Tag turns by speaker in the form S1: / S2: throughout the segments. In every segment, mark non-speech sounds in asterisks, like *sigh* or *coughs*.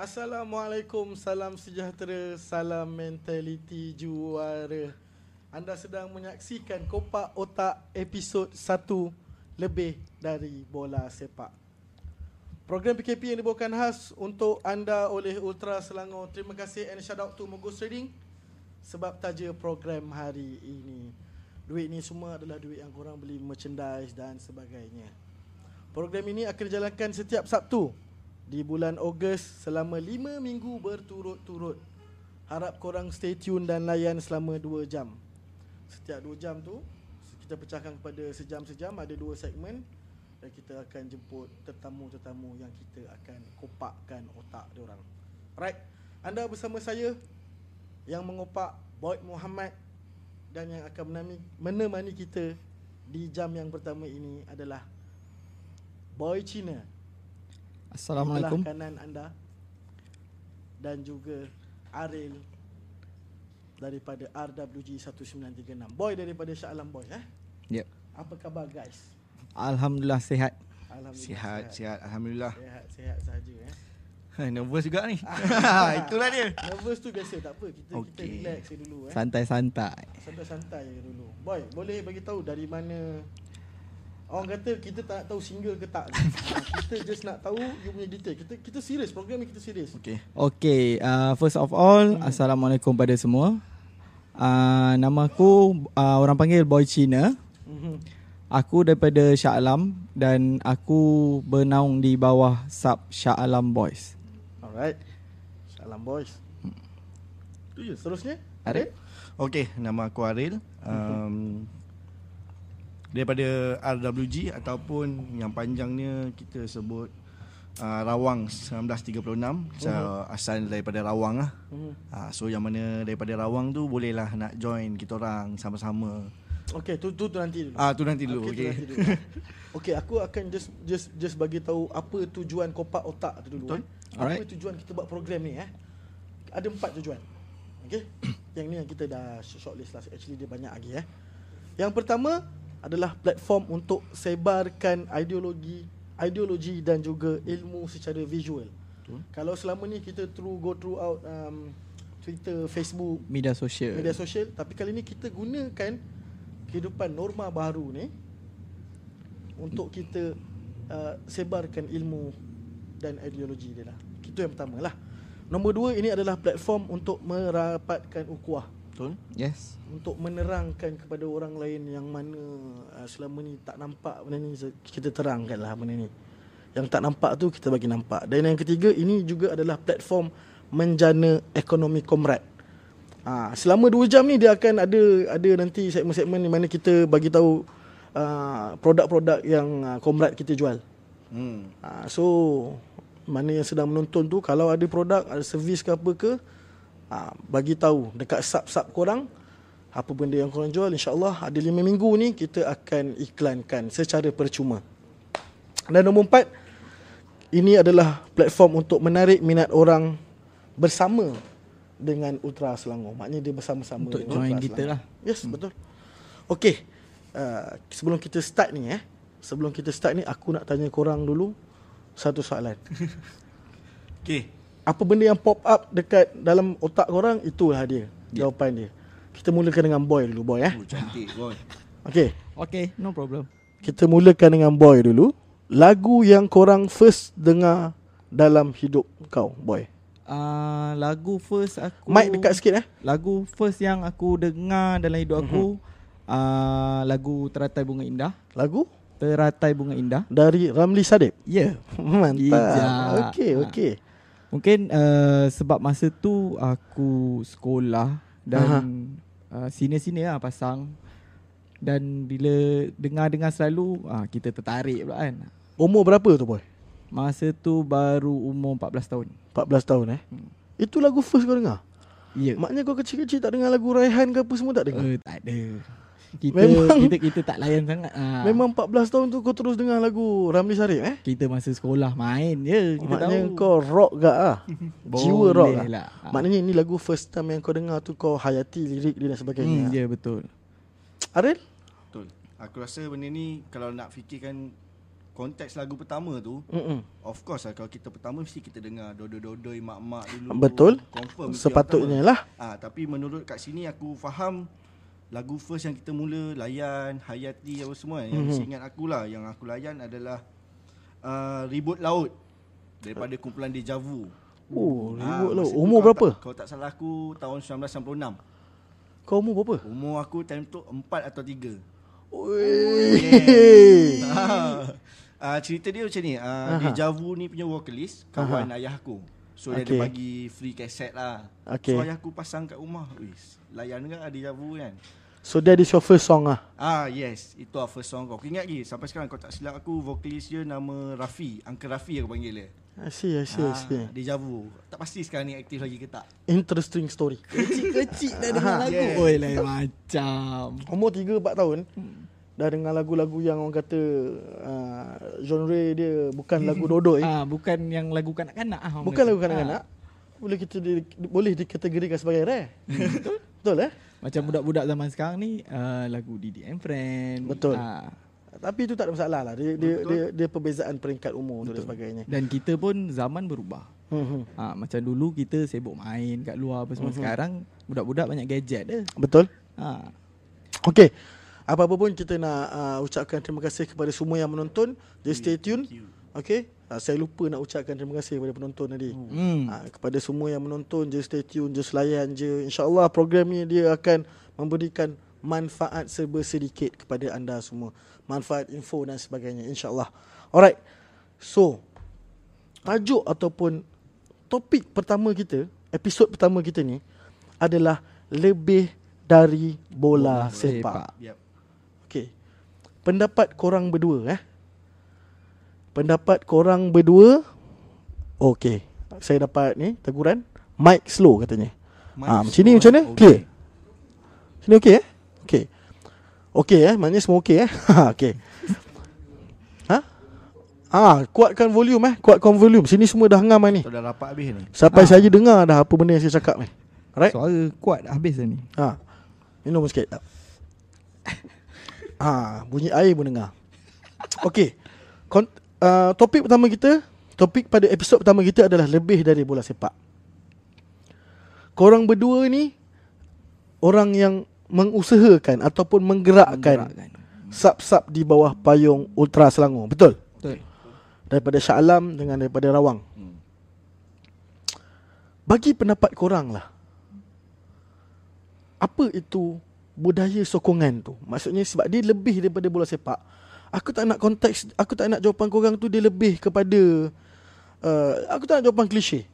S1: Assalamualaikum, salam sejahtera, salam mentaliti juara. Anda sedang menyaksikan Kopak Otak episod 1 lebih dari bola sepak. Program PKP yang dibawakan khas untuk anda oleh Ultra Selangor. Terima kasih and shout out to Mogus Trading sebab taja program hari ini. Duit ni semua adalah duit yang korang beli merchandise dan sebagainya. Program ini akan dijalankan setiap Sabtu di bulan Ogos selama 5 minggu berturut-turut. Harap korang stay tune dan layan selama 2 jam. Setiap 2 jam tu kita pecahkan kepada sejam-sejam ada dua segmen dan kita akan jemput tetamu-tetamu yang kita akan kopakkan otak dia orang. Right. Anda bersama saya yang mengopak Boyd Muhammad dan yang akan menemani, menemani kita di jam yang pertama ini adalah Boy Cina
S2: Assalamualaikum.
S1: di belah kanan anda dan juga Aril daripada RWG 1936. Boy daripada Shah Alam Boy eh.
S3: Ya.
S2: Yep.
S1: Apa khabar guys?
S2: Alhamdulillah sihat.
S1: Alhamdulillah.
S3: Sihat, sihat. Alhamdulillah. *laughs*
S1: Sihat, sihat saja eh.
S3: Ha, nervous juga ni. *laughs* Itulah dia.
S1: Nervous tu biasa tak apa. Kita kita
S3: Okey.
S1: relax je dulu eh.
S2: Santai-santai.
S1: Santai-santai je dulu. Boy, boleh bagi tahu dari mana Orang kata kita tak nak tahu single ke
S3: *laughs*
S1: tak. ni. ha, kita just nak tahu you punya detail. Kita kita serius program ni kita serius.
S3: Okey.
S2: Okay, uh, first of all, hmm. Assalamualaikum pada semua. Uh, nama aku, uh, orang panggil Boy Cina.
S1: Mhm.
S2: Aku daripada Shah Alam dan aku bernaung di bawah sub Shah Alam Boys.
S1: Alright. Salam boys. Tu je. Seterusnya?
S2: Arif?
S3: Okey, nama aku Aril. Um, daripada RWG ataupun yang panjangnya kita sebut uh, Rawang 1936. So, asal daripada Rawang lah.
S1: Mhm.
S3: Uh, so yang mana daripada Rawang tu bolehlah nak join kita orang sama-sama.
S1: Okay, tu tu, tu nanti dulu.
S3: Ah tu nanti dulu.
S1: Okey, tu
S3: Okey.
S1: nanti
S3: *laughs*
S1: dulu. Okey, aku akan just just just bagi tahu apa tujuan kopak otak tu dulu.
S3: Betul.
S1: Eh.
S2: Alright.
S1: Apa tujuan kita buat program ni eh? Ada empat tujuan.
S3: *coughs*
S1: Okey. yang ni yang kita dah shortlist lah. Actually dia banyak lagi eh. Yang pertama adalah platform untuk sebarkan ideologi ideologi dan juga ilmu secara visual.
S3: Betul.
S1: Kalau selama ni kita through go throughout um, Twitter, Facebook,
S2: Media sosial.
S1: media sosial tapi kali ni kita gunakan kehidupan norma baru ni untuk kita uh, sebarkan ilmu dan ideologi dia lah. Itu yang pertama lah. Nombor dua ini adalah platform untuk merapatkan ukuah
S3: Betul.
S2: Yes.
S1: untuk menerangkan kepada orang lain yang mana uh, selama ni tak nampak benda ni se- kita terangkan lah benda ni yang tak nampak tu kita bagi nampak dan yang ketiga ini juga adalah platform menjana ekonomi komrad ha, selama 2 jam ni dia akan ada ada nanti segmen-segmen di mana kita bagi tahu uh, produk-produk yang uh, komrad kita jual
S3: Hmm.
S1: Ha, so mana yang sedang menonton tu kalau ada produk, ada servis ke apa ke, ha, bagi tahu dekat sub-sub korang apa benda yang korang jual insyaallah ada lima minggu ni kita akan iklankan secara percuma. Dan nombor empat ini adalah platform untuk menarik minat orang bersama dengan Ultra Selangor. Maknanya dia bersama-sama
S2: Untuk
S1: dengan
S2: join
S1: Ultra
S2: kita
S1: Selangor.
S2: lah.
S1: Yes, hmm. betul. Okey. Uh, sebelum kita start ni eh. Sebelum kita start ni aku nak tanya korang dulu satu
S2: *laughs*
S1: soalan.
S3: Okey.
S1: Apa benda yang pop up dekat dalam otak korang itulah dia.
S2: Ya.
S1: Yeah. Jawapan dia. Kita mulakan dengan boy dulu boy eh.
S3: Oh, cantik boy.
S1: Okey.
S2: Okay, no problem.
S1: Kita mulakan dengan boy dulu. Lagu yang korang first dengar dalam hidup kau boy.
S2: Uh, lagu first aku...
S1: Mic dekat sikit eh.
S2: Lagu first yang aku dengar dalam hidup aku,
S1: Mhm.
S2: uh, lagu Teratai Bunga Indah.
S1: Lagu
S2: Teratai Bunga Indah.
S1: dari Ramli Sadib. *laughs*
S2: Ya. Yeah. Ijak.
S1: Mantap. Okey,
S2: Ha.
S1: okey.
S2: Mungkin uh, sebab masa tu aku sekolah dan uh, senior-senior lah pasang dan bila dengar-dengar selalu uh, kita tertarik pula kan.
S1: Umur berapa tu boy?
S2: Masa tu baru umur 14 tahun.
S1: 14 tahun eh.
S2: Hmm.
S1: Itu lagu first kau dengar?
S2: Ya. Yeah.
S1: Maknanya kau kecil-kecil tak dengar lagu Raihan ke apa semua tak dengar?
S2: Uh, tak ada. Kita
S1: Memang-
S2: kita kita tak layan sangat. Uh,
S1: Memang 14 tahun tu kau terus dengar lagu Ramli Sarip eh?
S2: kita masa sekolah main je kita
S1: Maknanya
S2: tahu.
S1: kau rock gak
S2: *laughs*
S1: ah. Jiwa
S2: Boleh
S1: rock ah.
S2: lah. Ah.
S1: Maknanya ni lagu first time yang kau dengar tu kau hayati lirik dia dan sebagainya.
S2: Hmm, ya yeah, betul.
S1: Aril?
S3: Betul. Aku rasa benda ni kalau nak fikirkan konteks lagu pertama tu
S1: Mm-mm.
S3: Of course lah kalau kita pertama mesti kita dengar dodoi-dodoi mak-mak dulu
S1: Betul.
S3: Confirm mesti
S1: Sepatutnya lah.
S3: pertama. Ah, Tapi menurut kat sini aku faham Lagu first yang kita mula Layan, Hayati apa semua
S1: Mhm.
S3: Yang mm-hmm. ingat akulah Yang aku layan adalah uh, Ribut Laut Daripada kumpulan Deja Vu
S1: Oh, ribut
S3: Ah,
S1: lah.
S3: masa tu
S1: Umur
S3: kalau
S1: berapa?
S3: Tak, kalau tak salah aku tahun 1996
S1: Kau umur berapa?
S3: Umur aku time tu 4 atau 3
S1: Oi.
S3: *laughs* Ah, cerita dia macam ni. Ah,
S1: Aha.
S3: Deja Vu ni punya vocalist kawan ayah aku. So dia ada
S1: Okay.
S3: bagi free kaset lah.
S1: Okay.
S3: So ayah aku pasang kat rumah. Wis, layan ke ah Deja Vu kan.
S1: So dia ada chauffeur song ah.
S3: Ah yes, itu our first song kau. Aku ingat lagi sampai sekarang kau tak silap aku vocalist dia nama Rafi. Uncle Rafi aku panggil dia.
S1: I see, I see, I see.
S3: Deja Vu. Tak pasti sekarang ni aktif lagi ke tak.
S1: Interesting story.
S2: Kecil-kecil dah dengar
S3: Ah,
S2: lagu.
S3: yeah.
S2: Oi, lain macam.
S1: *laughs* Umur 3 4 tahun dah dengar lagu-lagu yang orang kata uh, genre dia bukan lagu dodoi.
S2: Ah, bukan yang lagu kanak-kanak ah. orang
S1: Bukan
S2: kata.
S1: lagu kanak-kanak. Boleh kita di, di- boleh dikategorikan sebagai rare. Betul? *laughs* Betul eh?
S2: Ah, Macam budak-budak zaman sekarang ni ah, lagu DDM Friend.
S1: Betul.
S2: Ah,
S1: Tapi itu tak ada masalah lah. Dia dia, dia, dia perbezaan peringkat umur tu dan sebagainya.
S2: dan kita pun zaman berubah.
S1: Hmm. hmm.
S2: Ah, macam dulu kita sibuk main kat luar apa
S1: Mhm.
S2: semua. Sekarang budak-budak banyak gadget dah.
S1: Betul?
S2: Ah.
S1: Okey. Apa-apa pun kita nak uh, ucapkan terima kasih kepada semua yang menonton. Just stay tune. Okey. Uh, saya lupa nak ucapkan terima kasih kepada penonton tadi.
S2: Hmm.
S1: Ha, kepada semua yang menonton je stay tune je selayan je insyaallah program ni dia akan memberikan manfaat serba sedikit kepada anda semua manfaat info dan sebagainya insyaallah alright so tajuk ataupun topik pertama kita episod pertama kita ni adalah lebih dari bola,
S2: Bola
S1: sepak.
S2: sepak.
S3: Yep.
S1: Okey. Pendapat korang berdua eh. Pendapat korang berdua Okey. Saya dapat ni teguran mic slow katanya.
S3: Mic
S1: Ah, macam ni
S3: slow,
S1: macam mana?
S3: eh? Okey.
S1: Clear. Sini okey eh? Okey. Okey eh, maknanya semua okey eh. *laughs* Ha, okey. Ha? Ah, kuatkan volume eh. Kuatkan volume. Sini semua dah ngam ni.
S3: Kau dah rapat habis ni.
S1: Sampai saya dengar dah apa benda yang saya cakap ni. Alright?
S2: Suara kuat dah habis dah ni.
S1: Ha. Minum sikit. Ha, bunyi air pun dengar. Okey. Kon- uh, topik pertama kita, topik pada episod pertama kita adalah lebih dari bola sepak. Korang berdua ni orang yang mengusahakan ataupun menggerakkan,
S2: Menggerakkan.
S1: sub-sub di bawah payung Ultra Selangor. Betul?
S2: Betul.
S1: Daripada Shah Alam dengan daripada Rawang.
S3: Hmm.
S1: Bagi pendapat korang lah Apa itu budaya sokongan tu Maksudnya sebab dia lebih daripada bola sepak Aku tak nak konteks Aku tak nak jawapan korang tu dia lebih kepada uh, Aku tak nak jawapan klise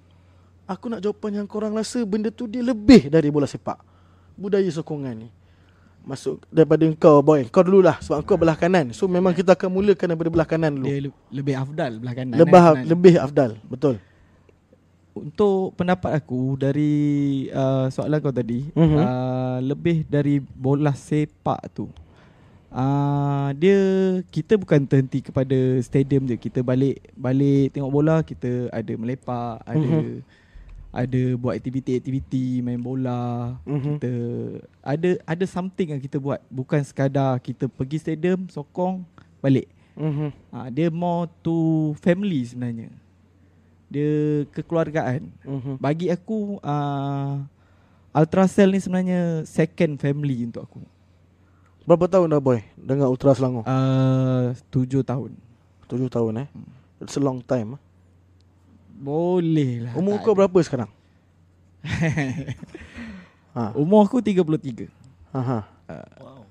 S1: Aku nak jawapan yang korang rasa benda tu dia lebih dari bola sepak Budaya sokongan ni Masuk daripada kau boy Kau dululah sebab kau belah kanan So memang kita akan mulakan daripada belah kanan dulu
S2: Dia le- lebih afdal belah kanan.
S1: Lebah,
S2: eh,
S1: Lebih afdal Betul
S2: Untuk pendapat aku dari uh, soalan kau tadi,
S1: Mhm.
S2: mm-hmm. uh, lebih dari bola sepak tu. Uh, dia kita bukan terhenti kepada stadium je. Kita balik balik tengok bola, kita ada melepak, ada
S1: Mhm.
S2: mm-hmm. ada buat aktiviti-aktiviti, main bola.
S1: Mhm.
S2: Mm-hmm. Kita ada ada something yang kita buat, bukan sekadar kita pergi stadium, sokong, balik.
S1: mm-hmm.
S2: Uh, dia more to family sebenarnya. Dia kekeluargaan.
S1: Mm-hmm.
S2: Bagi aku uh, Ultracell ni sebenarnya second family untuk aku.
S1: Berapa tahun dah boy Dengan Ultra Selangor
S2: Uh, tujuh tahun.
S1: Tujuh tahun eh It's a long time eh.
S2: Boleh lah.
S1: Umur
S2: tak
S1: kau
S2: ada.
S1: berapa sekarang? ha.
S2: Umur aku 33.
S1: ha, ha.
S3: Wow.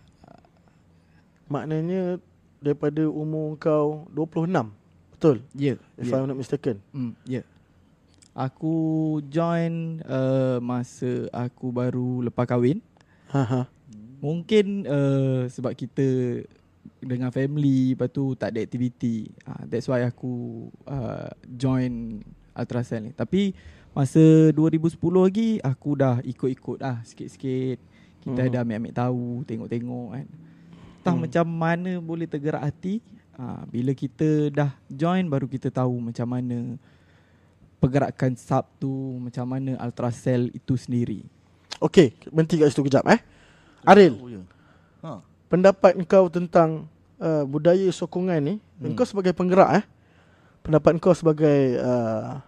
S1: Maknanya Daripada umur kau 26 Betul?
S2: Ya. Yeah,
S1: If
S2: yeah.
S1: I'm not mistaken
S2: Mm, yeah. Aku join uh, masa aku baru lepas kahwin.
S1: ha, ha.
S2: Mungkin uh, sebab kita dengan family lepas tu tak ada aktiviti. Uh, that's why aku uh, join Ultrasound ni. Tapi masa 2010 lagi aku dah ikut-ikut lah sikit-sikit.
S1: Hmm.
S2: Kita hmm. dah ambil-ambil tahu, tengok-tengok kan.
S1: Hmm.
S2: Entah hmm. macam mana boleh tergerak hati. Uh, bila kita dah join baru kita tahu macam mana pergerakan sub tu, macam mana Ultracell itu sendiri.
S1: Okay Berhenti kat situ kejap eh Aril
S3: Oh, ya. Ha.
S1: Pendapat kau tentang uh, budaya sokongan ni, hmm. kau sebagai penggerak eh, pendapat kau sebagai uh,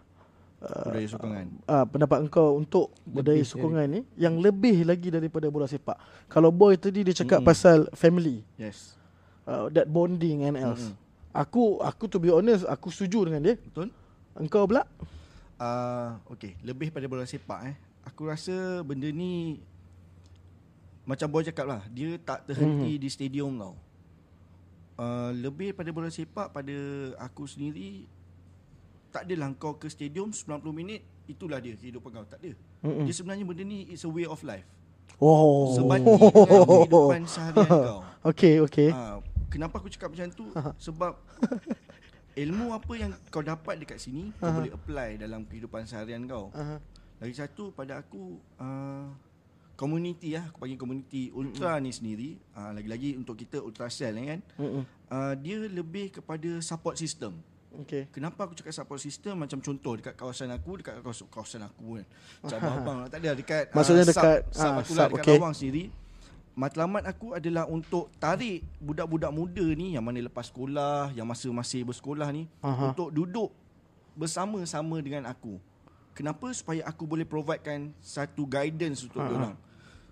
S1: uh,
S3: budaya sokongan.
S1: uh, pendapat engkau untuk budaya
S2: Lebih
S1: sokongan ni yang lebih lagi daripada bola sepak. Kalau boy tadi dia cakap
S3: Mm-mm.
S1: pasal family,
S3: Yes.
S1: uh, that bonding and else.
S3: Mm-mm.
S1: Aku aku to be honest aku setuju dengan dia.
S3: Betul?
S1: Engkau pula?
S3: Uh, okay, lebih pada bola sepak eh. Aku rasa benda ni macam boy cakap lah, dia tak terhenti di stadium tau. Uh, lebih pada bola sepak pada aku sendiri tak adalah kau ke stadium 90 minit itulah dia kehidupan kau tak ada.
S1: Mm-mm.
S3: Dia sebenarnya benda ni it's a way of life.
S1: Oh.
S3: Sebab dengan kehidupan seharian kau.
S1: Okey okey.
S3: Ha, kenapa aku cakap macam tu? Sebab ilmu apa yang kau dapat dekat sini kau boleh apply dalam kehidupan seharian kau.
S1: Aha.
S3: Lagi satu pada aku uh, community lah, aku panggil community ultra ni sendiri. Uh, lagi-lagi untuk kita ultra cell ni kan.
S1: Mm-mm.
S3: Uh, dia lebih kepada support system.
S1: Okey.
S3: Kenapa aku cakap support system macam contoh dekat kawasan aku dekat kawasan, kawasan aku kan. Macam abang lah tak ada dekat ah,
S1: Maksudnya dekat,
S3: sub, sub
S1: ah,
S3: aku lah
S1: sub,
S3: dekat
S1: okey.
S3: Lawang sendiri. Matlamat aku adalah untuk tarik budak-budak muda ni yang mana lepas sekolah, yang masa masih bersekolah ni
S1: Aha.
S3: untuk duduk bersama-sama dengan aku. Kenapa supaya aku boleh providekan satu guidance untuk uh orang.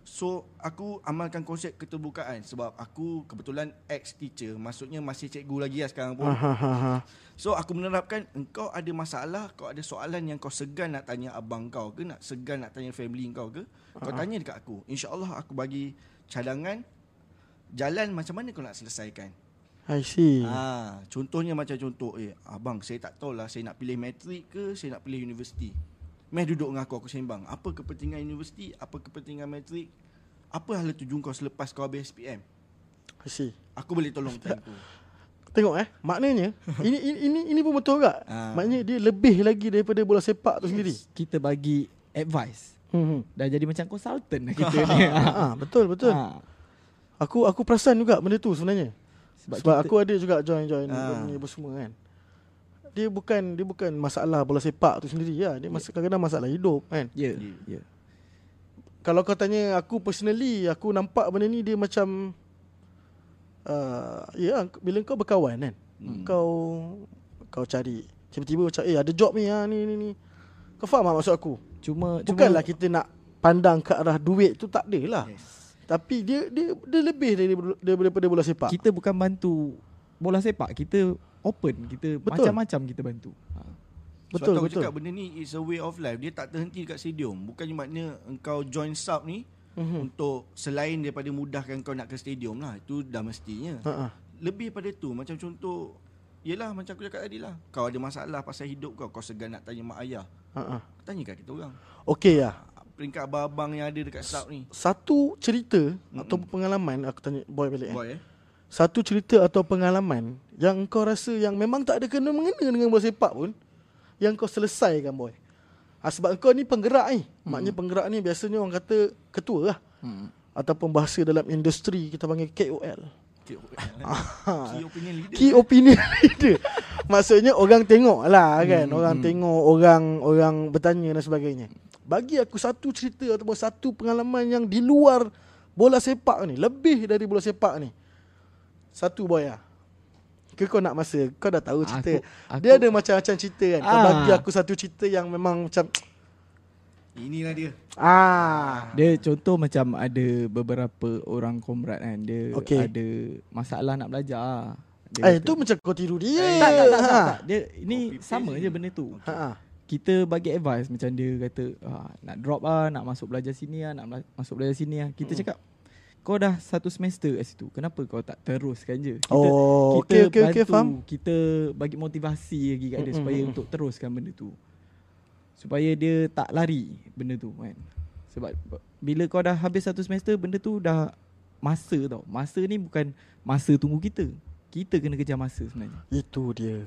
S3: So aku amalkan konsep keterbukaan sebab aku kebetulan ex teacher, maksudnya masih cikgu lagi lah sekarang pun.
S1: Ha ha ha.
S3: So aku menerapkan engkau ada masalah, kau ada soalan yang kau segan nak tanya abang kau ke, nak segan nak tanya family kau ke, kau tanya dekat aku. Insya-Allah aku bagi cadangan jalan macam mana kau nak selesaikan.
S1: I see.
S3: Ha, contohnya macam contoh, eh abang saya tak tahulah saya nak pilih matrik ke, saya nak pilih universiti. Meh duduk dengan aku aku sembang. Apa kepentingan universiti, apa kepentingan matrik? Apa hala tuju kau selepas kau habis SPM?
S1: I see.
S3: Aku boleh tolong time tu.
S1: Tengok eh, maknanya *laughs* ini ini ini, ini pun betul juga.
S3: Ah.
S1: Maknanya dia lebih lagi daripada bola sepak tu sendiri.
S2: Kita bagi advice.
S1: Hmm.
S2: Dah jadi macam consultant
S1: *laughs*
S2: lah kita ni.
S1: Ha, ha, betul betul.
S2: Ha.
S1: Aku aku perasan juga benda tu sebenarnya. Sebab,
S2: Sebab
S1: Sebab
S2: kita-
S1: aku ada juga join-join
S3: Ah.
S1: ni apa semua kan. Dia bukan dia bukan masalah bola sepak tu sendiri ya. Dia masa kadang-kadang masalah hidup kan.
S2: Ya.
S3: Ya.
S2: Ya.
S1: Kalau kau tanya aku personally, aku nampak benda ni dia macam uh, ya bila kau berkawan kan. Hmm. Kau kau cari tiba-tiba macam eh ada job ni ha, ni ni ni. Kau faham tak maksud aku?
S2: Cuma
S1: Bukanlah
S2: cuma,
S1: kita nak pandang ke arah duit tu tak adalah. Yes.
S3: Yes.
S1: Tapi dia dia dia lebih daripada daripada bola sepak.
S2: kita bukan bantu bola sepak, kita open, kita
S1: Betul. Ah.
S2: macam-macam kita bantu. Ha.
S1: Betul
S3: Betul, Sebab tu aku
S1: betul.
S3: cakap benda ni is a way of life. Dia tak terhenti dekat stadium. Bukannya makna engkau join sub ni
S1: Mhm.
S3: mm-hmm. untuk selain daripada mudahkan kau nak ke stadium lah. Itu dah mestinya.
S1: Ha ah.
S3: Lebih pada tu macam contoh Yelah macam aku cakap tadi lah Kau ada masalah pasal hidup kau Kau segan nak tanya mak ayah
S1: Ha ah.
S3: Tanya kat kita orang
S1: Okey lah.
S3: Peringkat abang-abang yang ada dekat sub ni
S1: Satu cerita mm atau pengalaman aku tanya boy balik eh.
S3: Boy eh
S1: Satu cerita atau pengalaman yang kau rasa yang memang tak ada kena mengena dengan bola sepak pun yang kau selesaikan boy. Ha, sebab kau ni penggerak ni. Maknanya penggerak ni biasanya orang kata ketua lah.
S2: Hmm.
S1: Ataupun bahasa dalam industri kita panggil KOL. *laughs*
S3: Key
S1: Ah.
S3: opinion leader
S1: key opinion *laughs* leader. Maksudnya orang tengok lah kan. Hmm, orang hmm. tengok, orang orang bertanya dan sebagainya. Bagi aku satu cerita ataupun satu pengalaman yang di luar bola sepak ni. Lebih dari bola sepak ni. Satu boy lah. Ke kau nak masa Kau dah tahu cerita
S2: Aku- aku-
S1: Dia ada macam-macam cerita kan Kau
S2: Ah.
S1: bagi aku satu cerita yang memang macam
S3: Inilah dia
S1: Ah
S2: Dia contoh macam ada beberapa orang komrad kan, dia
S1: Okey.
S2: ada masalah nak belajar. lah. Dia
S1: Eh
S2: kata-
S1: itu macam kau tiru dia
S2: Eh, tak tak tak, tak,
S1: Ha.
S2: tak. Dia ini
S3: Copy paste
S2: sama
S3: je.
S2: je benda tu.
S1: Ha, ha.
S2: kita bagi advice macam dia kata ah, nak drop ah nak masuk belajar sini ah nak bela- masuk belajar sini ah
S1: Hmm.
S2: kita cakap kau dah satu semester kat situ kenapa kau tak teruskan je kita
S1: Oh, okey, okey, okey, faham. Hmm,
S2: kita bagi motivasi lagi kat dia supaya untuk teruskan benda tu supaya dia tak lari benda tu kan sebab b- bila kau dah habis satu semester benda tu dah masa tau masa ni bukan masa tunggu kita kita kena kejar masa sebenarnya
S1: Itu
S3: *laughs*
S1: dia.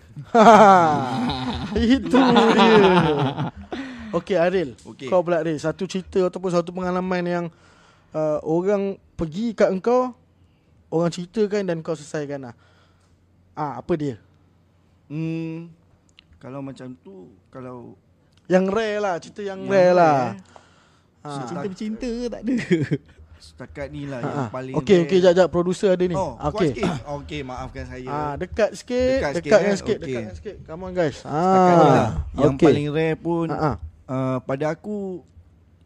S1: Itu dia. Okey Aril,
S3: Okey.
S1: kau pula Aril, satu cerita ataupun satu pengalaman yang uh, orang pergi kat engkau, orang ceritakan dan kau selesaikan lah. Ah, apa dia?
S3: hmm, Kalau macam tu Kalau
S1: Yang rare lah, cerita yang, yang rare, lah.
S3: eh,
S1: Eh,
S2: cinta bercinta ke tak ada
S3: Setakat ni lah yang
S1: Ha,
S3: paling
S1: Okey,
S3: rare.
S1: okey, jap, jap. Producer ada ni. Ah,
S3: Oh,
S1: okey.
S3: okay. sikit. Oh, okay, maafkan saya.
S1: Ah, dekat sikit, dekat,
S3: Dekat sikit,
S1: dekat dengan
S3: eh?
S1: sikit,
S3: Okey.
S1: dekat dengan sikit. Come on guys.
S3: Setakat ni lah.
S1: Ah.
S3: Yang
S1: okey.
S3: paling rare pun
S1: Ah, ah.
S3: uh, pada aku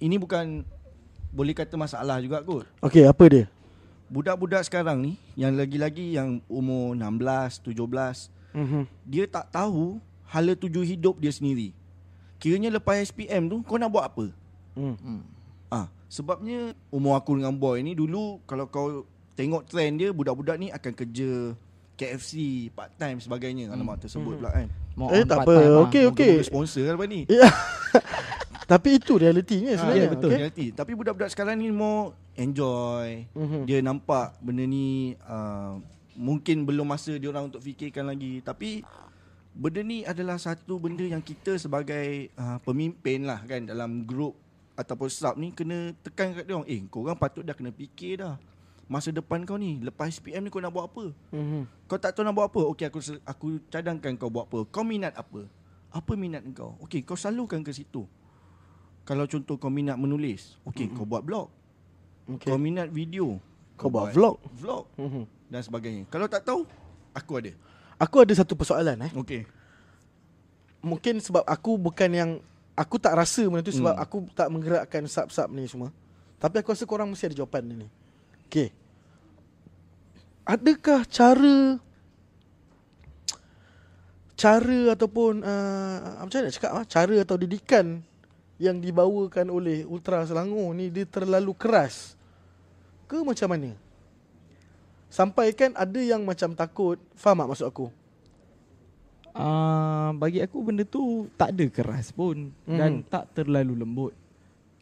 S3: ini bukan boleh kata masalah juga kot.
S1: Okey, apa dia?
S3: Budak-budak sekarang ni yang lagi-lagi yang umur 16, 17,
S1: Mhm.
S3: dia tak tahu hala tuju hidup dia sendiri. Kiranya lepas SPM tu kau nak buat apa?
S1: Hmm.
S3: Ah, sebabnya umur aku dengan boy ni dulu kalau kau tengok trend dia budak-budak ni akan kerja KFC part time sebagainya. Alamak
S1: Hmm.
S3: tersebut pula kan.
S2: More
S1: Eh,
S2: on
S1: tak
S2: part
S1: apa.
S2: time lah.
S1: Okey, okey.
S3: Moga-moga sponsor kan lepas ni.
S1: Ya. *laughs* Tapi itu realitinya
S3: Ah,
S1: sebenarnya.
S3: ya, betul. Reality. Tapi budak-budak sekarang ni more enjoy.
S1: Mhm.
S3: Dia nampak benda ni uh, mungkin belum masa dia orang untuk fikirkan lagi. Tapi benda ni adalah satu benda yang kita sebagai uh, pemimpin lah kan dalam grup ataupun sub ni kena tekan kat dia orang. Eh, kau orang patut dah kena fikir dah. Masa depan kau ni, lepas SPM ni kau nak buat apa?
S1: Mhm.
S3: Kau tak tahu nak buat apa? Okey aku se- aku cadangkan kau buat apa. Kau minat apa? Apa minat kau? Okey kau salurkan ke situ. Kalau contoh kau minat menulis, okey mm-hmm. kau buat blog. Okay.
S1: Okey.
S3: Kau minat video,
S1: Kau buat vlog.
S3: vlog
S1: Mhm.
S3: dan sebagainya. Kalau tak tahu, aku ada.
S1: Aku ada satu persoalan eh.
S3: Okey.
S1: Mungkin sebab aku bukan yang aku tak rasa benda tu sebab
S3: Hmm.
S1: aku tak menggerakkan sub-sub ni semua. Tapi aku rasa korang mesti ada jawapan ni. Okey. Adakah cara cara ataupun uh, macam mana nak cakap ah cara atau didikan yang dibawakan oleh Ultra Selangor ni dia terlalu keras ke macam mana? Sampai kan ada yang macam takut Faham tak maksud aku?
S2: Ah, bagi aku benda tu tak ada keras pun mm. dan tak terlalu lembut.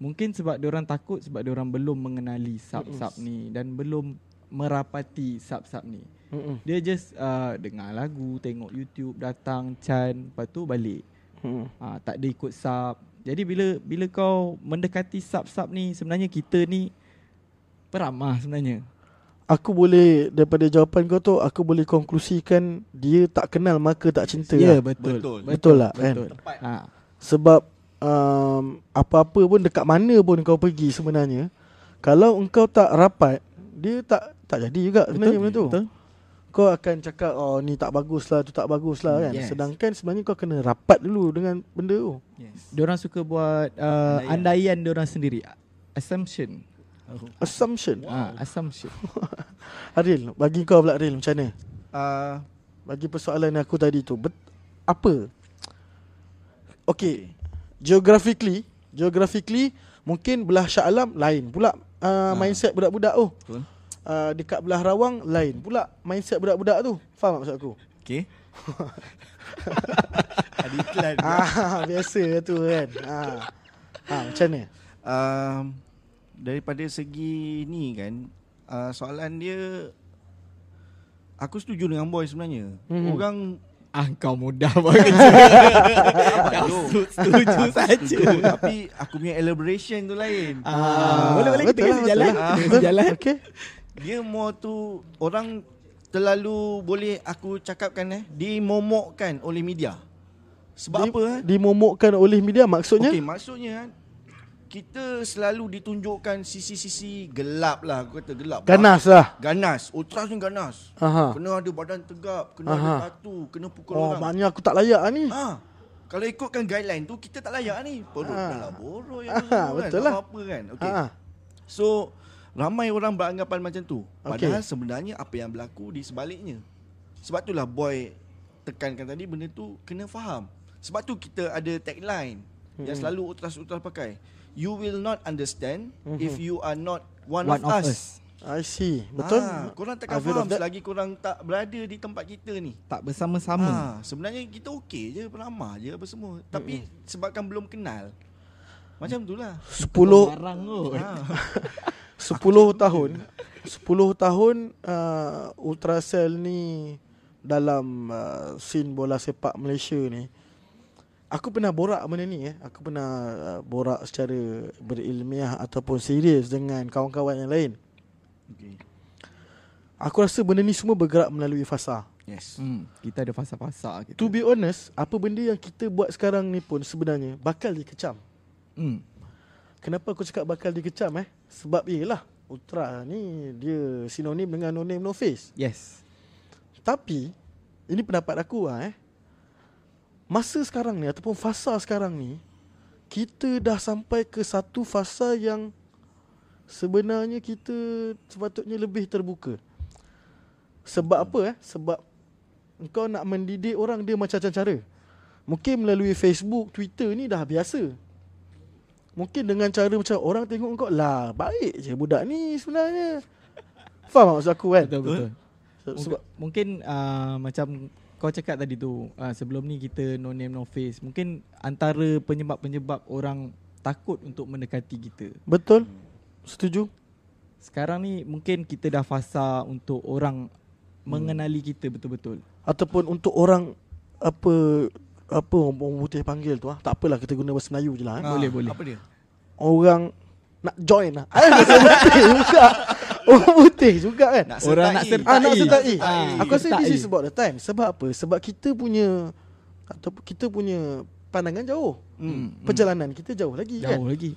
S2: Mungkin sebab diorang takut sebab diorang belum mengenali sub-sub ni dan belum merapati sub-sub ni.
S1: Mm-mm.
S2: Dia just uh, dengar lagu, tengok YouTube, datang can, lepas tu balik.
S1: Hmm.
S2: Uh, tak ada ikut sub. Jadi bila bila kau mendekati sub-sub ni sebenarnya kita ni peramah sebenarnya.
S1: Aku boleh daripada jawapan kau tu aku boleh konklusikan dia tak kenal maka tak cinta. lah.
S2: Ya, betul.
S3: Betul.
S1: Betul lah, kan?
S2: Betul. Ha.
S1: Sebab um, apa-apa pun dekat mana pun kau pergi sebenarnya kalau engkau tak rapat dia tak tak jadi juga sebenarnya benda tu.
S2: betul.
S1: Kau akan cakap oh ni tak bagus lah tu tak bagus lah kan.
S3: Yes.
S1: Sedangkan sebenarnya kau kena rapat dulu dengan benda tu.
S3: Yes.
S2: Diorang suka buat uh, andaian diorang sendiri.
S1: Assumption. *laughs*
S2: Assumption. Ah, assumption.
S1: Aril bagi kau pula Aril macam mana?
S3: Uh,
S1: Bagi persoalan aku tadi tu bet, Apa Okay Geographically Geographically Mungkin belah Shah Alam lain pula uh, Mindset budak-budak tu
S3: betul.
S1: uh, Dekat belah Rawang lain pula Mindset budak-budak tu Faham tak maksud aku?
S3: Okey. *laughs* ada iklan.
S1: ah, biasa tu kan ah. Ah, Macam mana?
S3: um, daripada segi ni kan uh, soalan dia aku setuju dengan boy sebenarnya
S1: Mm-hmm.
S3: hmm. orang
S2: *laughs* ah, kau mudah buat kerja.
S3: Abang
S2: Su- Setuju saja.
S3: setuju tapi aku punya elaboration tu lain
S2: Ah, boleh-boleh kita
S1: betul lah,
S2: kasi
S1: betul lah.
S2: jalan. Kita kasi jalan.
S1: Okay
S3: dia more tu orang terlalu boleh aku cakapkan eh dimomokkan oleh media sebab apa eh?
S1: Dimomokkan oleh media maksudnya
S3: Okey, maksudnya kan, kita selalu ditunjukkan sisi-sisi gelap lah, aku kata gelap.
S1: Ganas lah
S3: Ganas, ultras ni ganas.
S1: Aha.
S3: Kena ada badan tegap, kena
S1: Aha.
S3: ada tatu, kena pukul
S1: Oh
S3: orang.
S1: maknanya aku tak layak lah ni
S3: Ha. Kalau ikutkan guideline tu kita tak layak ni. Perut
S1: Ah.
S3: ha. lah boroi
S1: Ah,
S3: apa semua
S1: betul
S3: kan.
S1: lah.
S3: Tak apa kan. Okey.
S1: Ah.
S3: So ramai orang beranggapan macam tu.
S1: Okey.
S3: Padahal sebenarnya apa yang berlaku di sebaliknya. Sebab itulah boy tekankan tadi benda tu kena faham. Sebab tu kita ada tagline hmm. yang selalu utras-utras pakai. You will not understand hmm. if you are not one, one of, us. us.
S1: Ah, I see Betul?
S3: Ha, korang takkan
S1: I've heard
S3: faham
S1: of that.
S3: selagi korang tak berada di tempat kita ni.
S2: Tak bersama-sama.
S3: Ha, sebenarnya kita okey je, peramah je apa semua. Tapi sebabkan belum kenal. Macam lah. itulah.
S1: Sepuluh
S2: Barang kot.
S3: Ha.
S1: Sepuluh tahun Sepuluh tahun uh, Ultrasel ni Dalam uh, Scene bola sepak Malaysia ni Aku pernah borak benda ni eh. Aku pernah uh, borak secara berilmiah ataupun serius dengan kawan-kawan yang lain.
S3: Okey.
S1: Aku rasa benda ni semua bergerak melalui fasa.
S3: Yes.
S2: Hmm, kita ada fasa-fasa kita.
S1: To be honest, apa benda yang kita buat sekarang ni pun sebenarnya bakal dikecam.
S2: Hmm.
S1: Kenapa aku cakap bakal dikecam eh? Sebab ialah Ultra ni dia sinonim dengan no name no face.
S2: Yes.
S1: Tapi ini pendapat aku lah eh. Masa sekarang ni ataupun fasa sekarang ni kita dah sampai ke satu fasa yang sebenarnya kita sepatutnya lebih terbuka. Sebab apa eh? Sebab kau nak mendidik orang dia macam-macam cara. Mungkin melalui Facebook, Twitter ni dah biasa. Mungkin dengan cara macam orang tengok kau lah baik je budak ni sebenarnya. Faham tak maksud aku kan?
S2: Betul betul.
S1: Se-
S2: Mungkin,
S1: Sebab
S2: mungkin uh, macam kau cakap tadi tu uh, sebelum ni kita no name no face. Mungkin antara penyebab-penyebab orang takut untuk mendekati kita.
S1: betul? Setuju?
S2: Sekarang ni mungkin kita dah fasa untuk
S1: Hmm.
S2: orang mengenali kita betul-betul.
S1: Ataupun untuk orang apa apa orang orang putih panggil tu ah. Tak apalah kita guna bahasa Melayu je lah. Eh.
S2: Ah. boleh, boleh.
S3: Apa dia?
S1: Orang nak join lah. Ah, *laughs* orang putih juga. Orang putih juga kan.
S3: Nak
S2: Orang nak
S3: sertai.
S1: Ah, nak
S2: Sertai.
S1: sertai.
S2: Sertai.
S1: Aku rasa
S2: Sertai.
S1: this is about the time. Sebab apa? Sebab kita punya atau kita punya pandangan jauh.
S3: Hmm.
S1: Perjalanan kita jauh lagi kan.
S2: Jauh lagi.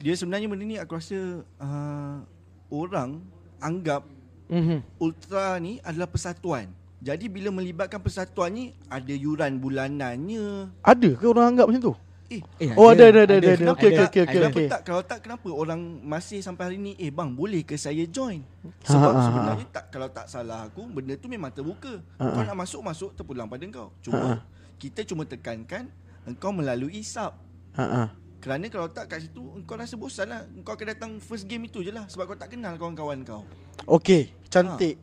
S3: Dia sebenarnya benda ni aku rasa uh, orang anggap
S1: Mhm.
S3: ultra ni adalah persatuan. Jadi bila melibatkan persatuan ni ada yuran bulanannya.
S1: Ada ke orang anggap macam tu?
S3: Eh,
S2: Eh,
S1: Oh, ada, ada, ada, ada.
S2: Kenapa
S1: Okey,
S2: tak?
S1: okey, okey,
S2: Ada.
S1: okey.
S3: Kenapa tak kalau tak kenapa orang masih sampai hari ni eh bang boleh ke saya join?
S1: Ha,
S3: Sebab
S1: ha, ha.
S3: sebenarnya tak kalau tak salah aku benda tu memang terbuka.
S1: Ha,
S3: Kau
S1: ha.
S3: nak masuk masuk terpulang pada kau.
S1: Ha,
S3: Cuma kita cuma tekankan engkau melalui sub.
S1: Ha ah.
S3: Kerana kalau tak kat situ engkau rasa bosan lah. Engkau akan datang first game itu je lah sebab kau tak kenal kawan-kawan kau.
S1: Okey, cantik.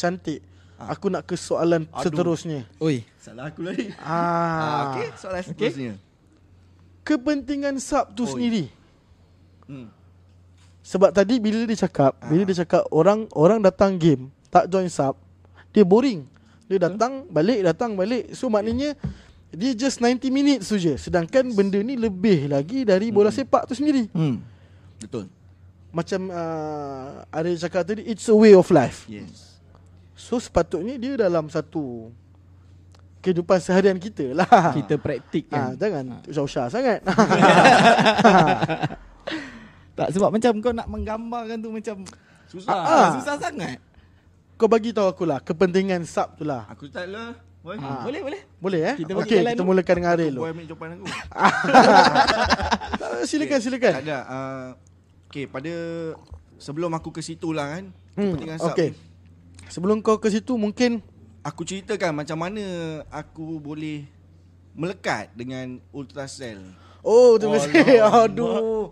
S1: Cantik.
S3: Ha.
S1: Aku nak ke soalan
S3: Aduh.
S1: seterusnya.
S2: Oi.
S3: Salah aku lagi.
S1: Ah,
S3: Ah, okey, soalan seterusnya.
S1: Kepentingan sub tu
S3: Oi.
S1: sendiri.
S3: Hmm.
S1: Sebab tadi bila dia cakap, bila dia cakap orang orang datang game, tak join sub, dia boring. Dia datang balik, datang balik. So maknanya dia just 90 minutes tu je. Sedangkan benda ni lebih lagi dari bola sepak tu sendiri.
S2: Hmm.
S3: Betul.
S1: Macam uh, Ariel cakap tadi, it's a way of life.
S3: Yes.
S1: So sepatutnya dia dalam satu kehidupan seharian kita lah.
S2: Kita praktik
S1: ha,
S2: kan.
S1: jangan usah-usah sangat. *laughs*
S2: Tak sebab macam kau nak menggambarkan tu macam
S3: Susah.
S1: Ah.
S2: susah sangat.
S1: Kau bagi tahu aku lah kepentingan sub tu lah.
S3: Aku tak lah. Boy.
S1: Ah.
S2: Boleh boleh.
S1: Boleh eh?
S2: Kita bagi
S1: Okey,
S2: jalan
S1: kita
S2: tu.
S1: mulakan dengan Ariel dulu.
S3: Boy ambil jawapan aku.
S1: Tak, Ah, Eh, Silakan, silakan.
S3: Tak ada. Uh, okay, pada sebelum aku ke situ lah kan.
S1: Hmm,
S3: kepentingan sub
S1: okay.
S3: ni,
S1: Sebelum kau ke situ mungkin
S3: Aku ceritakan macam mana aku boleh melekat dengan ultrasel.
S1: Oh terima kasih *laughs*
S3: Alamak.
S1: Aduh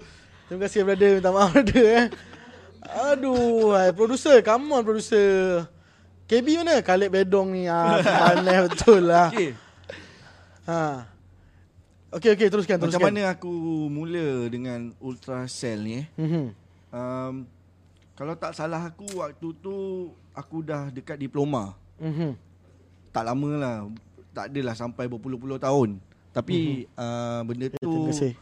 S1: Terima kasih brother Minta maaf brother eh Aduh hai, Producer Come on producer KB mana? Khalid Bedong ni ah, Panas *laughs* betul lah
S3: Okay,
S1: ha. Okay okay teruskan
S3: macam
S1: teruskan
S3: mana aku mula dengan ultrasel ni eh?
S1: Mhm.
S3: Um, kalau tak salah aku waktu tu aku dah dekat diploma.
S1: Mhm.
S3: Tak lama lah. Tak adalah sampai berpuluh-puluh tahun. Tapi uh, benda
S1: Eh,
S3: tu
S1: Terima kasih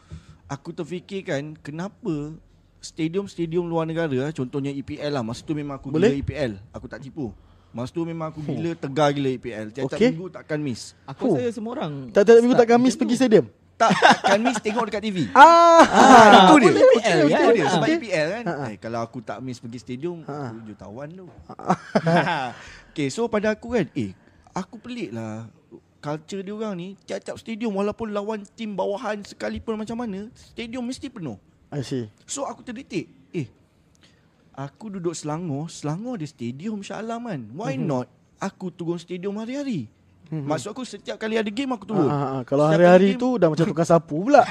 S3: aku terfikirkan kenapa stadium-stadium luar negara contohnya EPL lah masa tu memang aku
S1: Boleh? Oh.
S3: gila EPL aku tak tipu masa tu memang aku gila tegar gila EPL tiap-tiap
S1: Okey.
S3: minggu takkan miss
S1: Oh.
S2: Aku rasa semua orang
S1: Tak tak minggu tak
S2: start
S1: Khamis
S2: macam
S1: pergi
S2: tu.
S1: stadium
S3: tak takkan miss tengok dekat TV
S1: Ah,
S3: Ah, itu dia.
S1: boleh,
S3: Itu
S1: boleh,
S3: dia, itu
S1: boleh,
S3: dia.
S1: boleh.
S3: Sebab
S1: Okey.
S3: EPL kan.
S1: Ha, ha.
S3: Eh, kalau aku tak miss pergi stadium,
S1: Ha, ha.
S3: aku jutawan tu. *laughs* okay, so pada aku kan, eh, aku pelik lah. Culture dia orang ni, tiap-tiap stadium walaupun lawan tim bawahan sekalipun macam mana, stadium mesti penuh.
S1: I see
S3: So aku terdetik Eh Aku duduk Selangor Selangor ada stadium Shah Alam kan Why
S1: Mhm.
S3: mm-hmm. not Aku turun stadium hari-hari mm-hmm. Maksud aku setiap kali ada game aku
S1: ah,
S3: turun
S1: ah, ah. Kalau
S3: Setiap
S1: hari-hari
S3: kali
S1: tu dah macam tukang sapu
S3: *laughs*
S1: pula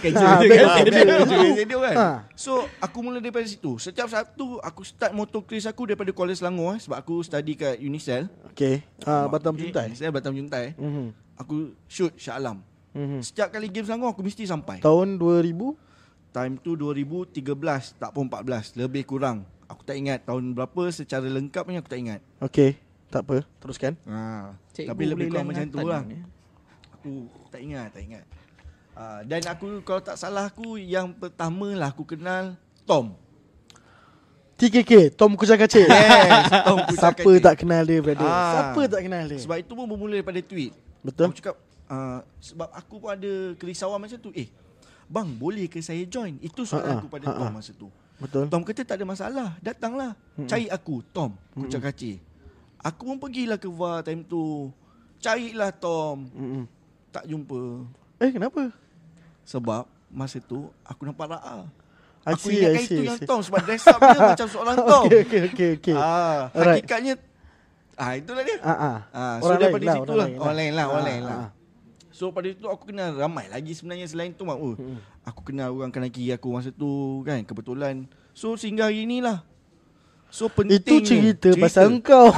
S2: kerja
S1: Ah,
S2: dia
S1: back to
S2: kan.
S3: Ah,
S1: kerja.
S3: dia turun stadium kan
S1: Ha.
S3: So aku mula daripada situ Setiap Sabtu Aku start motocross aku Daripada Kuala Selangor eh, Sebab aku study kat Unisel
S1: Okay ah, Batam
S3: Eh,
S1: Juntai
S3: Unisel Batam Juntai
S1: Mhm.
S3: Aku shoot Shah Alam
S1: Mhm.
S3: Setiap kali game Selangor Aku mesti sampai
S1: Tahun 2000
S3: Time tu 2013 Tak pun 14 Lebih kurang Aku tak ingat tahun berapa Secara lengkapnya aku tak ingat
S1: Okay Tak apa Teruskan
S3: ha,
S2: Cikgu
S3: Tapi lebih
S2: boleh
S3: kurang macam tu lah
S2: langatan ni.
S3: Aku tak ingat tak ingat ha, Dan aku kalau tak salah aku Yang pertama lah aku kenal Tom
S1: TKK Tom Kucang Kacik
S3: *laughs* Yes Tom
S1: Siapa
S3: Kucakati.
S1: tak kenal dia brother
S3: Ah.
S1: Siapa tak kenal dia
S3: Sebab itu pun bermula daripada tweet
S1: Betul
S3: Aku cakap uh, Sebab aku pun ada kerisauan macam tu Eh Bang boleh ke saya join Itu
S1: Ha-ha,
S3: soalan aku pada
S1: ha-ha.
S3: Tom masa tu
S1: Betul.
S3: Tom kata tak ada masalah. Datanglah. Hmm. Cari aku, Tom.
S1: Hmm.
S3: Kucak kacir. Aku pun pergilah ke VAR time tu. Carilah Tom.
S1: Mm-mm.
S3: Tak jumpa.
S1: Eh kenapa?
S3: Sebab masa tu aku nampak Ra'a.
S1: I
S3: Aku
S1: see, I
S3: ingatkan
S1: see,
S3: itu
S1: I
S3: yang
S1: see.
S3: Tom sebab dress up dia macam
S1: *laughs*
S3: seorang Tom.
S1: Okey okey okey okey.
S3: Ah,
S1: Alright.
S3: hakikatnya ah itulah dia.
S1: Ah ah.
S3: Ah, so daripada situ lah. Orang lain lah, orang
S1: Ah,
S3: lain lah.
S1: ah, ah.
S3: So pada situ aku kenal ramai lagi sebenarnya selain tu mak. Oh,
S1: Hmm.
S3: aku kenal orang kanan kiri aku masa tu kan kebetulan. So sehingga hari ni lah. So penting
S1: Itu cerita, pasal
S3: *laughs*
S1: engkau.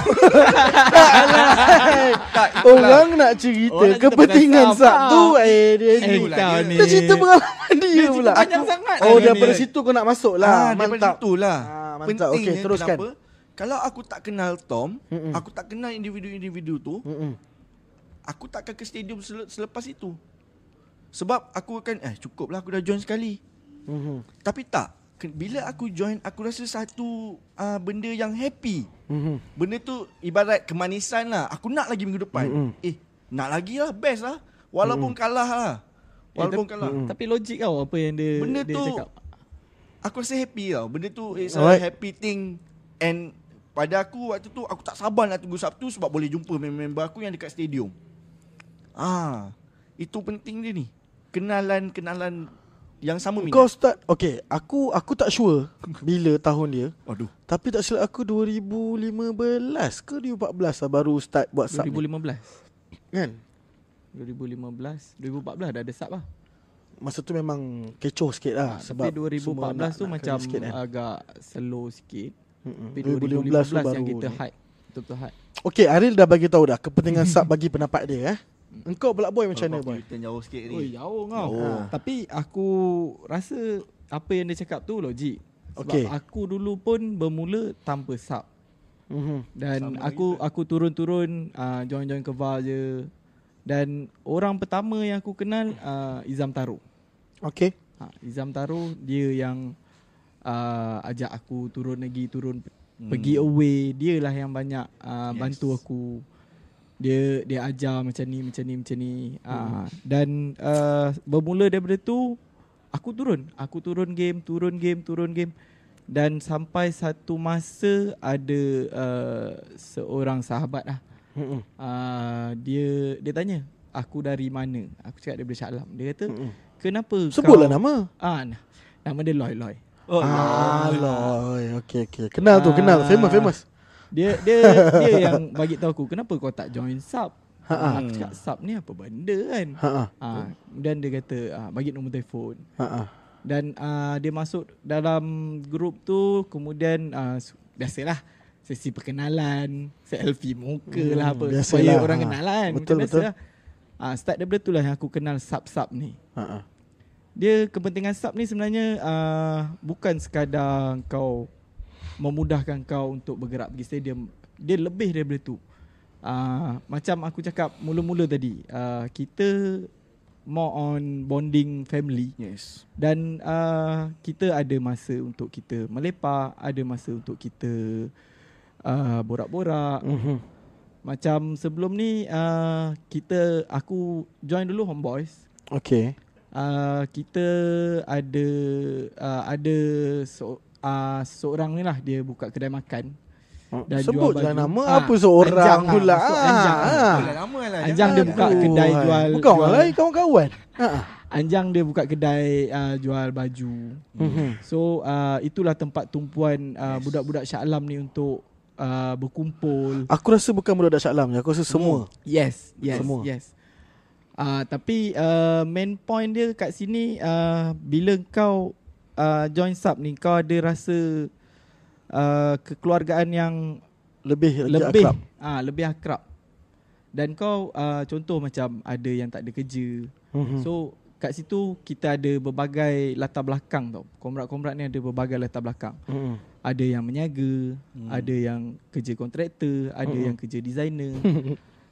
S3: tak, itulah.
S1: Orang nak cerita
S4: Orang nak cerita
S1: kepentingan
S4: pasal
S1: Sab tu eh dia
S3: Eh,
S1: ni.
S3: kau
S1: Dia cerita pengalaman dia
S4: cerita
S1: pula.
S4: panjang sangat
S1: Oh
S4: lah
S1: daripada
S4: ni.
S1: situ kau nak masuk
S3: lah,
S1: lah.
S3: ah, daripada
S1: Mantap.
S3: situ lah. eh,
S1: Ah, mantap. Okey, teruskan.
S3: Kalau aku tak kenal Tom,
S1: Mm-mm.
S3: aku tak kenal individu-individu tu,
S1: Mm-mm.
S3: aku takkan ke stadium sele- selepas itu. Sebab aku akan eh cukuplah aku dah join sekali.
S1: Mhm.
S3: Tapi tak ke- bila aku join aku rasa satu uh, benda yang happy.
S1: Mhm.
S3: Benda tu ibarat kemanisan lah. Aku nak lagi minggu depan.
S1: Mm-mm.
S3: Eh, nak lagi lah best lah. Walaupun kalah lah. Walaupun kalah.
S2: Eh, Tapi logik tau apa yang dia
S3: Benda
S2: dia
S3: tu-
S2: cakap.
S3: Aku rasa happy tau. Benda tu it's a
S1: Alright.
S3: happy thing and pada aku waktu tu aku tak sabar nak tunggu Sabtu sebab boleh jumpa member-member aku yang dekat stadium. Ah, itu penting dia ni. Kenalan-kenalan yang sama minat.
S1: Kau start Okay Aku aku tak sure Bila tahun dia
S3: Aduh.
S1: Tapi tak silap aku 2015 ke 2014 lah baru start buat sub ni
S2: 2015.
S1: Kan
S2: 2015 2014 dah ada sub lah
S1: Masa tu memang kecoh sikit lah sebab
S2: Sebab Ah, Tapi
S1: semua
S2: 2014
S1: nak-
S2: tu
S1: nak
S2: macam
S1: kena sikit kan.
S2: agak slow sikit
S1: Mm-mm.
S2: Tapi
S1: 2015 tu
S2: 2015 yang
S1: baru
S2: kita
S1: ni.
S2: hype Betul-betul hype
S1: Okay Aril dah bagi tahu dah Kepentingan *laughs* sub bagi pendapat dia eh Engkau pula boy macam mana
S3: Kau
S1: boy
S3: pergi jauh sikit
S2: Oh
S3: ni.
S2: jauh kau
S3: Jauh.
S2: Tapi aku rasa apa yang dia cakap tu logik Sebab
S1: Okey.
S2: aku dulu pun bermula tanpa sub
S1: Mhm.
S2: Dan
S3: Sama
S2: aku aku turun-turun uh, join-join ke VAR je Dan orang pertama yang aku kenal uh, Izam Taro
S1: Okay
S2: ha, Izam Taro dia yang uh, ajak aku turun lagi turun hmm. pergi away dia lah yang banyak uh, yes. bantu aku dia dia ajar macam ni macam ni macam ni uh, dan uh, bermula daripada tu aku turun aku turun game turun game turun game dan sampai satu masa ada uh, seorang sahabat lah
S1: Mm-mm.
S2: uh, dia dia tanya aku dari mana aku cakap daripada Shah Alam dia kata
S1: Mm-mm.
S2: kenapa
S1: Sebutlah
S2: kau-
S1: nama
S2: Ah, nah. Nama dia Loy Loy.
S3: Oh,
S1: Aloy Okay okay Kenal tu kenal
S2: Ah.
S1: Famous famous
S2: Dia dia
S1: *laughs*
S2: dia yang bagi tahu aku kenapa kau tak join sub.
S1: Ha-ha.
S2: Aku cakap sub ni apa benda kan.
S1: Ha-ha.
S2: Ah, dan dia kata ah, bagi nombor telefon.
S1: Ha-ha.
S2: Dan ah, dia masuk dalam grup tu kemudian ah, su- biasalah sesi perkenalan, selfie muka lah
S1: Hmm,
S2: apa
S1: biasalah.
S2: supaya orang
S1: Ha.
S2: kenal kan.
S1: Betul,
S2: Macam
S1: betul.
S2: biasalah. Ah, start daripada tu lah yang aku kenal sub-sub ni.
S1: Ha-ha.
S2: Dia kepentingan sub ni sebenarnya uh, bukan sekadar kau memudahkan kau untuk bergerak pergi stadium. Dia lebih daripada tu. Uh, macam aku cakap mula-mula tadi, uh, kita more on bonding family
S3: Yes.
S2: dan uh, kita ada masa untuk kita melepak, ada masa untuk kita uh, borak-borak.
S1: Mhm.
S2: Macam sebelum ni uh, kita aku join dulu Homeboys
S1: Okay
S2: uh, kita ada uh, ada so, uh, seorang ni lah dia buka kedai makan. Dan jual
S1: Sebut lah
S2: baju.
S1: nama
S2: Ah,
S1: apa seorang
S2: Anjang lah,
S1: pula
S2: masuk
S1: Ah,
S2: Anjang.
S1: ah.
S3: Oh, dah lama lah.
S2: Ajang dia
S3: jangan.
S2: buka kedai
S1: Aduhai.
S2: jual
S1: Bukan orang
S2: jual-
S1: lain kawan-kawan Ha ah.
S2: Anjang dia buka kedai uh, jual baju.
S1: Mhm.
S2: So uh, itulah tempat tumpuan uh, budak-budak Shah Alam ni untuk uh, berkumpul.
S1: Aku rasa bukan budak Shah Alam je Aku rasa semua
S2: Hmm. Yes, yes,
S1: Semua.
S2: yes. Uh, tapi uh, main point dia kat sini uh, bila kau uh, join sub ni kau ada rasa uh, kekeluargaan yang
S1: Lebih lagi
S2: lebih
S1: akrab
S2: ah lebih akrab dan kau uh, contoh macam ada yang tak ada kerja
S1: Mhm.
S2: so kat situ kita ada berbagai latar belakang tau komrak-komrak ni ada berbagai latar belakang
S1: Mhm.
S2: ada yang meniaga ada yang kerja kontraktor ada yang kerja designer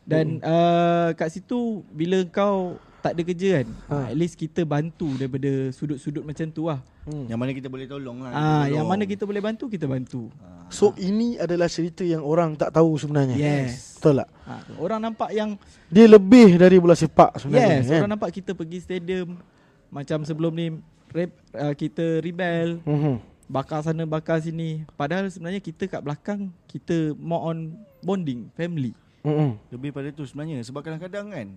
S2: dan uh, kat situ bila kau tak ada kerja kan ha. at least kita bantu daripada sudut-sudut macam tu lah
S3: Yang mana kita boleh tolong lah.
S2: ah
S3: Kita
S2: yang
S3: tolong.
S2: mana kita boleh bantu kita bantu
S1: So ini adalah cerita yang orang tak tahu sebenarnya
S2: Yes.
S1: Betul tak?
S2: ha. orang nampak yang
S1: Dia lebih dari bola sepak sebenarnya
S2: Yes,
S1: kan?
S2: orang nampak kita pergi stadium macam sebelum ni rep, uh, kita rebel.
S1: Mhm.
S2: bakar sana bakar sini. Padahal sebenarnya kita kat belakang kita more on bonding, family.
S1: Mm-mm.
S3: Lebih pada tu sebenarnya Sebab kadang-kadang kan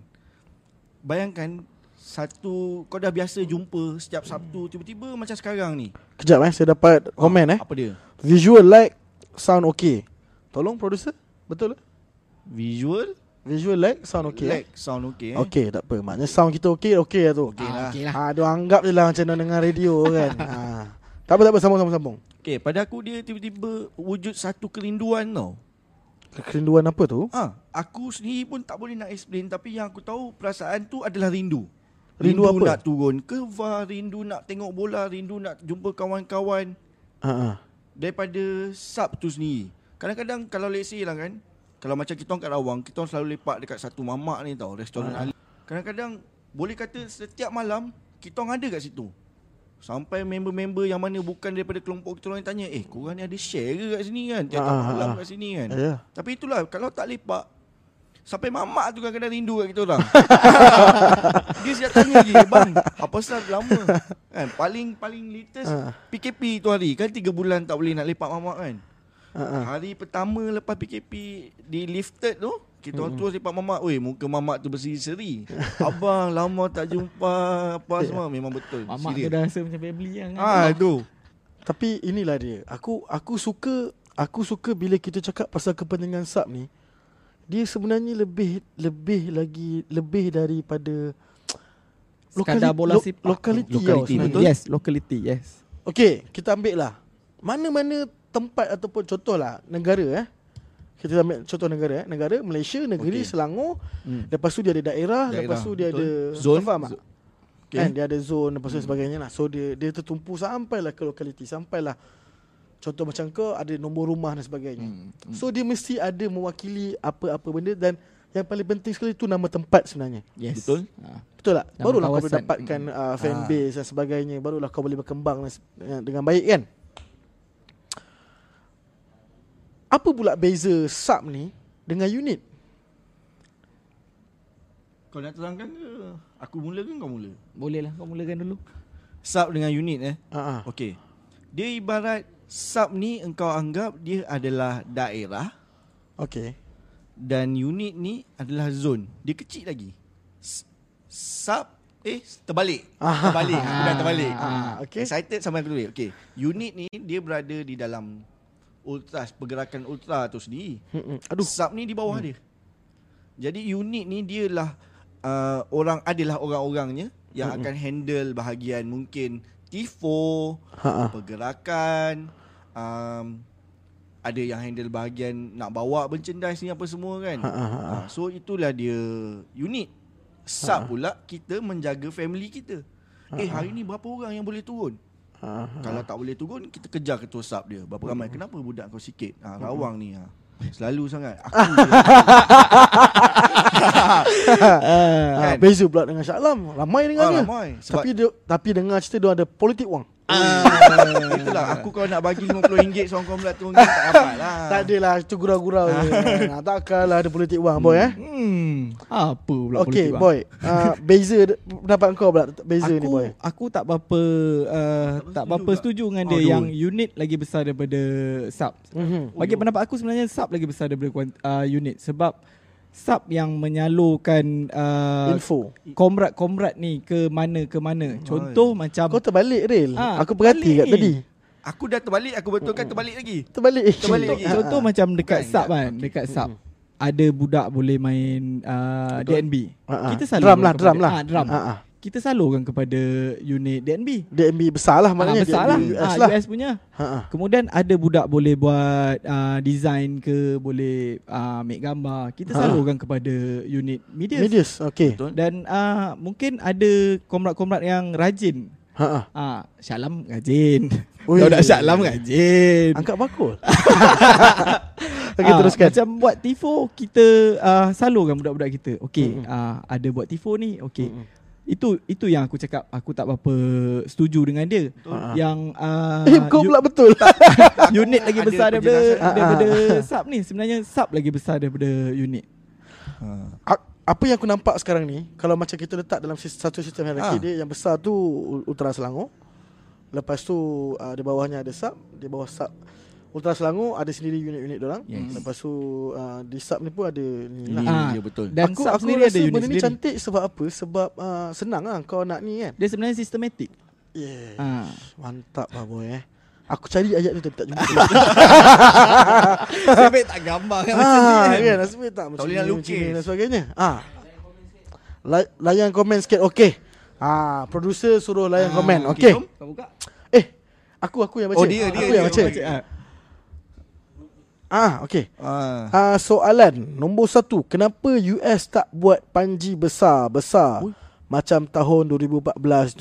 S3: Bayangkan Satu Kau dah biasa jumpa Setiap Sabtu Tiba-tiba macam sekarang ni
S1: Kejap eh Saya dapat
S2: Ah.
S1: komen eh
S3: Apa dia?
S1: Visual like Sound okay Tolong producer Betul eh?
S3: Visual
S1: Visual like Sound okay eh?
S3: Lag Sound okay eh?
S1: Okay tak apa Maknanya sound kita okay Okay lah tu
S3: Okey lah.
S1: okay lah. Ha, dia anggap je lah Macam mana dengar radio kan ha. Tak apa tak apa Sambung sambung sambung
S3: okay Pada aku dia tiba-tiba Wujud satu kerinduan tau
S1: Kerinduan apa tu
S3: ha, Aku sendiri pun tak boleh nak explain Tapi yang aku tahu Perasaan tu adalah rindu
S1: Rindu apa?
S3: nak turun ke VAR Rindu nak tengok bola Rindu nak jumpa kawan-kawan
S1: ha, ha.
S3: daripada sub tu sendiri. Kadang-kadang kalau let's say lah kan, kalau macam kita orang kat Rawang, kita orang selalu lepak dekat satu mamak ni tau, restoran
S1: Ah.
S3: Ali. Kadang-kadang boleh kata setiap malam kita orang ada kat situ. Sampai member-member yang mana bukan daripada kelompok kita orang tanya, "Eh, korang ni ada share ke kat sini kan? Tiap
S1: Ah, ah,
S3: malam
S1: ah.
S3: kat sini kan?"
S1: Ya.
S3: Tapi itulah kalau tak lepak Sampai mamak tu kadang-kadang rindu kat kita orang *laughs* Dia siap tanya lagi Bang apa pasal lama kan, Paling paling latest
S1: Ha.
S3: PKP tu hari Kan 3 bulan tak boleh nak lepak mamak kan
S1: Ha, ha.
S3: Hari pertama lepas PKP Di lifted tu Kita orang terus lepak mamak Oi muka mamak tu berseri-seri Abang lama tak jumpa Apa semua Memang betul
S2: Mamak tu
S3: serious.
S2: dah rasa macam family kan.
S3: Ah tu
S1: Tapi inilah dia. Aku aku suka aku suka bila kita cakap pasal kepentingan sub ni. Dia sebenarnya lebih lebih lagi lebih daripada
S2: Sekadar
S1: lokali-
S2: bola
S1: lo-
S2: sepak.
S1: Lokaliti,
S3: Lokaliti,
S1: lokaliti
S3: betul?
S1: betul.
S2: Yes, locality, yes.
S1: Okey, kita ambil lah. Mana-mana tempat ataupun contoh lah negara eh. Kita ambil contoh negara eh. Negara Malaysia, negeri
S3: Okey.
S1: okay. Selangor. Lepas tu dia ada daerah, daerah lepas tu dia
S3: betul.
S1: ada
S3: Zone
S1: Kau faham tak?
S3: zo-
S1: okay. kan dia ada zone lepas tu hmm. sebagainya lah so dia dia tertumpu sampailah ke lokaliti sampailah contoh macam kau ada nombor rumah dan sebagainya hmm. so dia mesti ada mewakili apa-apa benda dan yang paling penting sekali tu nama tempat sebenarnya
S2: Yes.
S3: Betul.
S2: Ah.
S1: betul tak
S2: Nama
S1: barulah kau boleh
S2: kawasan.
S1: dapatkan uh, fan base dan sebagainya barulah kau boleh berkembang dan se- dengan, dengan baik kan apa pula beza sub ni dengan unit
S3: Kau nak terangkan ke Aku mula ke kau mula
S2: Boleh lah kau mulakan dulu.
S3: Sub dengan unit eh
S1: ha ah
S3: Okey. Dia ibarat sub ni engkau anggap dia adalah daerah
S1: okey
S3: dan unit ni adalah zon. Dia kecil lagi. S- Sub eh terbalik. Terbalik. Aku dah terbalik.
S1: Ah, okey.
S3: Excited sama aku dulu. Okey. Unit ni dia berada di dalam ultras pergerakan ultra tu sendiri.
S1: Mm-mm. *laughs* aduh Hmm.
S3: Sub ni di bawah dia. Jadi unit ni dia lah uh, orang adalah orang-orangnya yang
S1: Hmm.
S3: akan handle bahagian mungkin tifo,
S1: Ha-ha.
S3: pergerakan, um, ada yang handle bahagian nak bawa merchandise ni apa semua kan. Ha, so itulah dia unit.
S1: Ha.
S3: Sub pula kita menjaga family kita. Eh hari ni berapa orang yang boleh turun?
S1: ha Hmm.
S3: Kalau tak boleh turun Kita kejar ketua sub dia Berapa ramai Kenapa budak kau sikit ha, Rawang ni ha. Selalu sangat Aku je.
S1: *laughs* Ah,
S3: Kan?
S1: beza pula dengan Shah Alam. Ramai dengar
S3: Ah,
S1: dia.
S3: ramai. Sebab-
S1: Tapi dia tapi dengar cerita dia ada politik wang.
S3: Ah, Itulah Aku kalau nak bagi RM50 Seorang kau mula turun Tak dapat lah
S1: Tak adalah itu gurau-gurau. je. *laughs* nah, takkanlah ada politik wang boy eh.
S2: Hmm. Apa pula
S1: Okey
S2: politik, bang?
S1: boy. Ah, beza d- pendapat kau pula beza
S2: aku,
S1: ni boy.
S2: Aku tak berapa uh, tak
S3: Tak bersetuju
S2: berapa
S3: tak?
S2: setuju dengan dia
S3: Aduh.
S2: yang unit lagi besar daripada sub.
S1: Mhm.
S2: Bagi pendapat aku sebenarnya sub lagi besar daripada kuant- uh, unit sebab sub yang menyalurkan
S3: Ah,
S2: uh,
S1: Info.
S2: komrad-komrad ni ke mana ke mana. Contoh macam
S1: Kau terbalik Ril.
S2: Ah,
S1: aku perhati kat
S2: terbalik.
S1: tadi.
S3: Aku dah terbalik Aku
S1: Hmm.
S3: betulkan terbalik lagi
S1: Terbalik. *laughs*
S3: Terbalik
S2: contoh,
S3: lagi.
S2: contoh
S1: Ah.
S2: macam dekat
S3: Bukan,
S2: sub
S3: tak.
S2: kan,
S1: Hmm.
S2: dekat sub ada budak boleh main uh, DNB.
S1: Ah, ah.
S2: Kita
S1: Drum lah,
S2: kepada-
S1: drum lah.
S2: Ah, drum.
S1: Ah, ah.
S2: Kita salurkan kepada unit DNB.
S1: DMB besar lah
S2: Ah,
S1: maknanya.
S2: besar lah.
S1: DMB US
S2: Ah,
S1: lah.
S2: US punya.
S1: Ha, ah.
S2: Kemudian ada budak boleh buat uh, design ke, boleh uh, ambil gambar. Kita
S1: Ha.
S2: salurkan kepada unit media.
S1: Medias. Okey.
S3: Betul.
S2: Dan uh, mungkin ada komrad-komrad yang rajin.
S1: Ha ah.
S2: Ah, uh, Syalam rajin.
S1: Ui.
S2: Budak Syalam rajin.
S1: Angkat
S2: *laughs*
S1: bakul. *laughs* Okey
S2: Ah,
S1: teruskan.
S2: Macam buat tifo kita uh, salurkan budak-budak kita. Okey, mm ada buat tifo ni. Okey. Itu itu yang aku cakap aku tak berapa setuju dengan dia. Ah. Yang uh,
S1: *laughs* Eh, kau
S2: you- *laughs*
S1: pula Ah, betul.
S2: unit lagi
S3: Ada
S2: besar daripada
S3: penjelasan.
S2: daripada sub ni sebenarnya sub lagi besar daripada unit
S1: Ha. A- apa yang aku nampak sekarang ni kalau macam kita letak dalam sis- satu sistem hierarki
S3: Ah.
S1: dia yang besar tu U- Ultra Selangor Lepas tu uh, di bawahnya ada sub, di bawah sub Ultra Selangor ada sendiri unit-unit orang. Yes. Lepas tu uh, di sub ni pun ada ni
S3: Ni,
S1: lah.
S2: Ah,
S3: ya betul.
S2: Dan
S1: aku
S2: sub
S1: aku
S2: sendiri
S1: rasa
S2: ada unit
S1: benda ni
S2: sendiri.
S1: cantik sebab apa? Sebab uh, senang lah kau nak ni kan.
S2: Dia sebenarnya sistematik.
S1: Yeah.
S2: Ah.
S1: Mantap lah boy eh. Aku cari ayat tu tapi
S3: *laughs*
S1: tak jumpa. Ah,
S2: *laughs* Sebab tak gambar kan macam ni
S1: ah,
S2: kan.
S1: kan nasib baik tak macam
S3: boleh
S1: ni,
S3: nak
S1: macam ni
S3: lukis.
S1: dan sebagainya. Ah. La- layan komen sikit okey. Ah, producer suruh layan komen. Okey.
S3: jom.
S2: Hmm, Kau buka.
S1: Eh, aku aku yang baca.
S3: Oh, dia,
S1: aku
S3: dia,
S1: yang Ha.
S3: dia.
S1: baca.
S2: Ah.
S1: Ah, okey.
S3: Ah.
S1: Ah, soalan nombor satu Kenapa US tak buat panji besar-besar Macam tahun 2014-2015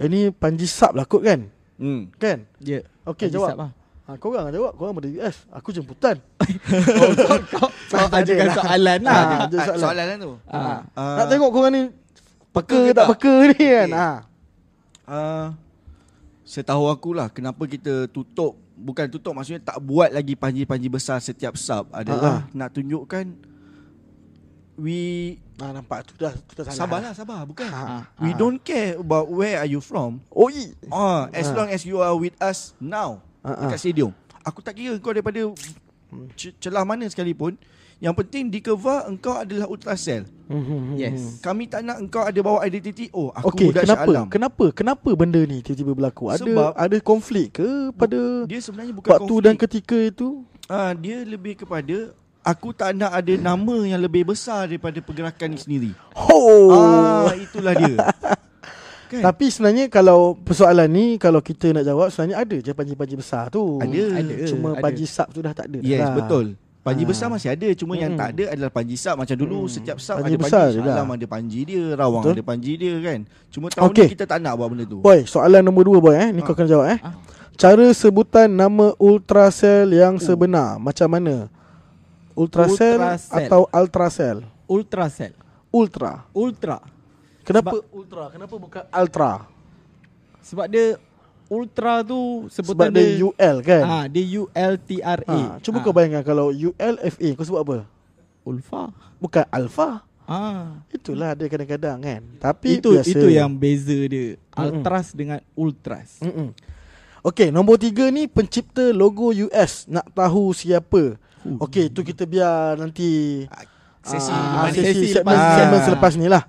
S1: Ini panji sub lah kot kan
S3: Hmm.
S1: Kan
S2: Ya.
S1: Okey
S2: Bagi
S1: jawab
S2: sub lah.
S1: ha, Korang lah jawab Korang dari US Aku jemputan
S2: *laughs* Kau kau ajukan
S1: lah.
S2: soalan lah.
S1: Ah, ada
S3: Ah,
S1: soalan.
S3: soalan kan tu.
S2: Ah.
S3: Ah.
S1: Nak tengok korang ni Peka
S3: Peka ke
S1: tak
S3: tak?
S1: peka ni kan
S3: Okey.
S1: ha.
S3: Uh, setahu akulah kenapa kita tutup bukan tutup maksudnya tak buat lagi panji-panji besar setiap sub
S1: Ah,
S3: adalah uh-huh. nak tunjukkan we
S1: Nah, Ah, nampak tu dah, tu dah salah
S3: sabarlah sabar lah. bukan
S1: Ah.
S3: we don't care about where are you from
S1: Oi
S3: ah as long as you are with us now
S1: Ah,
S3: dekat stadium aku tak kira kau daripada ce- celah mana sekalipun yang penting di Keva engkau adalah ultrasel
S2: Yes.
S3: kami tak nak engkau ada bawa identiti oh aku
S1: Okey,
S3: budak
S1: kenapa?
S3: Shah Alam
S1: Kenapa? Kenapa benda ni tiba-tiba berlaku? Ada
S3: Sebab-
S1: ada konflik ke pada
S3: dia sebenarnya bukan
S1: waktu
S3: konflik.
S1: dan ketika itu?
S3: Ah, dia lebih kepada aku tak nak ada nama yang lebih besar daripada pergerakan ni sendiri.
S1: Ho.
S3: Ah, itulah dia. kan?
S1: Tapi sebenarnya kalau persoalan ni kalau kita nak jawab sebenarnya ada je panji-panji besar tu.
S3: Ada.
S2: Ada.
S1: Cuma
S2: ada.
S1: panji sub tu dah tak ada. dah
S3: *laughs* yes,
S1: lah.
S3: betul. Panji
S1: Ah.
S3: besar masih ada Cuma yang tak ada adalah panji sub Macam dulu setiap sub
S1: Panji
S3: ada
S1: besar
S3: panji
S1: je dah.
S3: Alam ada panji dia Rawang
S1: Betul.
S3: ada panji dia kan Cuma tahun
S1: Okey.
S3: ni kita tak nak buat benda tu
S1: Boy, soalan nombor dua boy eh. Ni kau kena jawab eh. Cara sebutan nama ultrasel
S2: Hmm.
S1: yang sebenar macam mana? Ultrasel,
S2: Ultrasel.
S1: atau ultrasel?
S2: Ultra cell.
S1: Ultra.
S2: Ultra.
S1: Kenapa ultra? Kenapa bukan ultra?
S2: Sebab dia ultra tu
S1: Sebab
S2: sebutan
S1: dia UL kan?
S2: Ah, dia U L T R
S1: Ha,
S2: A.
S1: cuba
S2: Ah.
S1: kau bayangkan kalau ULFA kau sebut apa?
S2: Ulfa.
S1: Bukan alpha.
S2: Ah.
S1: Itulah dia kadang-kadang kan. Tapi
S2: Itu
S1: biasa.
S2: itu yang beza dia. Ultras dengan ultras.
S1: Mm-mm. Okey, nombor tiga ni pencipta logo US nak tahu siapa. Okey, tu kita biar nanti
S3: Sesi
S1: ah,
S3: lepas ni.
S1: sesi
S2: Sesi
S1: segmen,
S2: lepas ni.
S1: segmen
S3: Ah.
S1: selepas ni lah.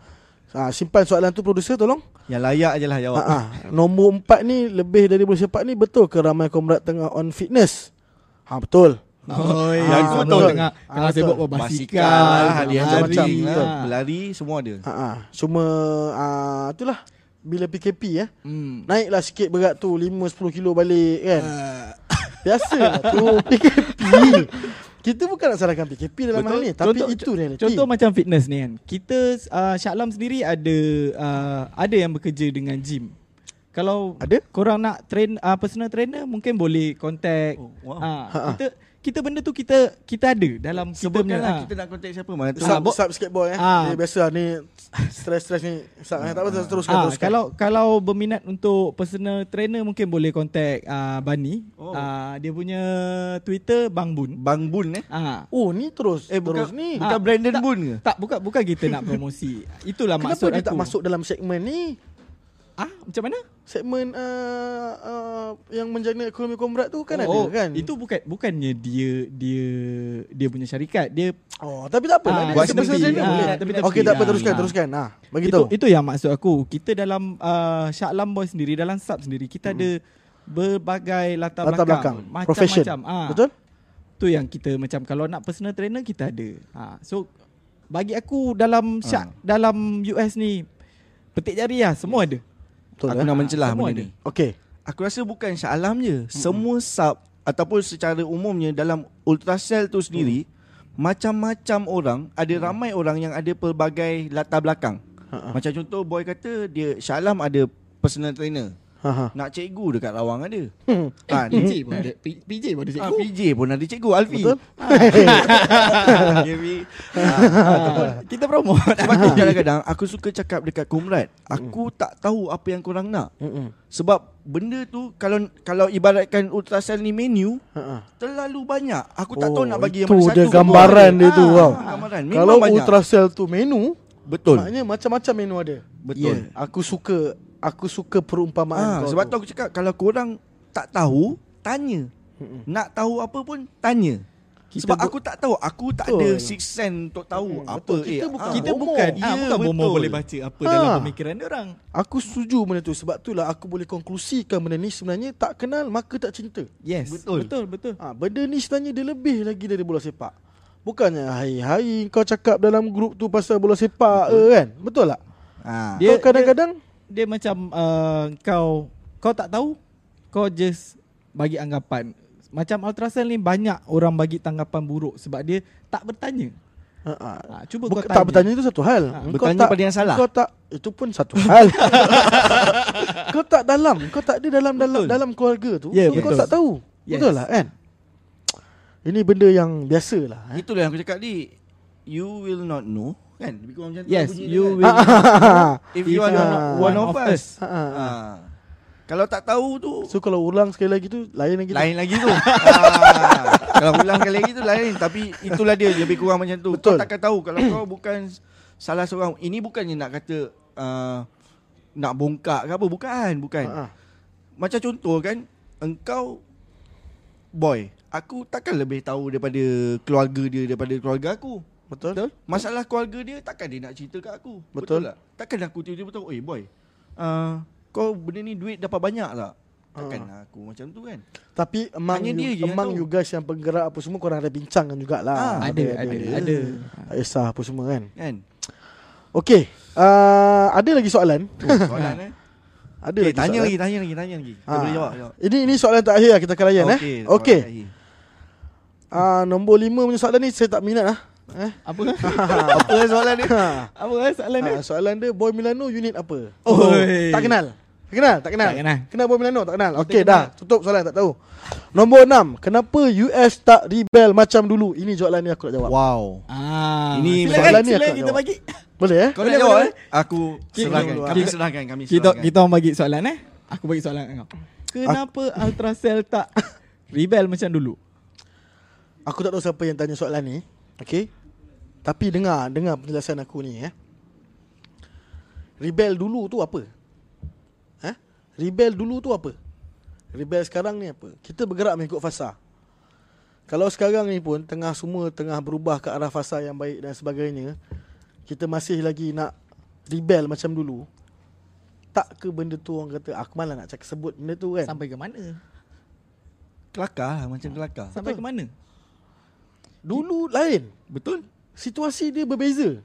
S1: Ah, simpan soalan tu producer tolong.
S3: Yang layak je lah jawab
S1: Ah, ah. Nombor empat ni lebih dari boleh sepak ni betul ke ramai komrad tengah on fitness? Ha betul.
S2: Oh,
S1: yang
S2: yang
S1: tu
S2: tu
S1: betul.
S2: tengah
S1: Ah,
S2: tengah
S1: betul.
S2: sibuk
S3: Basikal
S2: berbasikal, Ah.
S3: lah, Dia
S1: macam-macam,
S3: lari
S1: betul.
S3: lah. Berlari semua ada
S1: Ha ah. Cuma ah itulah bila PKP eh.
S2: Hmm.
S1: Naiklah sikit berat tu 5-10 kilo balik kan
S2: Eh.
S1: Biasalah
S2: *laughs*
S1: tu PKP Kita bukan nak salahkan PKP dalam hal ni Tapi itu realiti
S2: Contoh macam fitness ni kan. Kita uh, Shah Alam sendiri ada uh, ada yang bekerja dengan gym. Kalau
S1: Ada?
S2: korang nak train uh, personal trainer mungkin boleh contact. Oh,
S3: wow.
S1: Ha,
S2: kita kita benda tu kita kita ah. ada dalam
S3: Sebutkanlah
S2: kita
S3: lah kita nak kontak siapa Mana tu
S1: Sub,
S2: bo-
S1: sub skateboard eh
S2: Ah.
S1: Dia biasa lah ni Stress-stress ni Sub eh Tak apa teruskan,
S2: Ah,
S1: teruskan
S2: kalau kalau berminat untuk personal trainer mungkin boleh contact uh, Bani. Oh.
S3: Oh.
S2: Uh, dia punya Twitter Bang Bun.
S3: Bang Bun eh
S2: Ah.
S1: Oh ni terus
S3: Eh
S1: Terus
S3: bukan,
S1: ni
S3: bukan
S2: Ah,
S3: Brandon
S2: tak-
S3: Boon ke?
S2: Tak bukan bukan kita nak promosi. Itulah
S1: Kenapa
S2: maksud
S1: dia
S2: aku.
S1: tak masuk dalam segmen ni
S2: Ah, macam mana?
S1: Segmen uh, uh, Yang menjana ekonomi komrad tu kan ada kan
S2: Oh, Itu bukan bukannya dia dia dia punya syarikat. Dia
S1: Oh tapi tak apa lah
S2: Ah,
S1: Dia
S2: buat
S1: sebesar
S2: tepi.
S1: sana
S2: Ah,
S1: boleh
S2: tepi-tepi.
S1: Okey tak apa
S2: Ah.
S1: teruskan teruskan Ah, Bagi tahu
S2: itu itu yang maksud aku. Kita dalam uh, Shah Alam Boy sendiri dalam sub sendiri kita ada berbagai latar,
S1: Hmm. Latar belakang, profession.
S2: macam-macam. Ah,
S1: Betul?
S2: Tu yang kita macam kalau nak personal trainer kita ada. Ah, so bagi aku
S1: Ah.
S2: dalam Shah dalam US ni petik jari lah semua ada.
S1: Betul
S3: Aku
S1: eh?
S3: nak mencelah
S2: Semua
S3: benda
S2: ada.
S3: ni
S1: Okey
S3: Aku rasa bukan Shah Alam je Semua sub Ataupun secara umumnya Dalam Ultrasel tu sendiri
S1: Mm.
S3: Macam-macam orang Ada ramai orang yang ada pelbagai latar belakang
S1: Ha-ha.
S3: Macam contoh Boy kata dia Shah Alam ada personal trainer
S1: Ha ha
S3: Nak cikgu dekat lawang ada
S1: Hmm.
S3: ha, ni-
S2: pun ada. PJ pun ada
S3: Ah, PJ pun ada cikgu Alfi Ha,
S1: Betul?
S3: Gaby.
S2: Ah, kita promote.
S3: Sebab
S1: Ha.
S3: tu kadang-kadang Aku suka cakap dekat Kumrat
S1: Hmm.
S3: Aku tak tahu apa yang korang nak
S1: Mm-mm.
S3: Sebab benda tu Kalau kalau ibaratkan Ultrasel ni menu
S1: Ha-ha. Aku
S3: Terlalu banyak. Aku tak
S1: Oh,
S3: tahu nak bagi yang
S1: itu
S3: mana satu. Ah,
S1: dia gambaran dia tu, wow.
S3: Gambaran. Memang
S1: Kalau
S3: banyak.
S1: ultrasel tu menu
S3: betul.
S1: Maknanya macam-macam menu ada
S3: Betul.
S1: Aku suka Aku suka perumpamaan
S3: Ah,
S1: kau
S3: sebab
S1: tu.
S3: tu aku cakap kalau korang tak tahu, tanya.
S1: Mm-mm.
S3: Nak tahu apa pun tanya.
S2: Kita
S3: sebab
S2: bu-
S3: aku tak tahu, aku tak
S1: Betul.
S3: ada sixth sense untuk tahu
S1: Mm-mm,
S3: apa
S1: betul.
S3: eh.
S1: Kita bukan-
S3: ah.
S2: Kita
S1: bomoh.
S2: bukan
S3: Ya,
S2: ah, Bukan bomoh
S3: betul.
S2: boleh baca Apa
S1: Ha.
S2: dalam pemikiran dia orang
S1: Aku setuju benda tu Sebab itulah aku boleh konklusikan benda ni Sebenarnya tak kenal maka tak cinta
S2: Yes
S3: Betul.
S2: Betul betul
S1: ha, Benda ni sebenarnya dia lebih lagi dari bola sepak Bukannya hari-hari kau cakap dalam grup tu pasal bola sepak Betul. kan Betul tak?
S3: Ah.
S2: Dia-
S1: Dia, kau kadang-kadang
S2: Dia macam uh, Kau Kau tak tahu Kau just Bagi anggapan Macam ultrasound ni Banyak orang bagi tanggapan buruk Sebab dia Tak bertanya
S1: Ha, ha.
S2: ha, Cuba
S1: Buka,
S2: kau tanya
S1: tak bertanya tu satu hal.
S2: Ha,
S1: Kau
S3: bertanya
S1: tak-
S3: pada yang salah.
S1: Kau tak itu pun satu hal. kau tak dalam, kau tak ada dalam dalam
S2: Betul.
S1: dalam keluarga tu.
S2: Ya,
S1: so kau
S2: betul.
S1: tak tahu.
S2: Yes.
S1: Betul lah kan? Ini benda yang biasa lah
S3: *laughs*
S1: eh.
S3: Itulah yang aku cakap ni. You will not know kan? Lebih kurang macam tu
S2: Yes
S3: bunyi dia
S2: You
S3: kan? *laughs*
S2: will
S3: if you
S1: *laughs*
S3: are not one of us.
S1: Ha, ha, ha.
S3: Ah. Kalau tak tahu tu
S1: So kalau ulang sekali lagi tu lain lagi.
S3: lain lagi
S1: *laughs*
S3: tu. ah. Kalau ulang kali lagi tu lain tapi itulah dia lebih kurang macam tu.
S1: Betul.
S3: Kau takkan tahu kalau kau bukan *clears throat* salah seorang. Ini bukannya nak kata uh, nak bongkak ke apa bukan, bukan.
S1: Tu. Ha, ha.
S3: Macam contoh kan engkau boy, aku takkan lebih tahu daripada keluarga dia daripada keluarga aku.
S1: Betul?
S3: Masalah keluarga dia takkan dia nak cerita kat aku.
S1: Betul.
S3: tak? Takkan aku tiba-tiba tahu, "Eh boy, uh, kau benda ni duit dapat banyak tak?"
S1: Ha.
S3: Takkan aku macam tu kan.
S1: Tapi among,
S3: Hanya
S1: you,
S3: dia je yang
S1: among
S3: tahu.
S1: you guys yang penggerak apa semua korang ada bincangkan jugalah.
S3: Ah,
S2: Ada Ada Ada
S1: Tak kisah apa semua kan.
S3: Kan?
S1: Okey, uh, ada lagi soalan?
S3: Tu soalan eh.
S1: Ada
S3: Okay,
S1: lagi
S3: tanya
S1: soalan?
S3: lagi, tanya lagi, tanya lagi. Kita
S1: Ha.
S3: boleh jawab. jawab.
S1: Ini ini soalan terakhir lah kita akan layan
S3: Okey,
S1: eh.
S3: soalan
S1: Okey.
S3: terakhir.
S1: Ah nombor lima punya soalan ni saya tak minat lah. Eh.
S2: Apa
S3: Apa soalan dia?
S1: Ha.
S2: Apa eh, soalan dia
S1: Ha, soalan dia Boy Milano unit apa? Oh,
S2: Oi.
S1: tak kenal. Tak kenal, tak kenal.
S2: Tak kenal.
S1: Kenal Boy Milano tak kenal. Okey dah, tutup soalan tak tahu. Nombor enam Kenapa US tak rebel macam dulu? Ini soalan ni aku nak jawab.
S3: *laughs* Wow.
S2: Ah,
S3: Ini
S2: silakan,
S1: soalan ni aku
S2: silakan
S1: nak
S2: kita
S1: jawab.
S2: bagi.
S1: Boleh eh?
S3: Kau
S2: Boleh,
S3: nak jawab
S2: boleh,
S3: eh? Aku
S2: Kita-
S3: serahkan.
S2: kita-
S3: Kami serahkan, kami
S2: Kita
S3: serahkan.
S2: kita orang bagi soalan eh. Aku bagi soalan kat kau. Kenapa Ultracell tak rebel macam dulu?
S1: Aku tak tahu siapa yang tanya soalan ni. Okey. Tapi dengar, dengar penjelasan aku ni eh. Rebel dulu tu apa? Ha? Rebel dulu tu apa? Rebel sekarang ni apa? Kita bergerak mengikut fasa. Kalau sekarang ni pun tengah semua tengah berubah ke arah fasa yang baik dan sebagainya, kita masih lagi nak rebel macam dulu. Tak ke benda tu orang kata "Ah, aku malah nak cakap sebut benda tu kan.
S2: Sampai ke mana?
S3: kelakar lah, macam kelakar.
S2: Sampai ke mana?
S1: Dulu lain.
S3: Betul?
S1: situasi dia berbeza.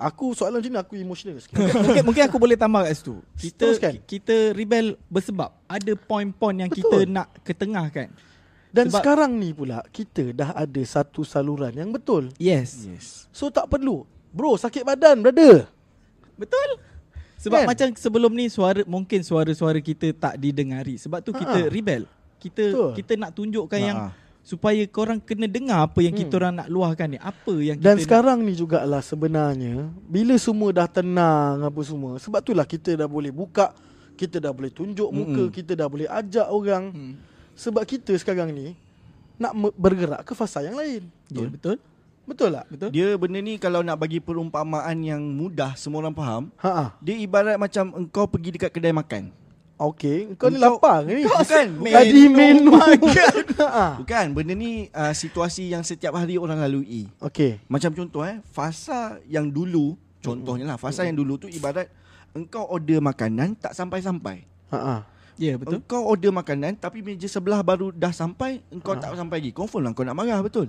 S1: Aku soalan macam ni aku emotional sikit.
S2: Mungkin, mungkin, mungkin aku boleh tambah kat situ. Kita
S1: Teruskan.
S2: kita rebel bersebab ada point-point yang
S1: Betul.
S2: kita nak kan? ketengahkan.
S1: *laughs* Dan
S2: Sebab-
S1: sekarang ni pula kita dah ada satu saluran yang betul.
S2: Yes.
S3: Yes.
S1: So tak perlu. Bro, sakit badan, brother.
S2: Betul. Sebab
S1: Kan?
S2: macam sebelum ni suara mungkin suara-suara kita tak didengari. Sebab tu kita
S1: Ha-ha.
S2: rebel. Kita
S1: Betul.
S2: kita nak tunjukkan yang
S3: Ha-ha.
S2: supaya korang kena dengar apa yang kita orang nak luahkan ni. Apa yang kita
S1: Dan
S2: nak-
S1: sekarang ni jugalah sebenarnya bila semua dah tenang apa semua. Sebab itulah kita dah boleh buka, kita dah boleh tunjuk muka,
S2: Hmm.
S1: kita dah boleh ajak orang. Sebab kita sekarang ni nak me- bergerak ke fasa yang lain.
S2: Ya, betul.
S1: Betul tak?
S2: Betul.
S3: Dia benda ni kalau nak bagi perumpamaan yang mudah semua orang faham,
S1: Ha ah.
S3: dia ibarat macam engkau pergi dekat kedai makan.
S1: Okey, kau ni
S3: Kau-
S1: lapar ke ni?
S3: kau asyik
S1: Tadi
S3: menu
S1: menu.
S2: *laughs*
S1: Ha ah.
S3: Bukan, benda ni uh, situasi yang setiap hari orang lalui.
S1: Okey.
S3: Macam contoh eh, fasa yang dulu, contohnya lah, fasa yang dulu tu ibarat engkau order makanan tak sampai-sampai.
S1: Ha ah.
S2: Ya, betul.
S3: Engkau order makanan tapi meja sebelah baru dah sampai, engkau tak sampai lagi. Confirm lah kau nak marah, betul?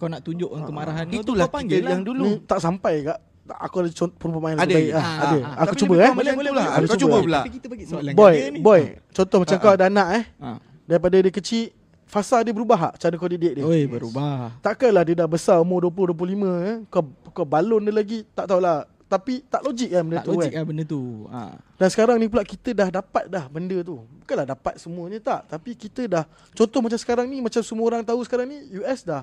S2: Kau nak tunjukkan kemarahan kau tu
S3: Itulah
S2: kau panggil
S3: kita
S2: lah.
S3: yang
S1: Dulu
S3: dulu.
S1: tak sampai kak. Tak, Aku ada contoh perumpamaan yang
S3: Ada.
S1: lebih baik. Ah,
S2: Ah,
S1: ada.
S2: ah, ah.
S1: Aku
S3: Tapi
S1: cuba eh.
S3: lebih kurang macam tu lah.
S1: Aku
S3: Kau
S1: cuba.
S3: cuba pula.
S2: Tapi kita bagi soalan
S1: Boy,
S2: kat dia ni.
S1: boy. Contoh macam kau ada anak eh.
S2: Ha.
S1: Daripada dia kecil, fasa dia berubah tak cara kau didik dia.
S2: Oi, berubah.
S1: Takkanlah dia dah besar umur 20 25 eh. Kau kau balon dia lagi, tak tahulah. Tapi tak logik kan benda
S2: Tak
S1: tu
S2: logik
S1: kan.
S2: lah benda tu. Ha.
S1: Dan sekarang ni pula kita dah dapat dah benda tu. Bukanlah dapat semuanya tak, tapi kita dah contoh macam sekarang ni macam semua orang tahu sekarang ni US dah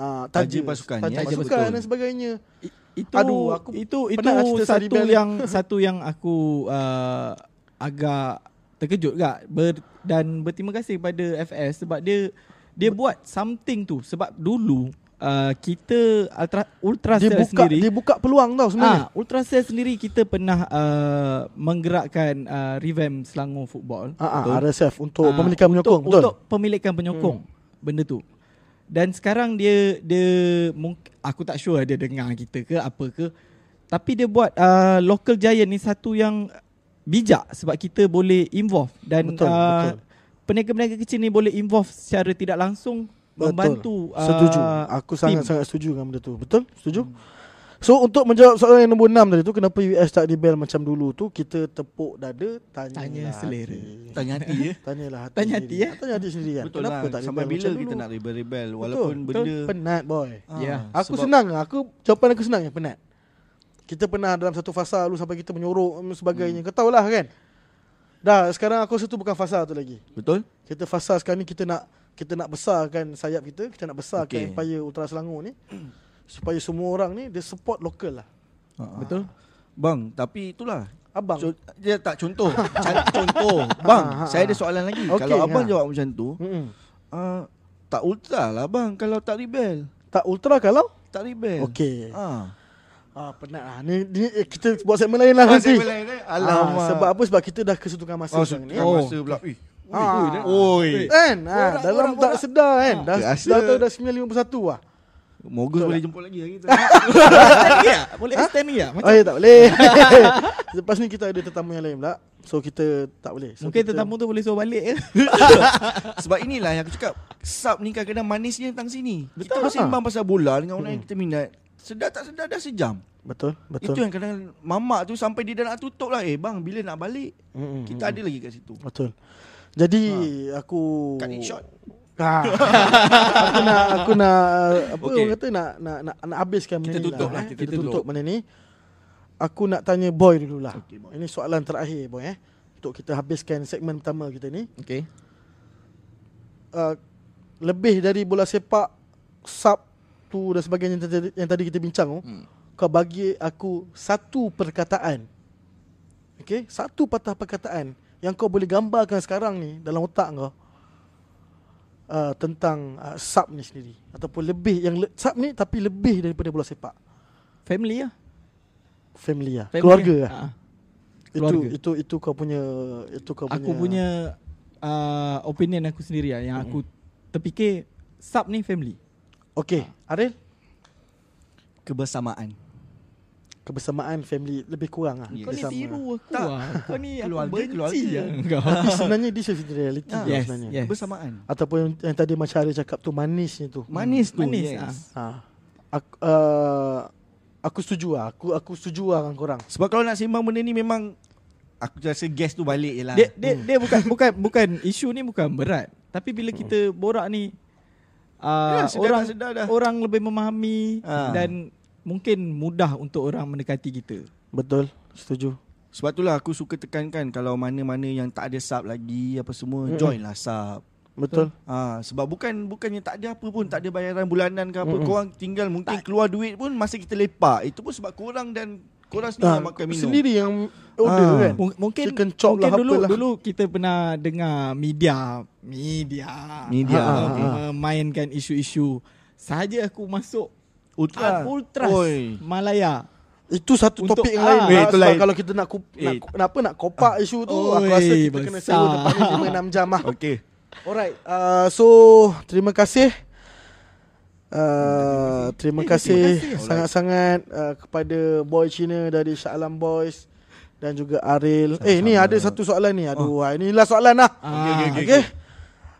S1: uh,
S3: Taja pasukan, ya?
S1: taja
S3: Betul.
S1: pasukan dan sebagainya.
S2: I- itu
S1: Aduh, aku
S2: itu itu
S1: penat lah cerita
S2: satu
S1: Saribel ni.
S2: yang satu yang aku uh, agak terkejut gak ber, dan berterima kasih kepada FS sebab dia dia buat something tu sebab dulu uh, kita ultra, ultra
S1: Dia
S2: Cell
S1: buka
S2: sendiri
S1: dia buka peluang tau sebenarnya.
S2: Ah, Ultra Cell sendiri kita pernah uh, menggerakkan uh, revamp Selangor Football.
S1: Ah,
S2: Betul.
S1: ah, RSF untuk
S2: Ah,
S1: pemilikan penyokong
S2: untuk,
S1: betul.
S2: Untuk pemilikan penyokong hmm. benda tu. Dan sekarang dia dia mungkin aku tak sure dia dengar kita ke apa ke. Tapi dia buat uh, local giant ni satu yang bijak sebab kita boleh involve dan ah,
S1: Betul, betul.
S2: peniaga-peniaga kecil ni boleh involve secara tidak langsung membantu
S1: Betul. Setuju.
S2: ah,
S1: Aku
S2: team.
S1: sangat-sangat setuju dengan benda tu. Betul? Setuju? So untuk menjawab soalan yang nombor 6 tadi tu kenapa US tak dibel macam dulu tu kita tepuk dada tanya
S2: Tanya selera.
S3: Tanya hati ya.
S1: Tanyalah hati.
S2: Tanya
S1: sendiri.
S2: hati, eh?
S1: Ah, Tanya hati sendiri kan.
S3: *laughs* Betul
S1: kenapa
S3: lah.
S1: tak
S3: Sampai
S1: rebel
S3: bila
S1: macam
S3: kita
S1: dulu?
S3: nak rebel-rebel walaupun
S1: betul,
S3: benda
S1: penat boy.
S3: Ah,
S2: Ya.
S1: Aku
S3: sebab-
S1: senang lah. aku jawapan aku senang ya penat. Kita pernah dalam satu fasa dulu sampai kita menyorok dan sebagainya.
S3: Hmm.
S1: Kau tahulah kan. Dah sekarang aku rasa tu bukan fasa tu lagi.
S3: Betul?
S1: Kita fasa sekarang ni kita nak kita nak besarkan sayap kita, kita nak besarkan okay.
S3: Okey.
S1: empire Ultra Selangor ni *clears throat* supaya semua orang ni dia support lokal lah.
S3: Betul? Bang, tapi itulah
S1: Abang.
S3: Co- dia tak contoh. Cari *laughs* contoh. Bang,
S1: Ha, ha, ha.
S3: saya ada soalan lagi.
S1: Okey,
S3: kalau abang
S1: ha.
S3: jawab macam tu,
S1: Mm-mm.
S3: uh, tak ultra lah bang kalau tak rebel.
S1: Tak ultra kalau?
S3: Tak rebel.
S1: Okey.
S3: Ha.
S1: Ah penat lah. Ni, ni eh, kita buat segmen lain lah nanti.
S3: Alamak.
S1: Ah, sebab apa? Sebab kita dah kesutukan masa
S3: oh,
S1: sekarang ni.
S3: sekarang oh. masa pula. Ui.
S1: Ah.
S3: Oi.
S1: Kan? Ha, dalam tak sedar kan? Dah,
S3: Terasa.
S1: dah tahu dah 9.51 lah.
S3: Mogus boleh jemput lagi
S2: *laughs*
S3: hari tu.
S2: Boleh extend
S3: *laughs*
S2: ni tak?
S1: Oh, ya, tak boleh. *laughs* Lepas ni kita ada tetamu yang lain pula. So kita tak boleh. So,
S2: Mungkin
S1: kita,
S2: tetamu tu boleh suruh balik ya. ke?
S3: Sebab inilah yang aku cakap Sub ni kadang-kadang manisnya tentang sini Kita
S2: lah.
S3: bersembang pasal bola Dengan orang yang kita minat Sedar tak sedar dah sejam
S1: Betul, betul.
S3: Itu yang kadang mamak tu Sampai dia dah nak tutup lah Eh bang bila nak balik
S1: Mm-mm.
S3: Kita ada lagi kat situ
S1: Betul. Jadi
S3: Ah.
S1: aku
S3: Cut it short
S1: Ha. *laughs* aku nak aku nak apa okay.
S3: Okey.
S1: orang kata nak nak nak, nak habiskan benda
S3: Kita
S1: ni
S3: tutup lah,
S1: eh.
S3: kita
S1: Kita,
S3: tutup.
S1: tutup benda ni. Aku nak tanya boy dululah. Okay,
S3: Okey, Boy.
S1: Ini soalan terakhir boy eh untuk kita habiskan segmen pertama kita ni.
S2: Okey.
S1: Uh, lebih dari bola sepak sub tu dan sebagainya yang tadi, yang tadi kita bincang tu. Hmm. Kau bagi aku satu perkataan. Okey, satu patah perkataan yang kau boleh gambarkan sekarang ni dalam otak kau. Uh, tentang uh, sub ni sendiri ataupun lebih yang le- sub ni tapi lebih daripada bola sepak
S2: Family lah.
S1: family lah
S2: Family
S1: keluarga lah
S2: Ah.
S1: itu
S2: Keluarga.
S1: itu itu kau punya itu kau punya
S2: aku punya uh, opinion aku sendiri lah yang aku terfikir sub ni family.
S1: okey Aril
S3: Kebersamaan
S1: kebersamaan family lebih kurang lah
S3: Yes.
S2: Kau ni
S1: Sama.
S2: tiru aku
S3: Tak.
S2: lah. Kau *laughs* ni aku
S3: Keluarga,
S2: benci *laughs*
S3: keluarga.
S2: lah kau.
S1: Tapi sebenarnya this is the reality ah,
S3: Ah,
S2: yes,
S1: sebenarnya.
S2: yes.
S3: Kebersamaan
S1: Ataupun yang, yang tadi macam ada cakap tu manisnya tu.
S3: Manis tu
S2: Manis, ah.
S3: yes.
S1: Ha. Aku, uh, aku setuju lah. Aku aku setuju lah dengan korang.
S3: Sebab kalau nak sembang benda ni memang Aku rasa gas tu balik je lah
S2: Dia dia dia bukan bukan bukan isu ni bukan berat. Tapi bila kita borak ni uh,
S3: Ya, sedar
S2: orang
S3: dah, sedar dah.
S2: orang lebih memahami
S3: Ah.
S2: dan mungkin mudah untuk orang mendekati kita.
S1: Betul. Setuju.
S3: Sebab itulah aku suka tekankan Kalau mana-mana yang tak ada sub lagi Apa semua Join lah sub
S1: Betul.
S3: Ha, sebab bukan bukannya tak ada apa pun tak ada bayaran bulanan ke apa mm korang tinggal mungkin tak. keluar duit pun masa kita lepak itu pun sebab korang dan korang sendiri
S1: Ha,
S3: yang makan minum
S1: sendiri yang order
S3: Ah.
S1: kan.
S2: Mung- mungkin
S1: Chicken chop
S2: mungkin
S1: lah,
S2: dulu
S1: apalah.
S2: dulu kita pernah dengar media media
S3: Media, ha,
S2: ah,
S3: okey.
S2: memainkan isu-isu sahaja aku masuk
S1: Ah.
S3: ultra
S2: Ultras
S3: Ha. Oi.
S2: Malaya
S1: Itu satu
S2: Untuk-
S1: topik yang
S2: ah.
S1: lain
S3: Eh,
S1: lah.
S3: itu
S1: Sebab
S3: lain.
S1: kalau kita nak, kup, nak,
S3: Eh.
S1: nak apa nak kopak isu tu
S2: Oi,
S1: aku rasa kita kena
S2: besar.
S1: sewa tempat ni 5 6 jam lah.
S3: okey
S1: Alright, uh, so terima kasih. Uh, terima
S2: Eh,
S1: kasih sangat-sangat uh, kepada Boy Cina dari Shah Alam Boys dan juga Aril. Eh ni ada satu soalan ni. Aduh, oh. inilah soalan lah.
S2: Ah. Okey,
S1: Okay.
S2: okey,
S1: okay.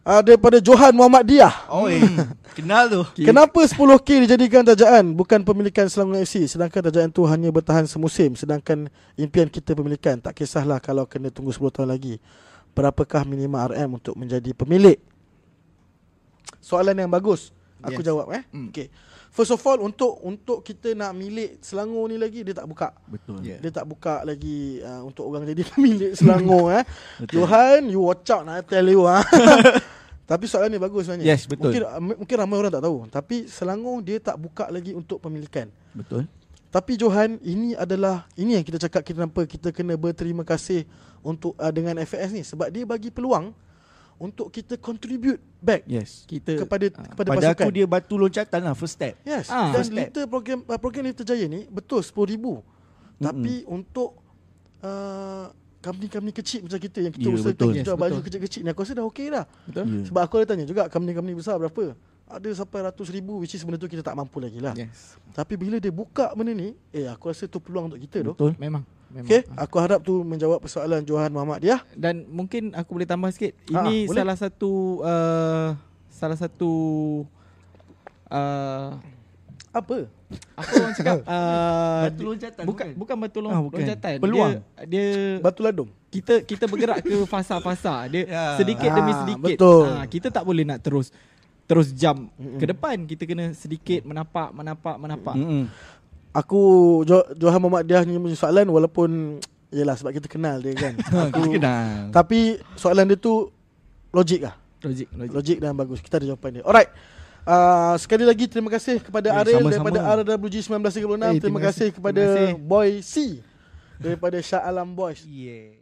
S1: Uh, daripada Johan Muhammad Diah.
S3: *laughs* oi kenal tu
S1: Kenapa 10K dijadikan tajaan bukan pemilikan Selangor FC sedangkan tajaan tu hanya bertahan semusim sedangkan impian kita pemilikan tak kisahlah kalau kena tunggu 10 tahun lagi. Berapakah minima RM untuk menjadi pemilik? Soalan yang bagus. Aku yes.
S3: Yes.
S1: jawab eh. Mm. Okay. First of all untuk untuk kita nak milik Selangor ni lagi dia tak buka.
S3: betul
S1: Yeah. Dia tak buka lagi uh, untuk orang jadi pemilik
S3: *laughs*
S1: Selangor eh. Johan, you watch out nak tell you ah. Tapi soalan ni bagus sebenarnya.
S3: Yes, betul.
S1: Mungkin uh, mungkin ramai orang tak tahu, tapi Selangor dia tak buka lagi untuk pemilikan.
S3: betul
S1: Tapi Johan, ini adalah ini yang kita cakap kita kenapa kita kena berterima kasih untuk uh, dengan FAS ni sebab dia bagi peluang untuk kita contribute back
S3: Yes.
S2: Kita
S1: kepada
S2: ah,
S1: kepada
S3: Pada
S1: pasukan.
S3: aku dia batu loncatan lah first step.
S1: Yes.
S2: Ah,
S1: dan
S3: first step.
S1: lifter program uh, program lifter jaya ni betul 10000. Tapi untuk uh, company-company kecil macam kita yang kita
S3: Ya,
S1: usaha
S3: betul.
S1: kita jual
S2: Yes,
S1: baju
S2: betul.
S1: kecil-kecil ni aku rasa dah okey dah.
S2: Betul.
S3: Ya.
S1: Sebab aku ada tanya juga company-company besar berapa? Ada sampai ratus ribu which is benda tu kita tak mampu lagi
S3: Ya.
S1: lah.
S2: Yes.
S1: Tapi bila dia buka benda ni, eh aku rasa tu peluang untuk kita tu.
S3: Betul.
S2: Memang. Memang.
S1: Okay, aku harap tu menjawab persoalan Johan Muhammad dia.
S2: Dan mungkin aku boleh tambah sikit.
S1: Ah,
S2: Ini
S1: boleh.
S2: salah satu uh, salah satu uh,
S1: Apa?
S2: apa orang cakap uh,
S3: Batu loncatan
S2: bukan
S3: bukan?
S2: bukan batu
S3: Ah,
S2: ah,
S3: bukan.
S2: loncatan.
S3: Peluang.
S2: Dia, dia
S1: Batu ladung.
S2: kita kita bergerak ke fasa-fasa dia
S3: Ya.
S2: sedikit demi
S1: Ah,
S2: sedikit
S1: betul.
S2: Ah, kita tak boleh nak terus terus jump ke depan kita kena sedikit menapak menapak menapak
S3: Mm-mm.
S1: Aku Jo- Johan Muhammad dia ni punya soalan walaupun Yelah sebab kita kenal dia
S3: *laughs*
S1: kan
S3: Aku kenal.
S1: Tapi soalan dia tu logik lah
S2: logik logik
S1: Logik dan bagus Kita ada jawapan dia Alright Uh, sekali lagi terima kasih kepada
S3: Eh,
S1: Ariel
S3: sama-sama.
S1: daripada RWG 1936
S2: Eh, terima
S1: terima, kasih
S2: kasih.
S1: kepada
S2: Terima kasih.
S1: Boy C daripada Shah Alam Boys
S3: Yeah.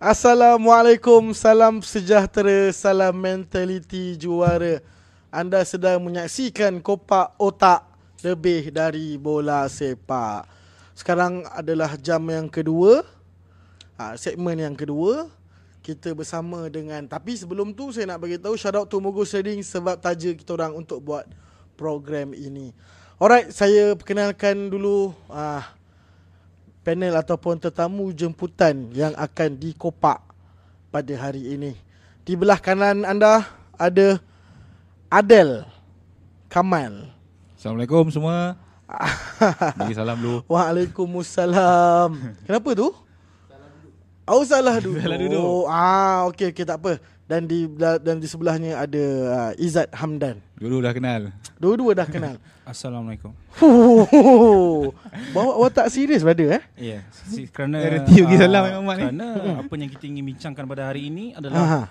S1: Assalamualaikum, salam sejahtera, salam mentaliti juara. Anda sedang menyaksikan Kopak Otak lebih dari bola sepak. Sekarang adalah jam yang kedua, ha, segmen yang kedua. Kita bersama dengan tapi sebelum tu saya nak bagi tahu shout out to Mogo Trading sebab taja kita orang untuk buat program ini. Alright, saya perkenalkan dulu ah panel ataupun tetamu jemputan yang akan dikopak pada hari ini. Di belah kanan anda ada Adel Kamal. *laughs*
S5: Assalamualaikum semua. Bagi salam dulu.
S1: Waalaikumsalam. Kenapa tu? Oh salah duduk.
S5: Salah duduk.
S1: Oh, ah okey okey tak apa. Dan di bela- dan di sebelahnya ada uh, Izzat Hamdan.
S5: Dulu dah kenal.
S1: Dua-dua dah kenal. *laughs*
S6: Assalamualaikum.
S1: Fuh. Bawa watak serius brother eh.
S6: Ya, yeah, si, kerana
S2: Reti pergi
S6: ah,
S2: salam
S3: lah,
S2: Mak Mat ni.
S6: Kerana apa yang kita ingin bincangkan pada hari ini adalah
S1: Mm. Aha.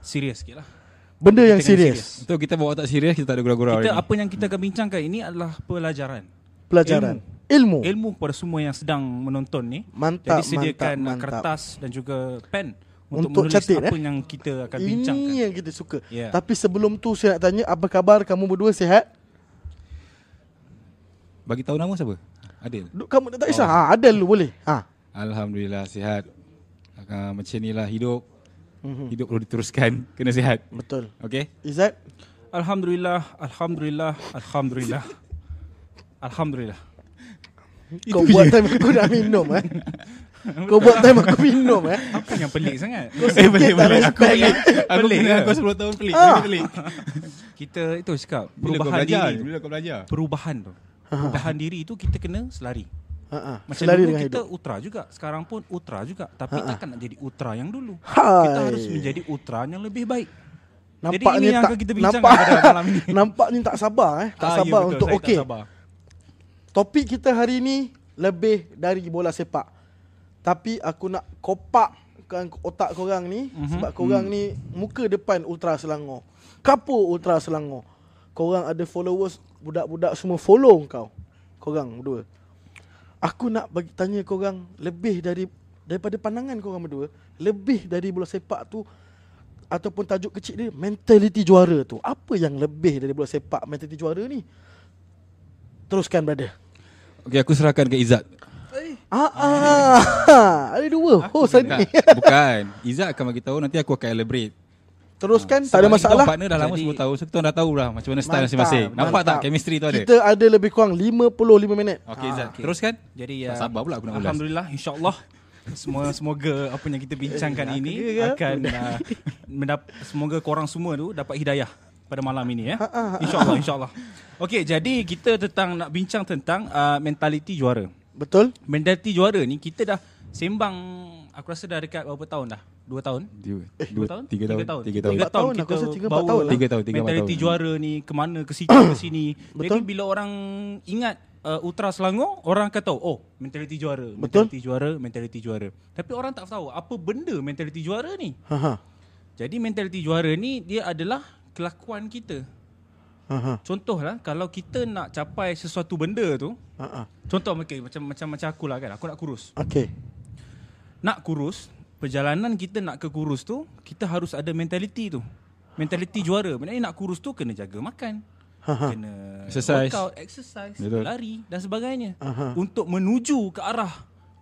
S6: serius lah. sikitlah.
S1: Benda yang
S6: lah. Kita kena
S1: serius.
S5: Betul kita bawa tak serius, kita tak ada gurau-gurau hari
S6: Kita
S5: ni.
S6: apa yang kita akan bincangkan ini adalah pelajaran.
S1: Pelajaran. Ilmu.
S6: Ilmu kepada semua yang sedang menonton ni.
S1: Oh. Mantap,
S6: Jadi sediakan
S1: mantap, mantap.
S6: kertas dan juga pen untuk,
S1: Untuk
S6: menulis
S1: catat,
S6: apa
S1: eh?
S6: yang kita akan bincangkan.
S1: Ini yang kita suka.
S6: Ya.
S1: Tapi sebelum tu saya nak tanya apa khabar kamu berdua sihat?
S5: Bagi tahu nama siapa? Adil.
S1: Duk kamu tak
S6: Oh.
S1: kisah. Ha, ada lu boleh. Ha.
S5: Alhamdulillah sihat. Uh, macam inilah hidup. Hidup perlu diteruskan, kena sihat.
S1: Betul.
S5: Okey?
S1: Izzat
S6: Alhamdulillah, alhamdulillah, alhamdulillah. alhamdulillah.
S1: kau buat time aku nak minum
S6: *laughs*
S1: eh. *laughs* kau buat time aku minum eh.
S6: Apa yang pelik sangat?
S5: Eh, pelik,
S1: sikit tak
S5: pelik.
S1: respect
S5: Aku pelik. Aku
S6: Pelik
S5: kenal
S6: ke?
S5: kau 10 tahun pelik.
S1: Ah.
S5: Aku pelik.
S6: Kita itu cakap
S5: Bila kau
S6: perubahan
S5: belajar?
S6: diri.
S5: Bila kau belajar?
S6: Perubahan tu. Perubahan diri tu kita kena selari.
S1: Ha ah.
S6: Macam
S1: Selari
S6: dulu
S1: dengan
S6: kita
S1: hidup.
S6: ultra juga. Sekarang pun ultra juga. Tapi takkan nak jadi ultra yang dulu.
S1: Hai.
S6: Kita harus menjadi ultra yang lebih baik. jadi
S1: Nampaknya
S6: ini yang
S1: tak
S6: akan kita bincangkan
S1: nampak,
S6: pada malam ini.
S1: *laughs* Nampaknya tak sabar eh. Tak
S6: Ah, ya,
S1: sabar
S6: betul.
S1: untuk
S6: Saya tak
S1: okey.
S6: sabar.
S1: Topik kita hari ini lebih dari bola sepak. Tapi aku nak kopak kan otak korang ni mm-hmm.
S6: Mhm.
S1: sebab korang mm. ni
S6: Hmm.
S1: muka depan Ultra Selangor. Kapur Ultra Selangor. Korang ada followers budak-budak semua follow kau. Korang berdua. Aku nak bagi tanya korang lebih dari daripada pandangan korang berdua, lebih dari bola sepak tu ataupun tajuk kecil dia mentaliti juara tu. Apa yang lebih dari bola sepak mentaliti juara ni? Teruskan brother.
S5: Okey, aku serahkan ke Izzat.
S1: Ah, ah. *laughs* ada dua Oh, host hari ni.
S5: Tak, bukan. Izzat akan bagi tahu nanti aku akan elaborate.
S1: *laughs* Teruskan,
S5: Sebab
S1: tak ada
S5: kita
S1: masalah.
S5: Partner dah lama
S6: Jadi-
S5: 10 tahun, so kita orang dah tahu dah macam mana style
S1: Mantap,
S5: masing-masing. Nampak tak
S1: mantap.
S5: chemistry tu ada? Oh.
S1: Kita ada lebih kurang 55 minit.
S5: Okey Izzat,
S6: okey.
S5: teruskan.
S6: Jadi ya,
S5: Tak sabar pula aku nak ulas.
S6: Alhamdulillah insyaallah semua semoga apa yang kita bincangkan
S1: Eh,
S6: ini akan uh, mendap- semoga korang semua tu dapat hidayah pada malam ini ya. Insyaallah insyaallah. Okey, jadi kita tentang nak bincang tentang uh, mentaliti juara.
S1: Betul?
S6: Mentaliti juara ni kita dah sembang Aku rasa dah dekat berapa tahun dah? Dua tahun?
S5: Dua,
S6: Dua
S5: dua,
S6: tahun?
S5: tiga tahun, tiga tahun.
S6: Tiga
S1: Empat
S6: tahun
S1: tahun,
S6: kita
S1: aku rasa tiga, empat
S6: bawa
S1: tahun lah.
S5: Tiga tahun, tiga, empat
S6: mentaliti
S5: tahun. Hmm.
S6: juara ni ke mana, ke situ, ke sini. Betul. Jadi bila orang ingat uh, Ultra Selangor, orang akan tahu, oh, mentaliti juara.
S1: Betul.
S6: Mentaliti juara, mentaliti juara. Tapi orang tak tahu apa benda mentaliti juara ni.
S1: Ha ha.
S6: Jadi mentaliti juara ni dia adalah kelakuan kita.
S1: Ha ha.
S6: Contohlah kalau kita nak capai sesuatu benda tu,
S1: Ha ha.
S6: contoh okay, macam macam macam aku lah kan, aku nak kurus.
S1: Okey.
S6: nak kurus, perjalanan kita nak ke kurus tu, kita harus ada mentaliti tu. Mentaliti juara. Maknanya nak kurus tu kena jaga makan. kena
S5: Exercise.
S6: workout, exercise,
S5: Betul.
S6: lari dan sebagainya. Untuk menuju ke arah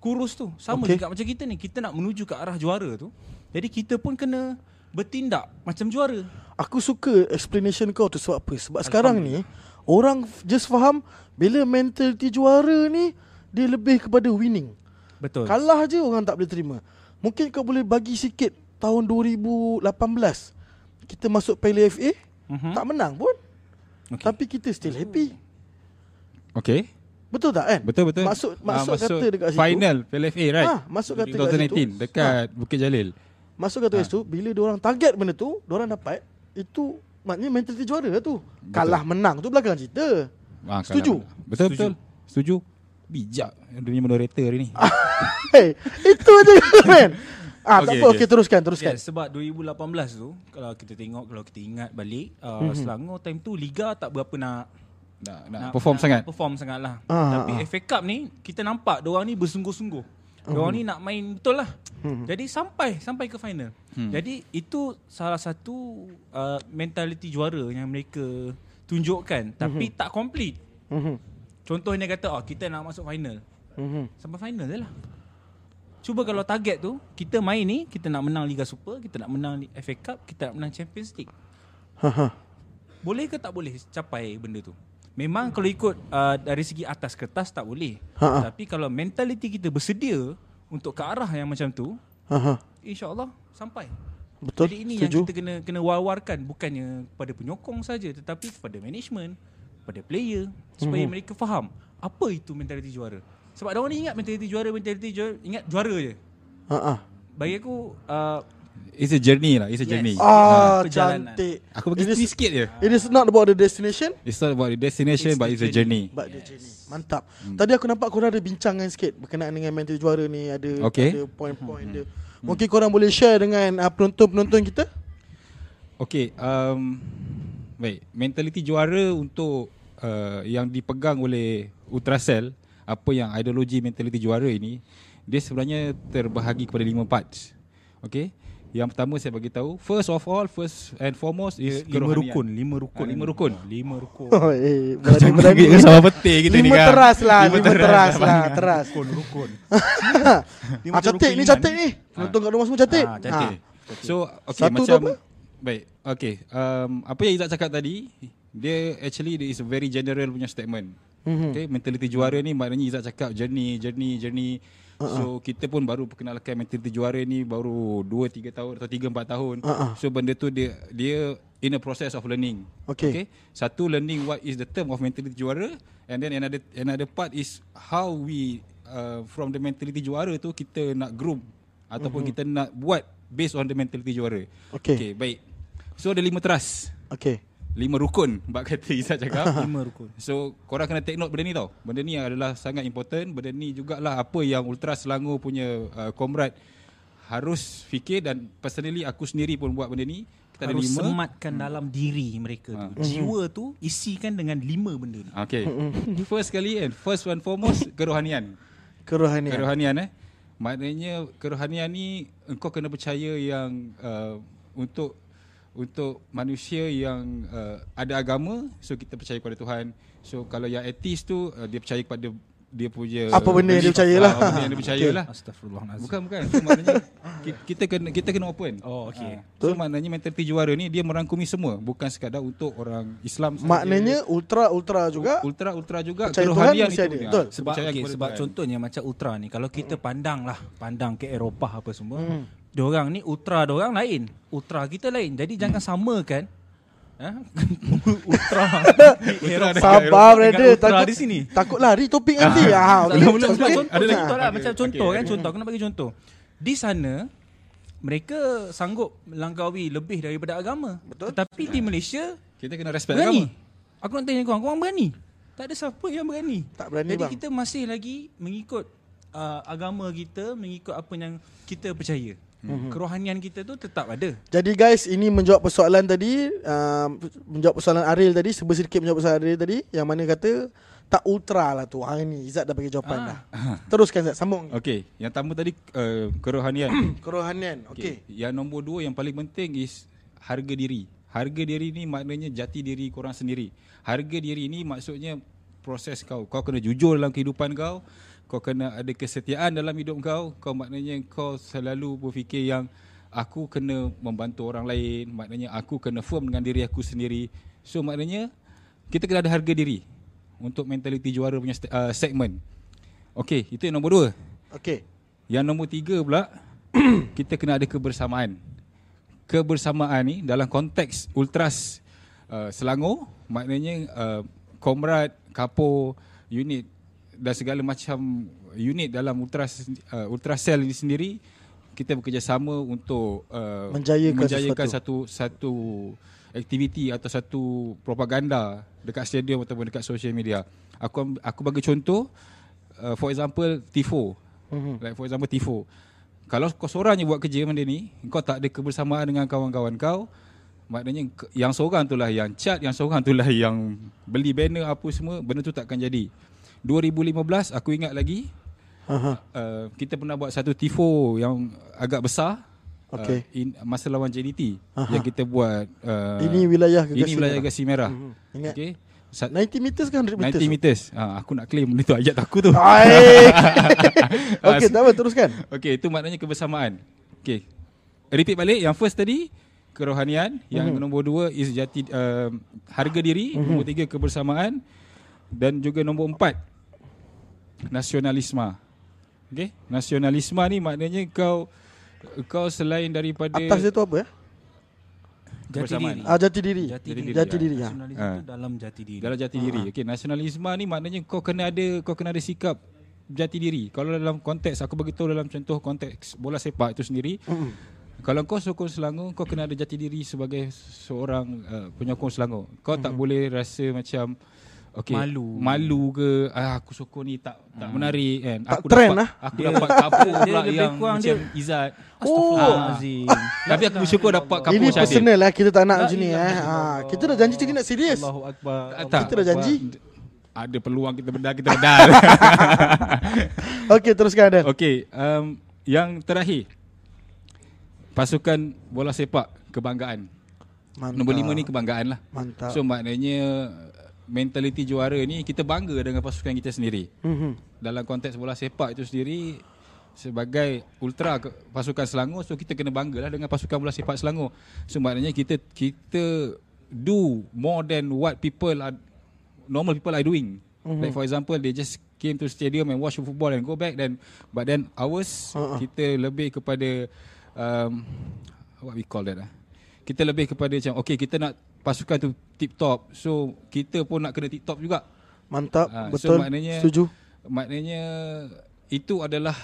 S6: kurus tu. Sama okay. juga macam kita ni. Kita nak menuju ke arah juara tu. Jadi kita pun kena bertindak macam juara.
S1: Aku suka explanation kau tu sebab apa? Sebab sekarang ni orang f- just faham bila mentaliti juara ni dia lebih kepada winning.
S6: Betul. Kal-
S1: Kalah je orang tak boleh terima. Mungkin kau boleh bagi sikit tahun 2018 kita masuk Piala FA
S6: Mhm.
S1: tak menang pun.
S6: Okey.
S1: Tapi kita still happy.
S5: Okay.
S1: Betul tak kan?
S5: Betul betul.
S1: Maksud maksud
S5: Ah, masuk
S1: kata dekat situ.
S5: Final PLFA right?
S1: Ah, masuk kata dekat situ. Ah.
S5: 2019 dekat Bukit Jalil.
S1: Masuk
S5: Ah.
S1: kata ha. tu bila dia orang target benda tu, dia orang dapat itu maknanya mentaliti juara lah tu. Kalah menang tu belakang cerita.
S5: Ah,
S1: Setuju?
S5: kalau- Betul betul. Setuju. Bijak dia punya moderator hari ni.
S1: Ah. Hey, itu aja man. Ah, tak
S5: Okey,
S1: apa. Okey,
S5: okey.
S1: teruskan, teruskan.
S6: Yes, sebab 2018 tu kalau kita tengok kalau kita ingat balik uh, mm-hmm. Selangor time tu liga tak berapa nak
S5: Nak, nak perform sangat.
S6: lah. Perform sangat lah
S1: Ah,
S6: Tapi
S1: ah.
S6: FA Cup ni Kita nampak Diorang ni bersungguh-sungguh
S1: Oh.
S6: Diorang ni nak main betul lah
S1: Hmm.
S6: Jadi sampai Sampai ke final
S5: Hmm.
S6: Jadi itu Salah satu uh, Mentaliti juara Yang mereka
S1: Hmm.
S6: Tunjukkan Tapi tak complete Contohnya kata oh, Kita nak masuk final
S1: Hmm.
S6: Sampai final je lah Cuba kalau target tu Kita main ni Kita nak menang Liga Super Kita nak menang FA Cup Kita nak menang Champions League boleh ke tak boleh capai benda tu? Memang kalau ikut uh, dari segi atas kertas tak boleh.
S1: Ha-ha.
S6: Tapi kalau mentaliti kita bersedia untuk ke arah yang macam tu,
S1: Ha ha.
S6: insya-Allah sampai.
S1: Betul.
S6: Jadi ini
S1: setuju.
S6: yang kita kena kena wawarkan bukannya kepada penyokong saja tetapi kepada management, kepada player supaya
S1: Mhm.
S6: hmm. mereka faham apa itu mentaliti juara. Sebab orang ni ingat mentaliti juara, mentaliti juara, ingat juara je.
S1: Ha ah.
S6: Bagi aku uh,
S5: It's a journey lah. It's a journey.
S1: Ah,
S6: Perjalanan.
S1: cantik.
S5: Aku bagi
S1: It is-
S5: twist sikit je.
S1: It is not about the destination
S5: It's not about the destination but it's a journey.
S1: But yes. the journey Mantap hmm. Tadi aku nampak korang ada bincangan sikit Berkenaan dengan mental juara ni Ada
S5: Okey.
S1: ada point-point dia Mungkin korang boleh share dengan uh, penonton-penonton kita
S5: Okay, um, baik. Mentaliti juara untuk uh, yang dipegang oleh Ultracell, apa yang ideologi mentaliti juara ini, dia sebenarnya terbahagi kepada lima parts. Okay, yang pertama saya bagi tahu, first of all, first and foremost is
S6: lima
S5: kerohanian.
S6: rukun,
S5: *laughs*
S6: lima rukun,
S5: Ah, lima rukun.
S6: lima
S1: *laughs*
S6: rukun.
S1: Oh eh
S5: Macam
S1: berani-berani
S5: kita sama *laughs* peti kita ni
S1: Lima
S5: kan.
S1: teras lah Lima teras lah Teras
S6: Rukun, rukun.
S1: *laughs* Ah, Cantik ni cantik ni Penonton kat rumah semua cantik
S6: Ah, cantik.
S1: Ah.
S5: So okay
S1: Satu tu
S5: macam
S1: apa?
S5: baik. Okay, um, apa yang Izzat cakap tadi, dia actually dia is a very general punya statement.
S1: Mhm.
S5: Mm-hmm. Okay, mentaliti juara ni maknanya Izzat cakap journey, journey, journey.
S1: Ah,
S5: Uh-uh. So kita pun baru perkenalkan mentaliti juara ni baru 2 3 tahun atau 3 4 tahun.
S1: Ah,
S5: Uh-uh. So benda tu dia dia in a process of learning.
S1: Okay.
S5: Satu learning what is the term of mentaliti juara and then another another part is how we uh, from the mentaliti juara tu kita nak groom ataupun mm-hmm. kita nak buat based on the mentaliti juara.
S1: Okay.
S5: okay baik. So ada lima teras,
S1: Okay
S5: lima rukun bab kata Izzat cakap.
S6: *laughs* Lima rukun.
S5: So korang kena take note benda ni tau Benda ni adalah sangat important Benda ni jugalah apa yang Ultra Selangor punya uh, Komrad Harus fikir dan personally aku sendiri pun buat benda ni Kita ada
S6: harus
S5: lima
S6: sematkan hmm. dalam diri mereka tu. Jiwa tu isikan dengan lima benda ni.
S5: Okay *laughs* First kali and first and foremost Kerohanian
S1: Kerohanian
S5: Kerohanian eh Maknanya kerohanian ni Engkau kena percaya yang uh, Untuk untuk manusia yang uh, ada agama so kita percaya kepada Tuhan so kalau yang ateis tu uh, dia percaya kepada dia punya
S1: Apa benda yang dia
S5: belief,
S1: percaya
S5: ah,
S1: lah.
S5: apa benda yang dia percaya lah
S6: Ah. Astaghfirullahalazim.
S5: Bukan bukan. So, maknanya ki- kita kena kita kena open.
S6: Oh, okey.
S5: Ha. So maknanya mentaliti juara ni dia merangkumi semua, bukan sekadar untuk orang Islam saja.
S1: Maknanya ultra-ultra juga
S5: ultra ultra juga
S1: percaya Tuhan
S5: kerohanian
S1: mesti
S5: itu
S1: ada.
S5: dia.
S1: Betul.
S6: Sebab
S5: Kepercayaan
S6: okay,
S5: kepada
S6: sebab
S5: Tuhan.
S6: contohnya macam ultra ni kalau kita pandang lah, pandang ke Eropah apa semua, hmm. diorang ni ultra diorang lain. Ultra kita lain. Jadi hmm. jangan *laughs* samakan ha? ultra di Eropah
S1: Sabar brother
S6: ultra
S1: Takut
S6: di sini.
S1: Takut lari topik nanti ah,
S6: Sebab-
S1: boleh.
S6: sebab
S1: Okey.
S6: contoh, contoh lah, macam contoh kan contoh aku nak bagi contoh. Di sana mereka sanggup langkawi lebih daripada agama. Betul. Tetapi di Malaysia
S5: Kita kena respect agama.
S6: berani. Aku nak tanya korang, korang berani? Tak ada siapa yang berani.
S1: Tak berani,
S6: Jadi
S1: bang.
S6: kita masih lagi mengikut uh, agama kita, mengikut apa yang kita percaya.
S1: Mhm.
S6: Hmm. Kerohanian kita tu tetap ada.
S1: Jadi guys, ini menjawab persoalan tadi, um, menjawab persoalan Aril tadi, sebesar sedikit menjawab persoalan Aril tadi yang mana kata tak ultra lah tu. Hari ni Izzat dah bagi jawapan dah. Teruskan Izzat, sambung.
S5: Okey, yang pertama tadi uh, kerohanian.
S1: Kerohanian. Okey.
S5: Okey. Yang nombor dua yang paling penting is harga diri. Harga diri ni maknanya jati diri korang sendiri. Harga diri ni maksudnya proses kau. Kau kena jujur dalam kehidupan kau. Kau kena ada kesetiaan dalam hidup kau. Kau maknanya kau selalu berfikir yang aku kena membantu orang lain. Maknanya aku kena firm dengan diri aku sendiri. So maknanya kita kena ada harga diri untuk mentaliti juara punya st- uh, segmen. Okey, itu yang nombor dua.
S1: Okey.
S5: Yang nombor tiga pula Kita kena ada kebersamaan Kebersamaan ni dalam konteks Ultras uh, Selangor Maknanya uh, Komrad, Kapo, unit Dan segala macam unit dalam Ultras uh, Ultrasel ini sendiri Kita bekerjasama untuk uh,
S1: Menjayakan
S5: menjayakan satu satu aktiviti atau satu propaganda dekat stadium ataupun dekat social media. Aku amb- aku bagi contoh uh, for example tifo. Mm-hmm. Like for example tifo. Kalau kau seorang je buat kerja benda ni, kau tak ada kebersamaan dengan kawan-kawan kau, maknanya ke- yang seorang tu lah yang cat, yang seorang tu lah *laughs* yang beli banner apa semua, benda tu takkan jadi. 2015 aku ingat lagi uh, kita pernah buat satu tifo yang agak besar
S1: Okey.
S5: uh, in, masa lawan JDT yang kita buat uh,
S1: Ini wilayah Gegasi
S5: ini
S1: Merah. Mhm.
S5: wilayah Gegasi Merah.
S1: Ingat.
S5: Hmm. Okey. Sa-
S1: 90 meters ke 100 meters?
S5: 90 meters. Ha, aku nak claim benda tu ayat aku
S1: *laughs*
S5: tu.
S1: Aik. Okey, tak apa teruskan.
S5: Okey, itu maknanya kebersamaan. Okey. Repeat balik yang first tadi kerohanian, yang
S1: Mhm.
S5: nombor dua is jati uh, harga diri, nombor tiga kebersamaan dan juga nombor empat nasionalisme. Okey, nasionalisme ni maknanya kau kau selain daripada
S1: Atas dia tu apa ya?
S6: Jati
S5: Kebersamaan.
S6: diri.
S1: Ah, jati diri.
S6: Jati
S5: diri.
S6: diri. lah.
S1: Jati diri. Ha.
S6: Nasionalisme
S5: Ah.
S6: tu dalam jati diri.
S5: dalam
S1: Ah,
S5: jati diri. Okey, nasionalisme ni maknanya kau kena ada kau kena ada sikap jati diri. Kalau dalam konteks aku bagi tahu dalam contoh konteks bola sepak itu sendiri. Kalau kau sokong Selangor, kau kena ada jati diri sebagai seorang uh, penyokong Selangor. Kau tak boleh rasa macam okay,
S6: Malu.
S5: malu ke ah, aku sokong ni tak tak menarik kan.
S1: Tak
S5: aku
S1: trend
S5: dapat
S1: lah.
S5: aku dapat kapur
S6: dia
S5: pula
S6: lebih
S5: yang
S6: kurang
S5: macam
S6: dia-
S5: Izzat.
S6: Astaghfirullahalazim.
S5: Tapi aku bersyukur dapat kapur
S1: Oh. Ini
S5: Syadil.
S1: personal lah kita tak nak
S6: La
S1: macam ni
S6: ilaha
S1: eh.
S6: illallah.
S1: Ha, kita dah janji kita nak serius.
S6: Allahu akbar.
S5: tak.
S1: Kita dah janji.
S5: Ada peluang kita bedah kita bedah. *laughs*
S1: Okey, teruskan Adan.
S5: Okey, um, yang terakhir. Pasukan bola sepak kebanggaan.
S1: Mantap.
S5: Nombor lima ni kebanggaan lah.
S1: Mantap.
S5: So maknanya mentaliti juara ni kita bangga dengan pasukan kita sendiri.
S1: Mhm.
S5: Dalam konteks bola sepak itu sendiri sebagai ultra ke- pasukan Selangor so kita kena banggalah dengan pasukan bola sepak Selangor. So maknanya kita kita do more than what people are normal people are doing. Mm-hmm. Like for example they just came to stadium and watch football and go back then but then ours uh-uh. kita lebih kepada um, what we call that ah kita lebih kepada macam okey kita nak pasukan tu tip top so kita pun nak kena tip top juga
S1: Mantap,
S5: Ah,
S1: betul.
S5: so maknanya
S1: Setuju.
S5: maknanya itu adalah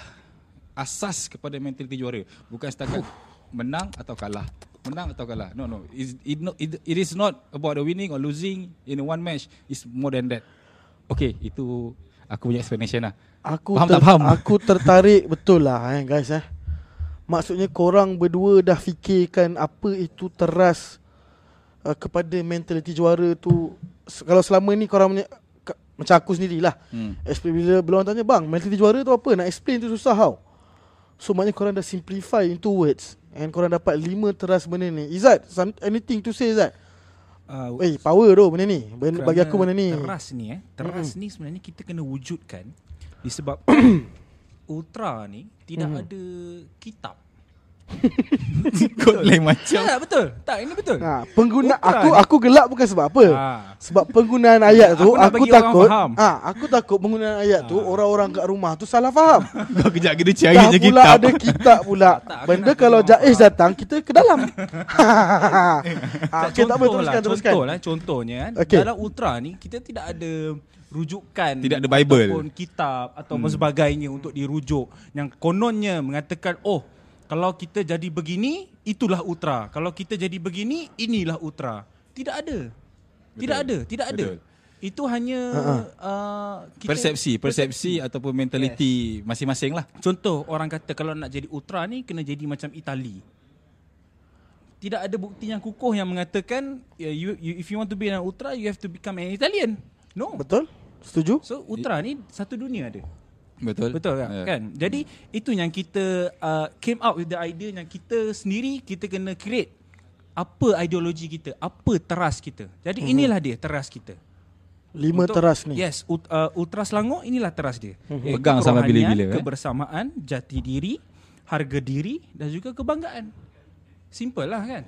S5: asas kepada mentaliti juara bukan setakat menang atau kalah menang atau kalah no no it, it, no, it, it is not about the winning or losing in one match it's more than that okey itu aku punya explanation lah
S1: Aku
S5: faham tak faham *laughs*
S1: Aku tertarik betul lah eh, guys eh. Maksudnya korang berdua dah fikirkan apa itu teras uh, kepada mentaliti juara tu. S- Kalau selama ni korang punya ka- macam aku sendirilah. Hmm. Explain bila bila orang tanya bang, mentaliti juara tu apa? Nak explain tu susah tau. So maknanya korang dah simplify into words and korang dapat lima teras benda ni. Izzat, some, anything to say Izzat?
S6: Ah,
S1: Eh, power tu benda ni. Benda, bagi
S6: kerana
S1: aku benda ni.
S6: Teras ni eh. Teras ni sebenarnya kita kena wujudkan
S1: *coughs*
S6: disebab ultra ni tidak ada kitab.
S5: Kod lain macam
S6: Tak betul. Tak ini betul.
S1: Ha, pengguna
S6: Bukan.
S1: aku aku gelak bukan sebab apa.
S6: Ha.
S1: Sebab penggunaan ayat tu
S6: Aku nak
S1: aku,
S6: bagi orang
S1: takut.
S6: faham. Ha.
S1: Ah, aku takut penggunaan ayat tu orang-orang kat rumah tu salah
S6: *laughs*
S1: faham.
S5: Kau kejap kena cari
S1: Dah
S5: je
S1: pula
S5: kitab
S1: ada kitab pula.
S6: Tak, aku
S1: Benda
S6: nak
S1: kalau
S6: tengok.
S1: Jaiz datang kita ke
S6: *laughs*
S1: dalam. *laughs* ah, okay,
S6: Okey
S1: tak apa teruskan teruskan.
S6: Contoh lah contohnya kan.
S1: Okey.
S6: Okay. Dalam ultra ni kita tidak ada rujukan
S5: Tidak ada Bible.
S6: ataupun kitab atau hmm. sebagainya untuk dirujuk yang kononnya mengatakan oh kalau kita jadi begini itulah ultra. Kalau kita jadi begini inilah ultra. Tidak ada. Tidak ada, tidak ada.
S5: Betul.
S6: Itu hanya uh, kita-
S5: Persepsi Persepsi ataupun mentaliti Masing-masing lah
S6: Contoh orang kata kalau nak jadi ultra ni kena jadi macam Itali. Tidak ada bukti yang kukuh yang mengatakan yeah, you, you if you want to be an ultra you have to become an Italian. No.
S1: Betul? Setuju?
S6: So ultra ni satu dunia ada.
S5: Betul
S6: Betul tak?
S5: Ya.
S6: Kan? Jadi itu yang kita uh, came out with the idea yang kita sendiri kita kena create apa ideologi kita, apa teras kita. Jadi
S5: Mhm.
S6: inilah dia teras kita.
S1: Lima
S6: Untuk-
S1: teras ni. Mhm.
S6: Yes, ut, uh, Ultra Selangor inilah teras dia. Eh,
S5: Pegang sampai
S6: kerohanian,
S5: bila-bila, eh.
S6: Kebersamaan, jati diri, harga diri dan juga kebanggaan. Simple lah kan.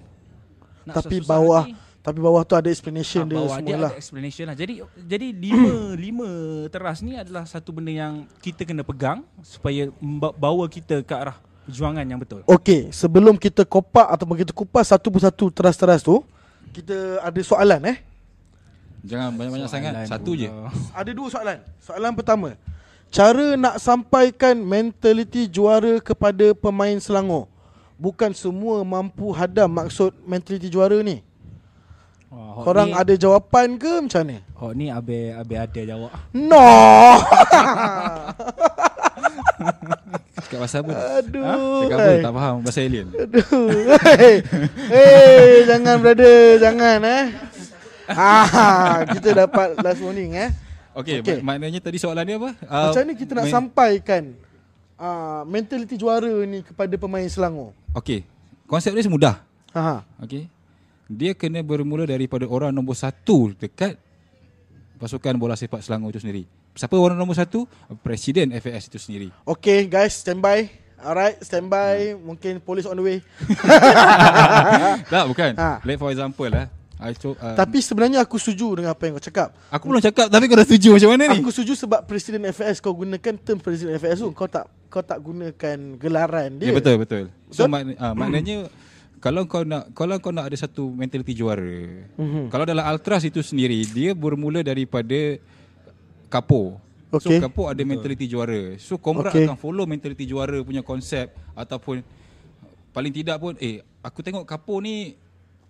S6: Nak
S1: tapi
S6: susah-susah
S1: bawah
S6: lagi,
S1: tapi bawah tu ada explanation
S6: ah,
S1: dia
S6: bawah dia
S1: semualah.
S6: ada explanation lah. Jadi jadi
S1: *clears throat*
S6: lima lima teras ni adalah satu benda yang kita kena pegang supaya memba- bawa kita ke arah perjuangan yang betul.
S1: Okey, sebelum kita kopak ataupun kita kupas satu persatu teras-teras tu, kita ada soalan eh.
S5: Jangan banyak-banyak sangat Satu je
S1: Ada dua soalan. Soalan pertama, cara nak sampaikan mentaliti juara kepada pemain Selangor. Bukan semua mampu hadam maksud mentaliti juara ni.
S6: Oh,
S1: Korang ada jawapan ke macam ni?
S6: Oh ni abe abe ada jawab.
S1: No.
S5: Cakap pasal apa Ha?
S1: Aduh.
S5: Cakap apa tak faham Pasal alien
S1: *laughs* Aduh. Hey, hey, jangan brother, jangan eh. Ah, kita dapat last warning eh. Okey.
S5: Okay, okay. Mak- maknanya tadi soalan dia apa uh,
S1: Macam ni kita nak sampaikan uh, mentaliti juara ni kepada pemain Selangor.
S5: Okay Konsep dia semudah
S1: Ha.
S5: Okay Dia kena bermula daripada orang nombor satu dekat Pasukan bola sepak Selangor itu sendiri Siapa orang nombor satu? Presiden FAS itu sendiri
S1: Okay guys, standby. Alright, standby. Mungkin polis on the way.
S5: Tak bukan
S1: Ha.
S5: Like for example lah I so, uh,
S1: Tapi sebenarnya aku setuju dengan apa yang kau cakap.
S5: Aku belum cakap Tapi kau dah setuju macam mana ni
S1: Aku setuju sebab presiden FAS kau gunakan term presiden FAS tu kau tak kau tak gunakan gelaran dia.
S5: Ya betul betul. So
S1: Betul?
S5: makna, ah, maknanya *clears throat* kalau kau nak kalau kau nak ada satu mentaliti juara.
S1: Mhm.
S5: Mm-hmm. Kalau dalam Altras itu sendiri dia bermula daripada Kapo. So
S1: Okey.
S5: Kapo ada mentaliti juara. So Komrak
S1: Okey.
S5: okay. akan follow mentaliti juara punya konsep ataupun paling tidak pun eh aku tengok Kapo ni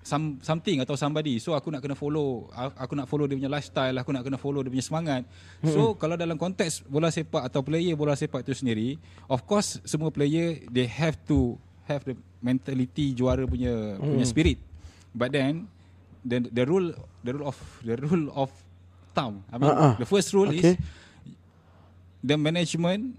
S5: some, something atau somebody so aku nak kena follow A- aku nak follow dia punya lifestyle aku nak kena follow dia punya semangat so kalau dalam konteks bola sepak atau player bola sepak itu sendiri of course semua player they have to have the mentality juara punya punya spirit but then the the rule the rule of the rule of thumb I mean
S1: Ah, ah.
S5: the first rule
S1: Okay.
S5: is the management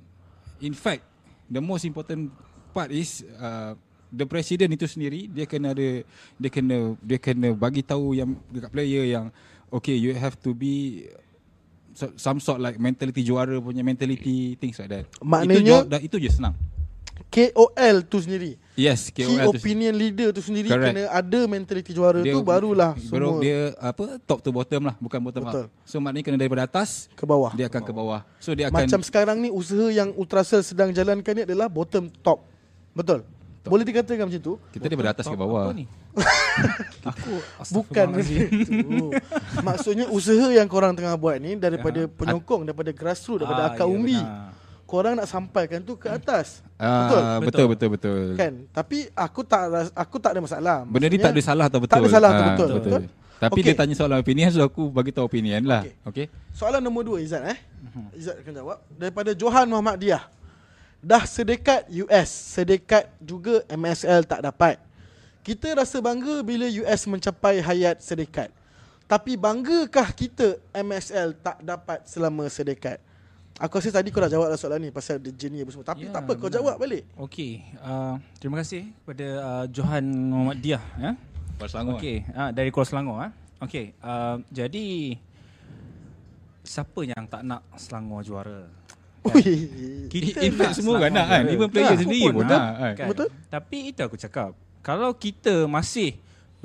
S5: in fact the most important part is uh, the president itu sendiri dia kena ada dia kena dia kena bagi tahu yang dekat player yang okay you have to be so- some sort like mentality juara punya mentality things like that
S1: Maknanya-
S5: itu jawab dah itu je senang
S1: KOL tu sendiri.
S5: yes
S1: Key
S5: KOL tu
S1: opinion leader tu sendiri
S5: Correct.
S1: kena ada mentaliti juara tu barulah
S5: baru
S1: semua
S5: dia apa top to bottom lah bukan bottom
S1: Betul.
S5: Betul. up so maknanya kena daripada atas
S1: ke bawah.
S5: dia akan ke bawah so dia akan
S1: Macam sekarang ni usaha yang Ultrasel sedang jalankan ni adalah bottom top. Betul. Boleh dikatakan macam tu?
S5: kita daripada atas ke bawah
S6: Apa
S1: *laughs*
S6: ni? Aku
S1: Bukan
S6: Astaghfirullahalazim.
S1: macam *laughs* tu. Maksudnya usaha yang korang tengah buat ni daripada penyokong, daripada grassroots, daripada
S6: Ah,
S1: akar
S6: ya,
S1: umbi.
S6: benar.
S1: Korang nak sampaikan tu ke atas. Betul.
S5: Ah, betul betul betul, Hmm. betul.
S1: Kan? Tapi aku tak ras- aku tak ada masalah.
S5: Benda ni tak ada salah atau betul.
S1: Tak ada salah atau
S5: Ah,
S1: betul. Betul.
S5: Tapi
S1: Okey.
S5: dia tanya soalan opinion so aku bagi tahu opinion lah. Okey. Okay?
S1: Soalan nombor dua Izzat eh.
S6: Mhm.
S1: Izzat akan jawab daripada Johan Muhammad Diah. Dah sedekat US, sedekat juga MSL tak dapat. Kita rasa bangga bila US mencapai hayat sedekat. Tapi banggakah kita MSL tak dapat selama sedekat? Aku rasa tadi kau dah jawab lah soalan ni pasal the journey apa semua. Tapi
S6: Ya,
S1: tak apa, kau
S6: benar.
S1: jawab balik.
S6: Okey, uh, terima kasih kepada uh, Johan Muhammad Diah ya.
S5: Selangor.
S6: Okey, uh, dari Kuala Selangor ah. Okey, uh, jadi siapa yang tak nak Selangor juara?
S1: Ui.
S6: Kita
S5: In fact
S6: nak
S5: semua orang nak
S6: selamat
S5: kan. Even player
S1: Ah,
S5: sendiri
S1: betul,
S5: pun
S1: betul.
S5: nak kan.
S6: kan.
S1: Betul.
S6: Tapi itu aku cakap. Kalau kita masih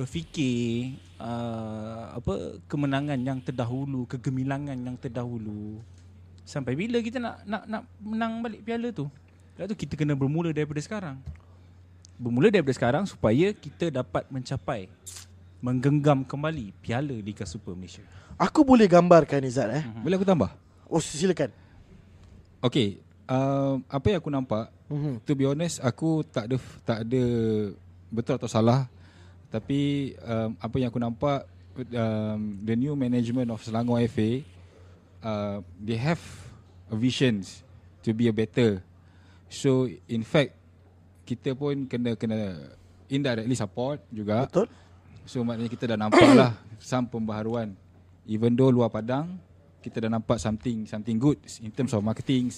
S6: berfikir uh, apa kemenangan yang terdahulu, kegemilangan yang terdahulu, sampai bila kita nak nak nak menang balik piala tu? Sebab tu kita kena bermula daripada sekarang. Bermula daripada sekarang supaya kita dapat mencapai menggenggam kembali piala Liga Super Malaysia.
S1: Aku boleh gambarkan Izzat eh.
S6: Hmm.
S5: Boleh aku tambah?
S1: Oh silakan.
S5: Okay uh, Apa yang aku nampak mm-hmm. To be honest Aku tak ada Tak ada Betul atau salah Tapi um, Apa yang aku nampak um, The new management of Selangor FA uh, They have a Visions To be a better So in fact Kita pun kena Kena Indirectly support juga
S1: Betul.
S5: So maknanya kita dah nampak lah *coughs* Some pembaharuan Even though luar padang Kita dah nampak something Something good In terms of marketing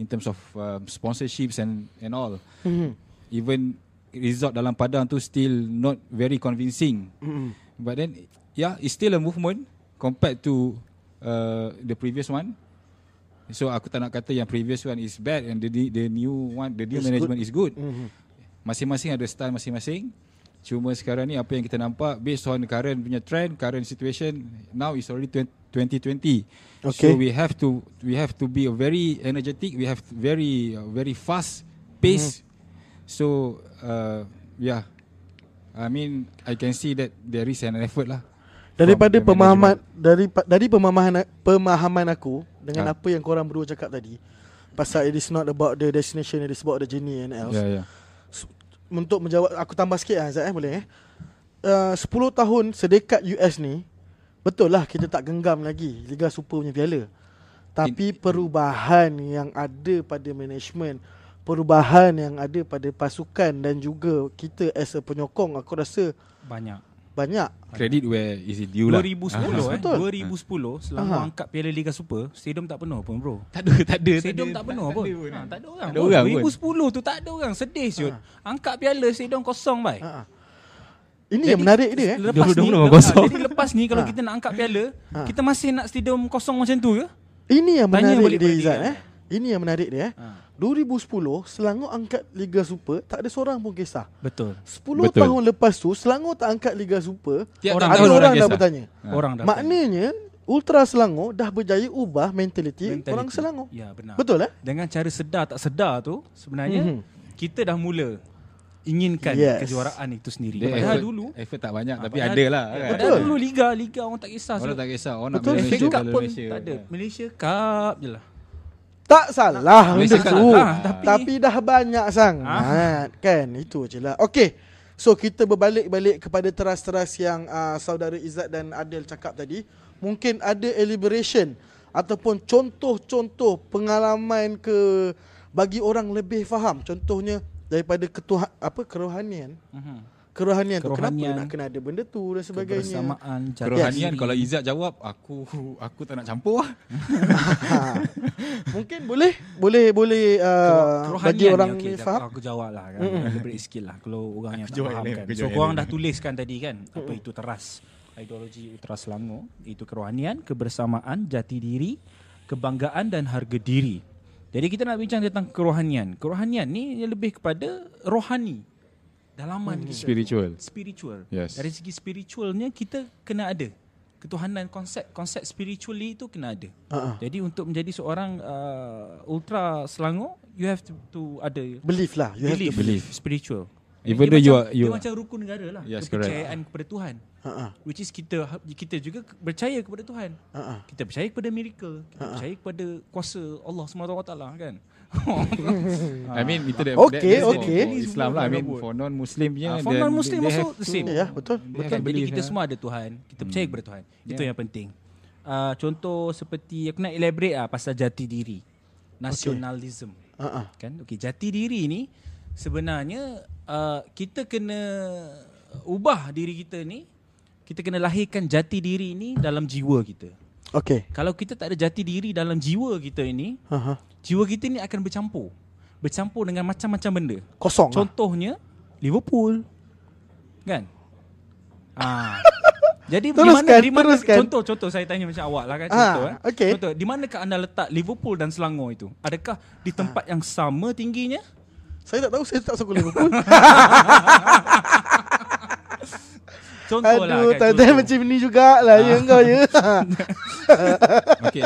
S5: In terms of um, sponsorships and and all mm-hmm. Even result dalam padang tu Still not very convincing mm-hmm. But then Yeah it's still a movement Compared to uh, The previous one So aku tak nak kata yang previous one is bad and the the new one the new management good. is good. Mm-hmm. Masing-masing ada style masing-masing. Cuma sekarang ni apa yang kita nampak based on current punya trend, current situation now is already 20- 2020.
S1: Okay.
S5: So we have to we have to be a very energetic, we have to very uh, very fast pace. Mm-hmm. So uh, yeah. I mean I can see that there is an effort lah.
S1: Daripada
S5: from the
S1: pemahaman
S5: management.
S1: dari dari pemahaman pemahaman aku dengan
S5: Ha.
S1: apa yang korang berdua cakap tadi pasal it is not about the destination it is about the journey and else.
S5: Yeah yeah.
S1: untuk menjawab aku tambah sikit lah Zat eh boleh eh. Uh, 10 tahun sedekat US ni betul lah kita tak genggam lagi Liga Super punya piala. Tapi perubahan yang ada pada management, perubahan yang ada pada pasukan dan juga kita as a penyokong aku rasa
S6: Banyak.
S1: banyak.
S5: Credit where is it due lah.
S6: 2010
S5: Ah,
S6: eh. 2010 selama
S1: Aha.
S6: angkat Piala Liga Super, stadium tak penuh pun bro.
S5: Tak ada tak ada.
S6: Stadium
S5: ada,
S6: tak penuh apa?
S5: pun.
S6: Ha, tak ada orang.
S5: Tak ada orang pun.
S6: 2010 tu tak ada orang. Sedih siut. Angkat piala stadium kosong bai.
S1: Ha. Ini yang menarik dia eh. Ha.
S6: Lepas
S5: Dua- dua
S6: ni,
S5: penuh,
S6: lepas,
S5: kosong.
S6: jadi lepas ni kalau kita nak angkat piala, kita masih nak stadium kosong macam tu ya? ke?
S1: Ini yang
S6: Tanya
S1: menarik
S6: balik
S1: dia
S6: pada
S1: Izzat
S6: diri
S1: eh. Ini yang menarik dia eh. 2010 Selangor angkat Liga Super tak ada seorang pun kisah.
S6: Betul.
S1: 10
S5: Betul.
S1: tahun lepas tu Selangor tak angkat Liga Super
S5: Tiap
S1: orang
S5: orang
S1: ada
S5: tahun
S1: orang,
S5: orang
S1: dah
S5: kisah.
S1: bertanya
S6: Ha. Orang dah.
S1: maknanya Ultra Selangor dah berjaya ubah mentaliti,
S6: Mentality.
S1: orang Selangor
S6: Ya, benar.
S1: betul eh
S6: Dengan cara sedar tak sedar tu, sebenarnya
S1: Mhm.
S6: kita dah mula inginkan
S1: Yes.
S6: kejuaraan itu sendiri.
S5: Dia
S6: Padahal
S5: effort,
S6: dulu,
S5: effort tak banyak tapi
S6: padahal-
S5: ada lah
S6: ya,
S5: kan.
S6: Padahal dulu liga, liga orang tak kisah.
S5: Orang
S6: Sebab
S5: tak kisah Orang
S1: Betul.
S5: nak
S6: FA
S5: Malaysia
S6: Cup
S5: Piala
S6: pun
S5: Malaysia.
S6: tak ada. Malaysia Ya. Cup je lah.
S1: tak salah
S5: Malaysia
S1: benda
S5: tak
S1: tu
S6: salah,
S1: tapi,
S6: tapi- Ah.
S1: tapi dah banyak sangat kan itu je lah okey so kita berbalik-balik kepada teras-teras yang uh, saudara Izzat dan Adil cakap tadi mungkin ada elaboration ataupun contoh-contoh pengalaman ke bagi orang lebih faham contohnya daripada ketuhan apa kerohanian
S6: Mhm.
S1: kerohanian, tu kenapa
S6: Kerohanian.
S1: nak kena ada benda tu dan sebagainya.
S6: Kebersamaan, jati
S5: Kerohanian
S6: diri.
S5: kalau Izzat jawab Aku aku tak nak campur lah
S1: ha. *laughs* Mungkin boleh boleh boleh uh,
S6: Kerohanian
S1: bagi
S6: ni,
S1: orang
S6: okey,
S1: ni
S6: tak-
S1: faham.
S6: Aku jawab lah kan. Mm. Break sikit lah kalau orang yang tak
S5: jawab
S6: faham
S5: dia,
S6: kan.
S5: aku
S6: So
S5: jawab
S6: korang dah tuliskan tadi kan. Apa itu teras. Ideologi Utara Selangor. Itu kerohanian, kebersamaan, jati diri, kebanggaan dan harga diri. Jadi kita nak bincang tentang kerohanian. Kerohanian ni dia lebih kepada rohani. Dalaman kita.
S5: Spiritual
S6: spiritual.
S5: Yes.
S6: Dari segi spiritualnya kita kena ada ketuhanan konsep konsep spiritually itu kena ada. Uh-huh. Jadi untuk menjadi seorang uh, ultra Selangor you have to, to ada
S1: Believe lah. You have
S6: belief,
S5: believe.
S6: spiritual.
S5: Even
S6: dia
S5: though you
S6: macam,
S5: are- you
S6: dia
S5: are-
S6: macam rukun negara lah
S5: Yes,
S6: kepercayaan kepada Tuhan.
S1: Ha-ha.
S6: Which is kita kita juga ke- percaya kepada Tuhan.
S1: Ha-ha.
S6: Kita percaya kepada miracle, kita percaya kepada kuasa Allah SWT kan.
S1: *laughs*
S5: I mean itu that,
S1: Okay,
S5: that- that's for-
S1: okay.
S5: for Islam lah I mean for non-Muslim punya
S6: Yeah,
S5: then
S6: Ah, Formal Muslim
S5: they have
S6: also the
S5: to-
S6: same.
S1: Ya, betul.
S5: they have
S6: Betul.
S5: to
S6: Jadi
S5: believe,
S6: kita
S5: eh.
S6: semua ada Tuhan. Kita percaya kepada Tuhan. Itu yang penting. Uh, contoh seperti aku nak elaborate lah pasal jati diri. Nasionalism.
S1: Ha-ha.
S6: Kan? Okey, jati diri ni sebenarnya uh, kita kena ubah diri kita ni. Kita kena lahirkan jati diri ni dalam jiwa kita.
S1: Okey.
S6: Kalau kita tak ada jati diri dalam jiwa kita ini,
S1: Ha-ha.
S6: jiwa kita ni akan bercampur. Bercampur dengan macam-macam benda.
S1: Kosong. lah. *laughs*
S6: Contohnya Liverpool. Kan? Ah. Jadi
S1: Teruskan,
S6: di mana di mana
S1: teruskan.
S6: contoh contoh saya tanya macam awak lah kan
S1: Ah,
S6: contoh eh.
S1: okey.
S6: Contoh di manakah anda letak Liverpool dan Selangor itu? Adakah
S1: Ah.
S6: di tempat yang sama tingginya?
S1: Saya tak tahu saya tak suka Liverpool.
S6: Contohlah
S1: Aduh,
S6: kan.
S1: tak ada macam ni jugalah ya kau ya.
S5: Okey.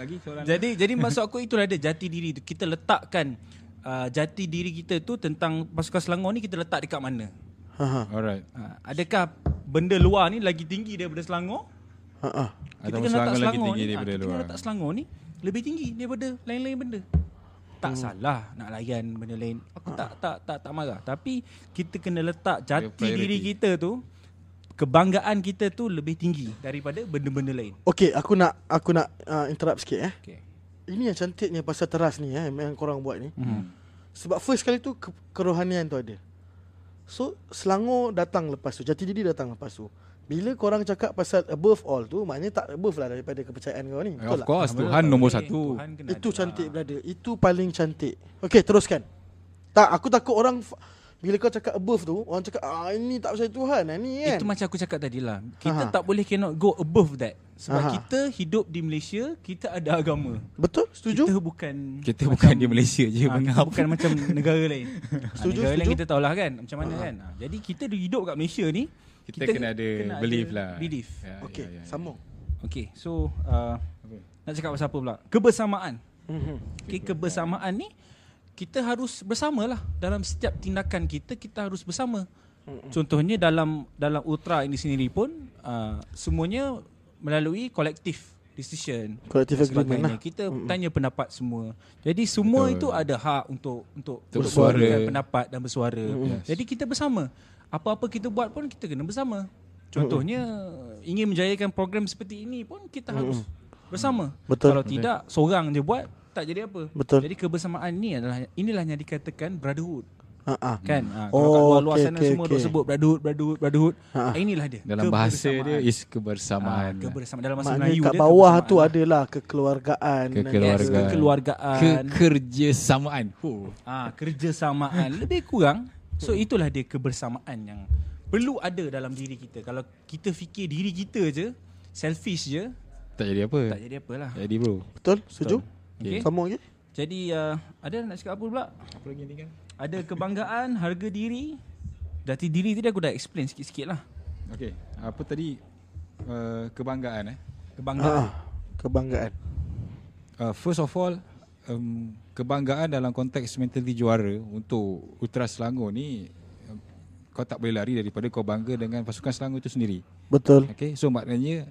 S5: Lagi soalan.
S6: Jadi jadi maksud aku itulah dia jati diri tu. Kita letakkan uh, jati diri kita tu tentang pasukan Selangor ni kita letak dekat mana?
S5: Alright.
S6: Uh, adakah benda luar ni lagi tinggi daripada Selangor?
S1: Ha ah.
S5: Ataupun Selangor lagi tinggi
S6: ni,
S5: daripada
S6: ah, kita
S5: luar.
S6: kena letak Selangor ni lebih tinggi daripada lain-lain benda. Tak
S5: Hmm.
S6: salah nak layan benda lain. Aku tak tak tak tak marah. Tapi kita kena letak jati
S5: priority.
S6: diri kita tu kebanggaan kita tu lebih tinggi daripada benda-benda lain.
S1: Okey, aku nak aku nak uh, interrupt sikit eh.
S6: Okay.
S1: Ini yang cantiknya pasal teras ni eh yang korang buat ni. Hmm. Sebab first kali tu ke- kerohanian tu ada. So Selangor datang lepas tu, jati diri datang lepas tu. Bila korang cakap pasal above all tu, maknanya tak above lah daripada kepercayaan kau ni. Betul
S5: Of
S1: tak?
S5: course, Tuhan nombor
S6: Boleh,
S5: satu.
S6: lah. Eh, Tuhan kena
S1: Itu
S6: ada. lah. Ha.
S1: cantik brother. Itu paling cantik. Okey, teruskan. Tak, aku takut orang f- bila kau cakap above tu, orang cakap ah ini tak percaya Tuhan lah ni kan.
S6: Itu macam aku cakap tadi lah Kita
S1: Aha.
S6: tak boleh cannot go above that Sebab
S1: Aha.
S6: kita hidup di Malaysia Kita ada agama
S1: Betul? Setuju?
S6: Kita bukan
S5: Kita bukan di Malaysia je
S6: ha, kita
S5: mengap.
S6: bukan macam negara
S1: *laughs*
S6: lain Ha,
S1: Setuju, setuju.
S6: Negara lain
S1: Ah.
S6: kita tahulah kan Macam mana kan ha, Jadi kita hidup kat Malaysia ni
S5: Kita kena ada belief lah.
S6: Belief
S5: Ya, ya,
S1: Okey,
S5: ya, ya.
S1: sambung.
S6: Okay so uh, Nak cakap pasal apa pula Kebersamaan okay, Kebersamaan ni Kita harus bersamalah Dalam setiap tindakan kita Kita harus bersama Contohnya dalam dalam Ultra ini sendiri pun uh, Semuanya melalui kolektif decision
S1: Collective
S6: dan
S1: agreement
S6: sebagainya.
S1: lah.
S6: Kita tanya pendapat semua. Jadi semua Betul. itu ada hak untuk untuk, untuk
S5: bersuara.
S6: memberikan pendapat dan bersuara. Yes. Jadi kita bersama. Apa-apa kita buat pun kita kena bersama. Contohnya ingin menjayakan program seperti ini pun kita harus bersama.
S1: Betul.
S6: Kalau tidak seorang je buat tak jadi apa.
S1: Betul.
S6: Jadi kebersamaan ni adalah inilah yang dikatakan brotherhood
S5: Mm.
S1: Ha ah.
S6: kan. Ha,
S1: Oh,
S6: kalau kat luar-luar
S1: okey,
S6: sana
S1: okey, Ha.
S6: semua duk
S1: okey.
S6: sebut brotherhood brotherhood brotherhood. Ha, Inilah dia.
S5: Dalam bahasa dia
S6: kebersamaan.
S5: is
S6: Ah,
S5: kebersamaan.
S6: kebersamaan dalam bahasa
S1: Maknanya
S6: Melayu
S1: kat
S6: dia
S1: bawah
S6: kebersamaan
S1: tu
S6: lah.
S1: adalah kekeluargaan. dan-
S5: Kekeluargaan.
S6: Yes, kekeluargaan.
S5: Kekerjasamaan. Huh.
S6: Ah, kerjasamaan lebih kurang. So itulah dia kebersamaan yang perlu ada dalam diri kita. Kalau kita fikir diri kita je, selfish je,
S5: Tak jadi apa.
S6: tak jadi apalah.
S5: Jadi bro.
S1: Betul? Setuju?
S5: Ya.
S6: Okey.
S1: Sambung lagi?
S6: Jadi uh, ada nak cakap apa pula?
S5: Apa lagi ni kan?
S6: Ada kebanggaan, harga diri. Jati diri tadi aku dah explain sikit-sikit lah.
S5: Okey. Apa tadi uh, kebanggaan eh?
S6: Kebanggaan.
S1: Ha. Kebanggaan.
S5: Uh, first of all, um, kebanggaan dalam konteks mentaliti juara untuk Ultra Selangor ni um, kau tak boleh lari daripada kau bangga dengan pasukan Selangor itu sendiri.
S1: Betul.
S5: Okay, so maknanya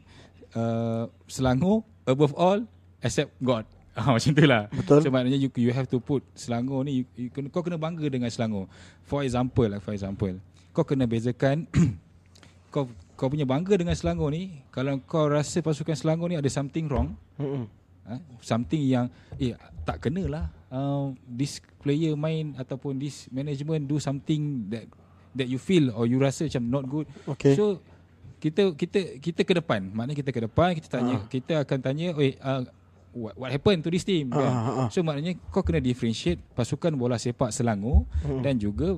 S5: uh, Selangor above all except God. *laughs* Ah, macam tu lah.
S1: Betul.
S5: So maknanya you, you have to put Selangor ni, you, you, kena- kau kena bangga dengan Selangor. For example lah, for example. Kau kena bezakan *clears throat* kau kau punya bangga dengan Selangor ni kalau kau rasa pasukan Selangor ni ada something wrong
S1: Mm-mm.
S5: ha? something yang eh tak kenalah uh, this player main ataupun this management do something that that you feel or you rasa macam not good
S1: Okay.
S5: so kita kita kita ke depan maknanya kita ke depan kita
S1: Ah.
S5: tanya uh. kita akan tanya eh uh, what, what happened to this team uh,
S1: Ah,
S5: kan
S1: ah, ah.
S5: so maknanya kau kena differentiate pasukan bola sepak Selangor uh.
S1: Hmm.
S5: dan juga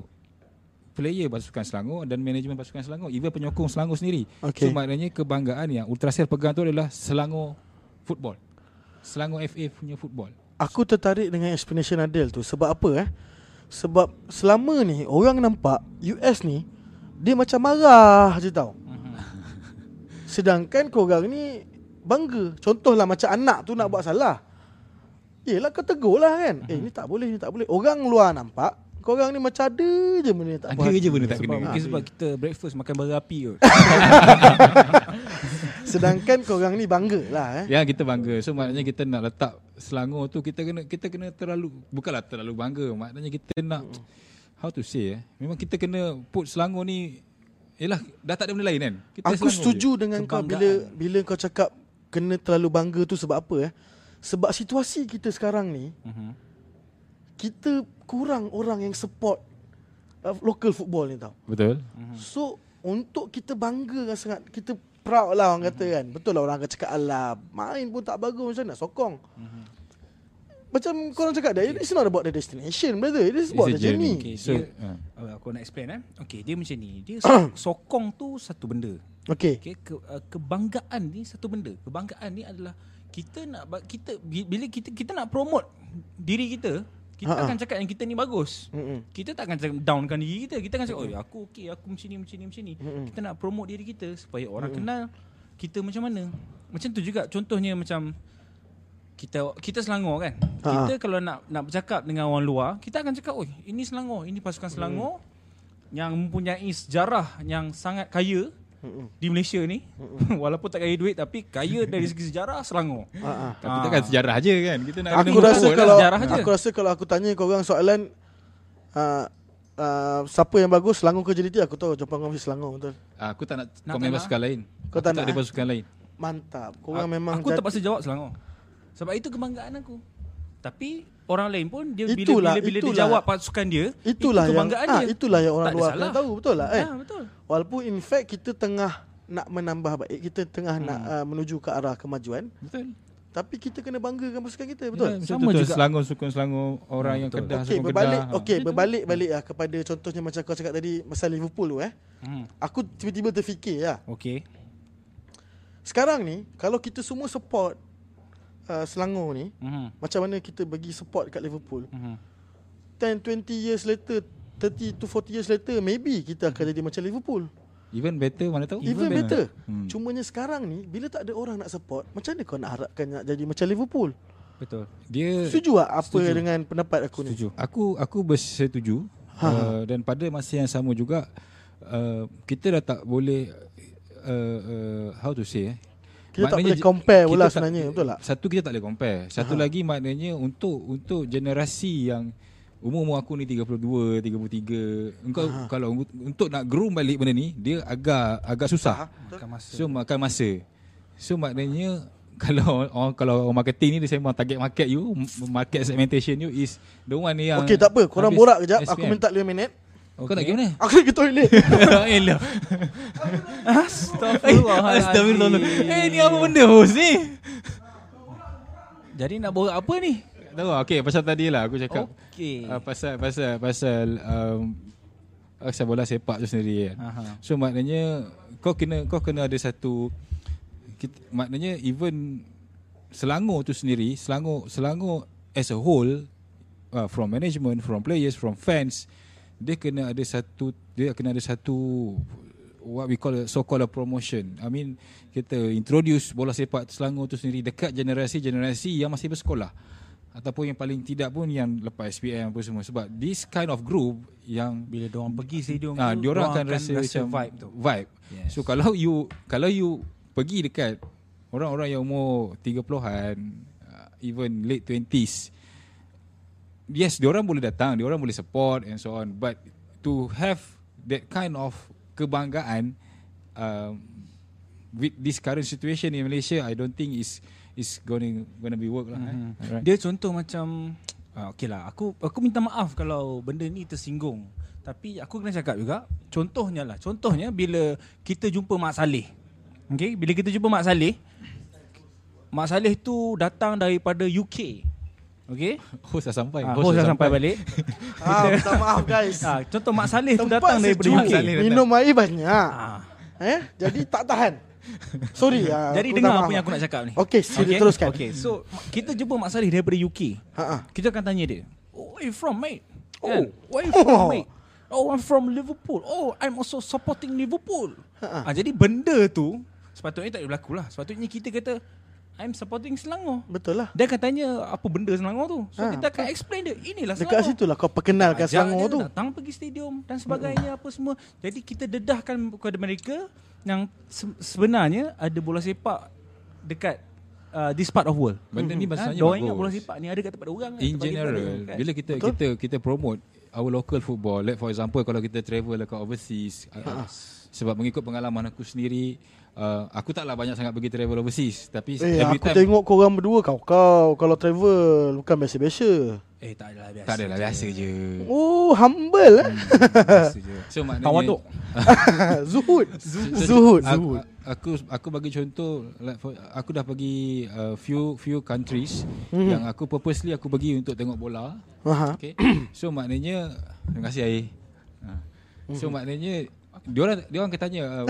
S5: player pasukan Selangor dan manajemen pasukan Selangor even penyokong Selangor sendiri.
S1: Okey.
S5: So maknanya kebanggaan yang Ultrasel pegang tu adalah Selangor football. Selangor FA punya football.
S1: Aku tertarik dengan explanation Adil tu Sebab apa eh Sebab selama ni Orang nampak US ni Dia macam marah je tau
S5: Mm-hmm.
S1: Sedangkan korang ni Bangga Contohlah macam anak tu nak buat salah Yelah kau tegur lah kan Eh
S5: Mm-hmm.
S1: ni tak boleh ni tak boleh Orang luar nampak Korang ni macam ada je benda yang tak
S5: Ada
S1: puas hati.
S5: je benda tak kena.
S6: Mungkin sebab kita breakfast makan berapi kot.
S5: Ah.
S1: Sedangkan korang ni bangga lah eh
S5: Ya kita bangga. So maknanya kita nak letak Selangor tu kita kena kita kena terlalu bukanlah terlalu bangga. Maknanya kita nak how to say eh. Memang kita kena put Selangor ni Yelah dah tak ada benda lain kan. Kita
S1: Aku
S5: Selangor je.
S1: setuju je. dengan kau bila bila kau cakap kena terlalu bangga tu sebab apa eh? Sebab situasi kita sekarang ni
S6: Mhm.
S1: kita kurang orang yang support uh, local football ni tau.
S5: Betul.
S1: So untuk kita bangga kan sangat kita proud lah orang kata kan. Betul lah orang akan cakap alah main pun tak bagus macam nak sokong. Macam korang cakap dah It's not about the destination brother It is
S5: It's
S1: about
S5: a
S1: the journey,
S5: journey.
S6: Okay,
S5: So,
S6: so, dia, Oh,
S5: ah. *coughs*
S6: uh. aku nak explain eh. Okay, dia macam ni. Dia so- sokong tu satu benda.
S1: Okey.
S6: Okay, ke, uh, kebanggaan ni satu benda. Kebanggaan ni adalah kita nak ba- kita bi- bila kita kita nak promote diri kita,
S1: Ha-ha.
S6: kita Ha-ha. akan cakap yang kita ni bagus.
S1: Mm-mm.
S6: Kita tak akan cakap downkan diri kita. Kita akan cakap, "Oi, aku okey, aku macam ni, macam ni, macam ni." Kita nak promote diri kita supaya orang kenal kita macam mana. Macam tu juga contohnya macam kita kita Selangor kan. Ha. Kita kalau nak nak bercakap dengan orang luar, kita akan cakap, "Oi, ini Selangor, ini pasukan Selangor."
S1: Hmm.
S6: yang mempunyai sejarah yang sangat kaya
S1: Hmm.
S6: Mm-mm. di Malaysia ni *laughs* walaupun tak kaya duit tapi kaya dari segi sejarah Selangor.
S1: Ha,
S5: Tapi kita kan sejarah aje kan. Kita nak
S1: Aku
S5: kena
S1: rasa
S5: forward
S1: kalau
S6: lah, sejarah je.
S1: aku rasa kalau aku tanya kau orang soalan uh, uh, siapa yang bagus Selangor ke JDT aku tahu jawapan kau mesti Selangor betul.
S5: Ah, Aku tak nak
S6: Nak
S5: komen
S6: tak nak?
S5: pasukan lain.
S1: Kau
S5: Kau
S1: tak
S5: tak
S1: nak,
S5: ada
S1: eh?
S5: pasukan lain.
S1: Mantap. Kau orang
S6: A-
S1: memang
S6: aku
S1: jat-
S6: terpaksa jawab Selangor. Sebab itu kebanggaan aku. Tapi orang lain pun dia
S1: Itulah,
S6: bila bila, bila
S1: itulah.
S6: dia jawab pasukan dia,
S1: itulah
S6: itu
S1: yang
S6: kebanggaan
S1: ah,
S6: dia.
S1: itulah yang orang
S6: Tak ada
S1: luar
S6: salah.
S1: kena tahu betul lah eh.
S6: Ha, betul.
S1: Walaupun in fact kita tengah nak menambah baik kita tengah hmm. nak uh, menuju ke arah kemajuan
S5: Betul.
S1: tapi kita kena banggakan pasukan kita betul.
S5: Ya,
S6: Sama
S5: Sama juga
S6: juga.
S5: Selangor sukun Selangor orang yang Kedah
S1: Okey
S5: sukun
S1: berbalik
S5: Kedah.
S1: okey berbalik balik lah kepada contohnya macam kau cakap tadi pasal Liverpool tu eh.
S6: Hmm.
S1: Aku tiba-tiba terfikir lah
S6: Okey.
S1: Sekarang ni kalau kita semua support uh, Selangor ni
S6: Mhm.
S1: macam mana kita bagi support kat Liverpool
S6: Mhm.
S1: 10 20 years later 30 to 40 years later maybe kita akan jadi macam Liverpool
S5: Even better mana tahu?
S1: even, better,
S5: Hmm.
S1: cumanya sekarang ni bila tak ada orang nak support macam mana kau nak harapkan nak jadi macam Liverpool
S6: Betul.
S5: Dia
S1: setuju tak apa
S5: Hmm. setuju.
S1: dengan pendapat aku ni
S5: Setuju. Aku aku bersetuju
S1: Ha.
S5: uh, dan pada masa yang sama juga uh, kita dah tak boleh uh, uh, how to say eh.
S1: Kita tak boleh
S5: je-
S1: compare
S5: kita
S1: pula
S5: tak-
S1: sebenarnya, betul tak?
S5: Satu kita tak boleh compare. Satu lagi maknanya untuk untuk generasi yang umur-umur aku ni 32, 33. Engkau Aha. kalau ungu- untuk nak groom balik benda ni dia agak agak susah.
S6: Makan masa.
S5: So makan masa. So maknanya *laughs* kalau orang kalau orang marketing ni dia memang target market you, m- market segmentation you is the one yang
S1: Okey tak apa korang
S5: habis
S1: borak kejap aku
S5: SPM.
S1: minta 5 minit
S5: Kau nak pergi mana?
S1: aku nak pergi
S5: *laughs*
S1: toilet
S5: Elah.
S6: Astagfirullahalazim.
S5: Astagfirullahaladzim. Eh ni apa benda host ni?
S6: Jadi nak borak apa ni?
S5: Tak Tahu lah. Okay pasal tadi lah aku cakap.
S6: Okey.
S5: Uh, pasal pasal pasal um, pasal bola sepak tu sendiri kan.
S6: Aha.
S5: So maknanya kau kena kau kena ada satu kita, maknanya even Selangor tu sendiri, Selangor Selangor as a whole uh, from management, from players, from fans, dia kena ada satu dia kena ada satu what we call a, so called a promotion. I mean kita introduce bola sepak Selangor tu sendiri dekat generasi-generasi yang masih bersekolah ataupun yang paling tidak pun yang lepas SPM apa semua sebab this kind of group yang
S6: Bila dia orang pergi stadium
S5: Ah,
S6: tu,
S5: dia orang
S6: dorang
S5: akan rasa, macam
S6: vibe tu.
S5: Vibe.
S6: Yes.
S5: Yes. So kalau you kalau you pergi dekat orang-orang yang umur 30-an, uh, even late 20s. Yes, dia orang boleh datang, dia orang boleh support and so on, but to have that kind of kebanggaan um, with this current situation in Malaysia, I don't think is is going going to be work lah. Mm-hmm. Eh? Alright.
S6: Dia contoh macam ah, okay lah aku aku minta maaf kalau benda ni tersinggung. Tapi aku kena cakap juga contohnya lah. Contohnya bila kita jumpa Mak Saleh. Okay, bila kita jumpa Mak Saleh Mak Saleh tu datang daripada UK. Okay
S5: Host dah sampai.
S6: Ah, host dah sampai balik.
S1: ah minta maaf guys
S6: *laughs* Ah, contoh Mak Saleh tu
S1: Tempat
S6: datang daripada
S1: sejuk,
S6: UK.
S1: Minum air banyak
S6: Ah.
S1: Eh, jadi tak tahan.
S6: *laughs*
S1: Sorry. ah,
S6: Jadi
S1: aku
S6: dengar
S1: tak
S6: apa
S1: faham.
S6: yang aku nak cakap ni.
S1: Okey, sila teruskan.
S6: Okey, so kita jumpa Mak Saleh daripada UK.
S1: Ha-ha.
S6: Kita akan tanya dia, oh, where you from, mate?
S1: Oh.
S6: Kan? Where you from,
S1: Oh.
S6: mate? Oh, I'm from Liverpool. Oh, I'm also supporting Liverpool. Ha, jadi benda tu sepatutnya tak boleh berlaku lah. Sepatutnya kita kata, I'm supporting Selangor.
S1: Betul lah.
S6: Dia akan tanya apa benda Selangor tu. So
S1: Ha,
S6: kita akan explain dia, inilah
S1: Dekat
S6: Selangor.
S1: situ lah kau perkenalkan
S6: Ajak
S1: Selangor
S6: dia
S1: tu.
S6: Datang pergi stadium dan sebagainya apa semua. Jadi kita dedahkan kepada mereka yang se- sebenarnya ada bola sepak dekat uh, this part of world.
S5: Benda ni
S6: Ha,
S5: masalahnya
S6: Diorang ingat bola
S5: bagus.
S6: sepak ni ada kat tempat orang kan,
S5: In
S6: tempat kita ada,
S5: general,
S6: kan?
S5: bila kita Betul? kita kita promote our local football, like for example kalau kita travel ke overseas,
S1: Ha.
S5: uh, sebab mengikut pengalaman aku sendiri, uh, aku taklah banyak sangat pergi travel overseas, tapi
S1: Eh,
S5: every
S1: aku
S5: time
S1: tengok korang berdua kau-kau kalau travel bukan biasa-biasa.
S6: eh tak adalah biasa.
S5: tak adalah biasa
S1: *laughs*
S5: je.
S1: Oh, humble eh.
S6: biasa je.
S5: So maknanya
S6: Tawaduk. Hmm.
S1: *laughs*
S6: *laughs*
S1: Zuhud.
S5: So,
S1: Zuhud.
S5: Aku, aku aku bagi contoh like for, aku dah pergi uh, few few countries
S1: Hmm.
S5: mm. yang aku purposely aku pergi untuk tengok bola.
S1: Aha.
S5: Okay. *clears throat* So maknanya terima kasih air. Ha. So maknanya dia orang dia orang akan tanya uh,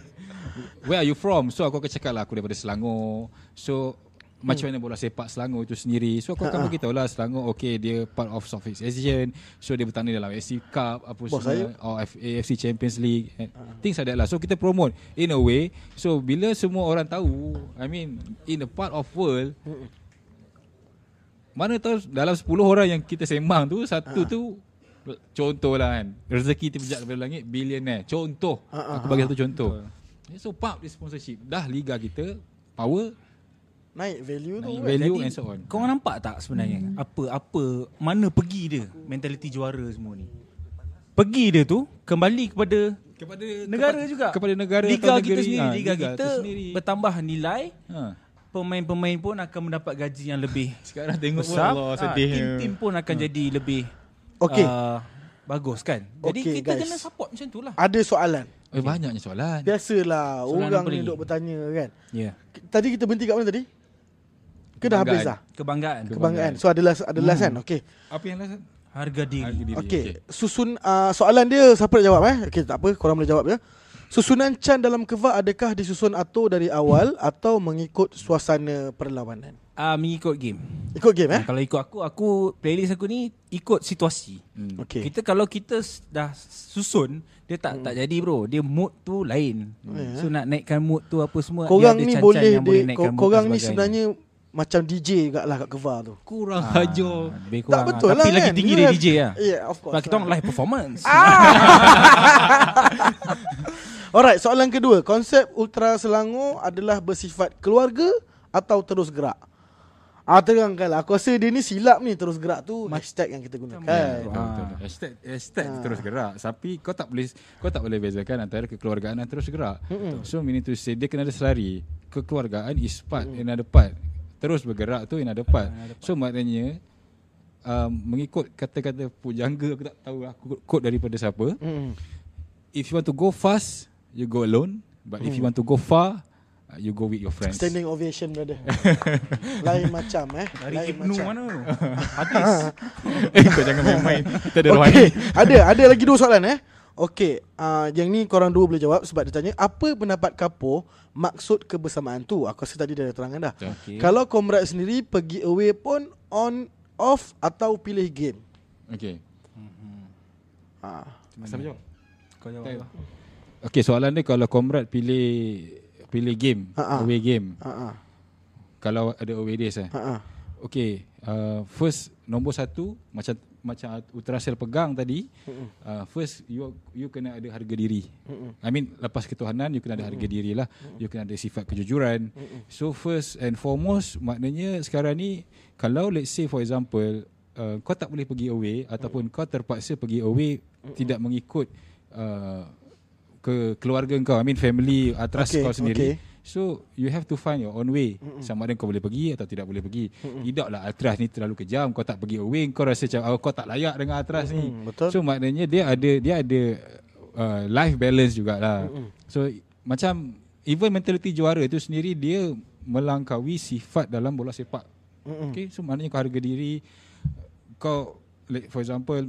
S5: *laughs* where are you from? So aku akan cakap lah aku daripada Selangor. So macam mana bola sepak Selangor itu sendiri. So aku akan beritahu lah Selangor okay dia part of Southeast Asian. So dia bertanding dalam AFC Cup apa Bos semua or F- AFC Champions League and things like that lah. So kita promote in a way. So bila semua orang tahu, I mean in a part of world mana tahu dalam 10 orang yang kita sembang tu satu
S6: Ha.
S5: tu contohlah kan rezeki terpijak daripada langit billionaire contoh
S6: Ha,
S5: aku bagi satu contoh so pump di sponsorship dah liga kita power
S1: Naik value tu. kan?
S5: naik value
S6: Jadi,
S5: and so on
S6: Kau orang nampak tak sebenarnya hmm. apa apa mana pergi dia mentaliti juara semua ni. Pergi dia tu kembali kepada
S5: kepada
S6: negara juga.
S5: kepada negara
S6: liga
S5: atau
S6: kita
S5: negeri,
S6: sendiri,
S5: ah,
S6: liga,
S5: liga
S6: kita
S5: tu sendiri.
S6: bertambah nilai,
S5: ha.
S6: pemain-pemain pun akan mendapat gaji yang lebih
S5: *laughs* sekarang tengok pun
S6: besar.
S5: Allah
S6: Ah,
S5: sedih Hmm.
S6: Tim-tim pun akan jadi lebih
S1: Okey.
S6: ah, bagus kan. Jadi
S1: Okey,
S6: kita
S1: guys.
S6: kena support macam tu lah.
S1: Ada soalan.
S5: eh, banyaknya soalan
S1: Biasalah
S6: Soalan
S1: orang
S6: apa
S1: ni
S6: lagi?
S1: duk bertanya kan.
S6: Ya. Yeah.
S1: K- Tadi kita berhenti kat mana tadi? Ke dah habis dah?
S6: Kebanggaan. Hmm.
S1: Kebanggaan. So ada last ada last kan. Okey.
S5: apa yang last
S6: Harga diri.
S1: Okey. Susun uh, soalan dia siapa nak jawab eh? Okey, tak apa, korang boleh jawab je. Susunan Chan dalam keva adakah disusun atur dari awal
S6: Hmm.
S1: atau mengikut suasana perlawanan?
S6: Ah mengikut game.
S1: Ikut game eh?
S6: Eh? Kalau ikut aku, aku playlist aku ni ikut situasi. Hmm.
S1: Okey.
S6: Kita kalau kita s- dah susun, dia tak hmm. tak jadi bro. Dia mood tu lain. Hmm. So nak naikkan mood tu apa semua. dia
S1: Oh, ya. Korang
S6: ada
S1: ni
S6: cancan
S1: boleh,
S6: yang
S1: dia,
S6: naikkan
S1: ko-
S6: mood
S1: korang
S6: dan
S1: ni
S6: sebagainya.
S1: sebenarnya macam DJ jugalah lah kat keva tu.
S5: kurang ajar
S6: Ah, lebih
S1: Tak
S6: kurang
S1: betul
S6: lah.
S1: lah
S6: Tapi lagi
S1: kan?
S6: tinggi
S1: You
S6: dia
S1: have-
S6: DJ lah.
S1: Yeah, of course. Ah!
S6: Sebab kita orang live performance.
S1: Alright, soalan kedua. Konsep Ultra Selangor adalah bersifat keluarga atau terus gerak? Ah, terangkanlah. Aku rasa dia ni silap ni terus gerak tu hashtag yang kita gunakan.
S5: Betul, betul, betul. Hashtag, hashtag
S1: Ah.
S5: terus gerak Tapi kau tak boleh Kau tak boleh bezakan Antara kekeluargaan dan terus gerak So meaning to say Dia kena ada selari Kekeluargaan is part Another part Terus bergerak tu another Ah, part So maknanya um, Mengikut kata-kata pujangga Aku tak tahu Aku quote daripada siapa
S1: Hmm.
S5: If you want to go fast You go alone But if you want to go far uh, You go with your friends
S1: Mm. Standing ovation brother. Lain macam eh.
S6: Dari
S1: Lain
S6: Ibnu
S1: macam.
S6: mana tu? Hadis.
S5: Eh kau jangan main-main Kita ada rohani
S6: *laughs*
S1: Okey, ada ada lagi dua soalan eh. Okey, uh, yang ni korang dua boleh jawab sebab dia tanya apa pendapat Kapo maksud kebersamaan tu. Aku rasa tadi dah ada terangkan dah.
S6: Okey.
S1: Kalau Komrad sendiri pergi away pun on off atau pilih game.
S5: Okay
S1: Ah.
S5: Siapa jawab?
S6: Kau jawab lah.
S5: Okay soalan dia kalau Comrade pilih pilih game
S1: Ha-ha.
S5: away game
S1: Ha ah.
S5: kalau ada away days eh.
S1: Ha ah.
S5: Okay uh, first nombor satu macam macam Ultrasel pegang tadi uh, first you you kena ada harga diri. I mean lepas ketuhanan you kena ada harga diri lah. You kena ada sifat kejujuran. So first and foremost maknanya sekarang ni kalau let's say for example uh, kau tak boleh pergi away ataupun kau terpaksa pergi away tidak mengikut uh, ke keluarga kau I mean family atras
S1: Okay,
S5: okay, kau sendiri
S1: okay.
S5: okay. so you have to find your own way Mm-mm. sama ada kau boleh pergi atau tidak boleh pergi Mm-mm. tidaklah atras ni terlalu kejam kau tak pergi away kau rasa macam oh, kau tak layak dengan atras ni
S1: betul.
S5: so maknanya dia ada dia ada uh, life balance jugalah Mm-mm. so i- macam even mentality juara itu sendiri dia melangkaui sifat dalam bola sepak Mm-mm. okay so maknanya kau harga diri kau like, for example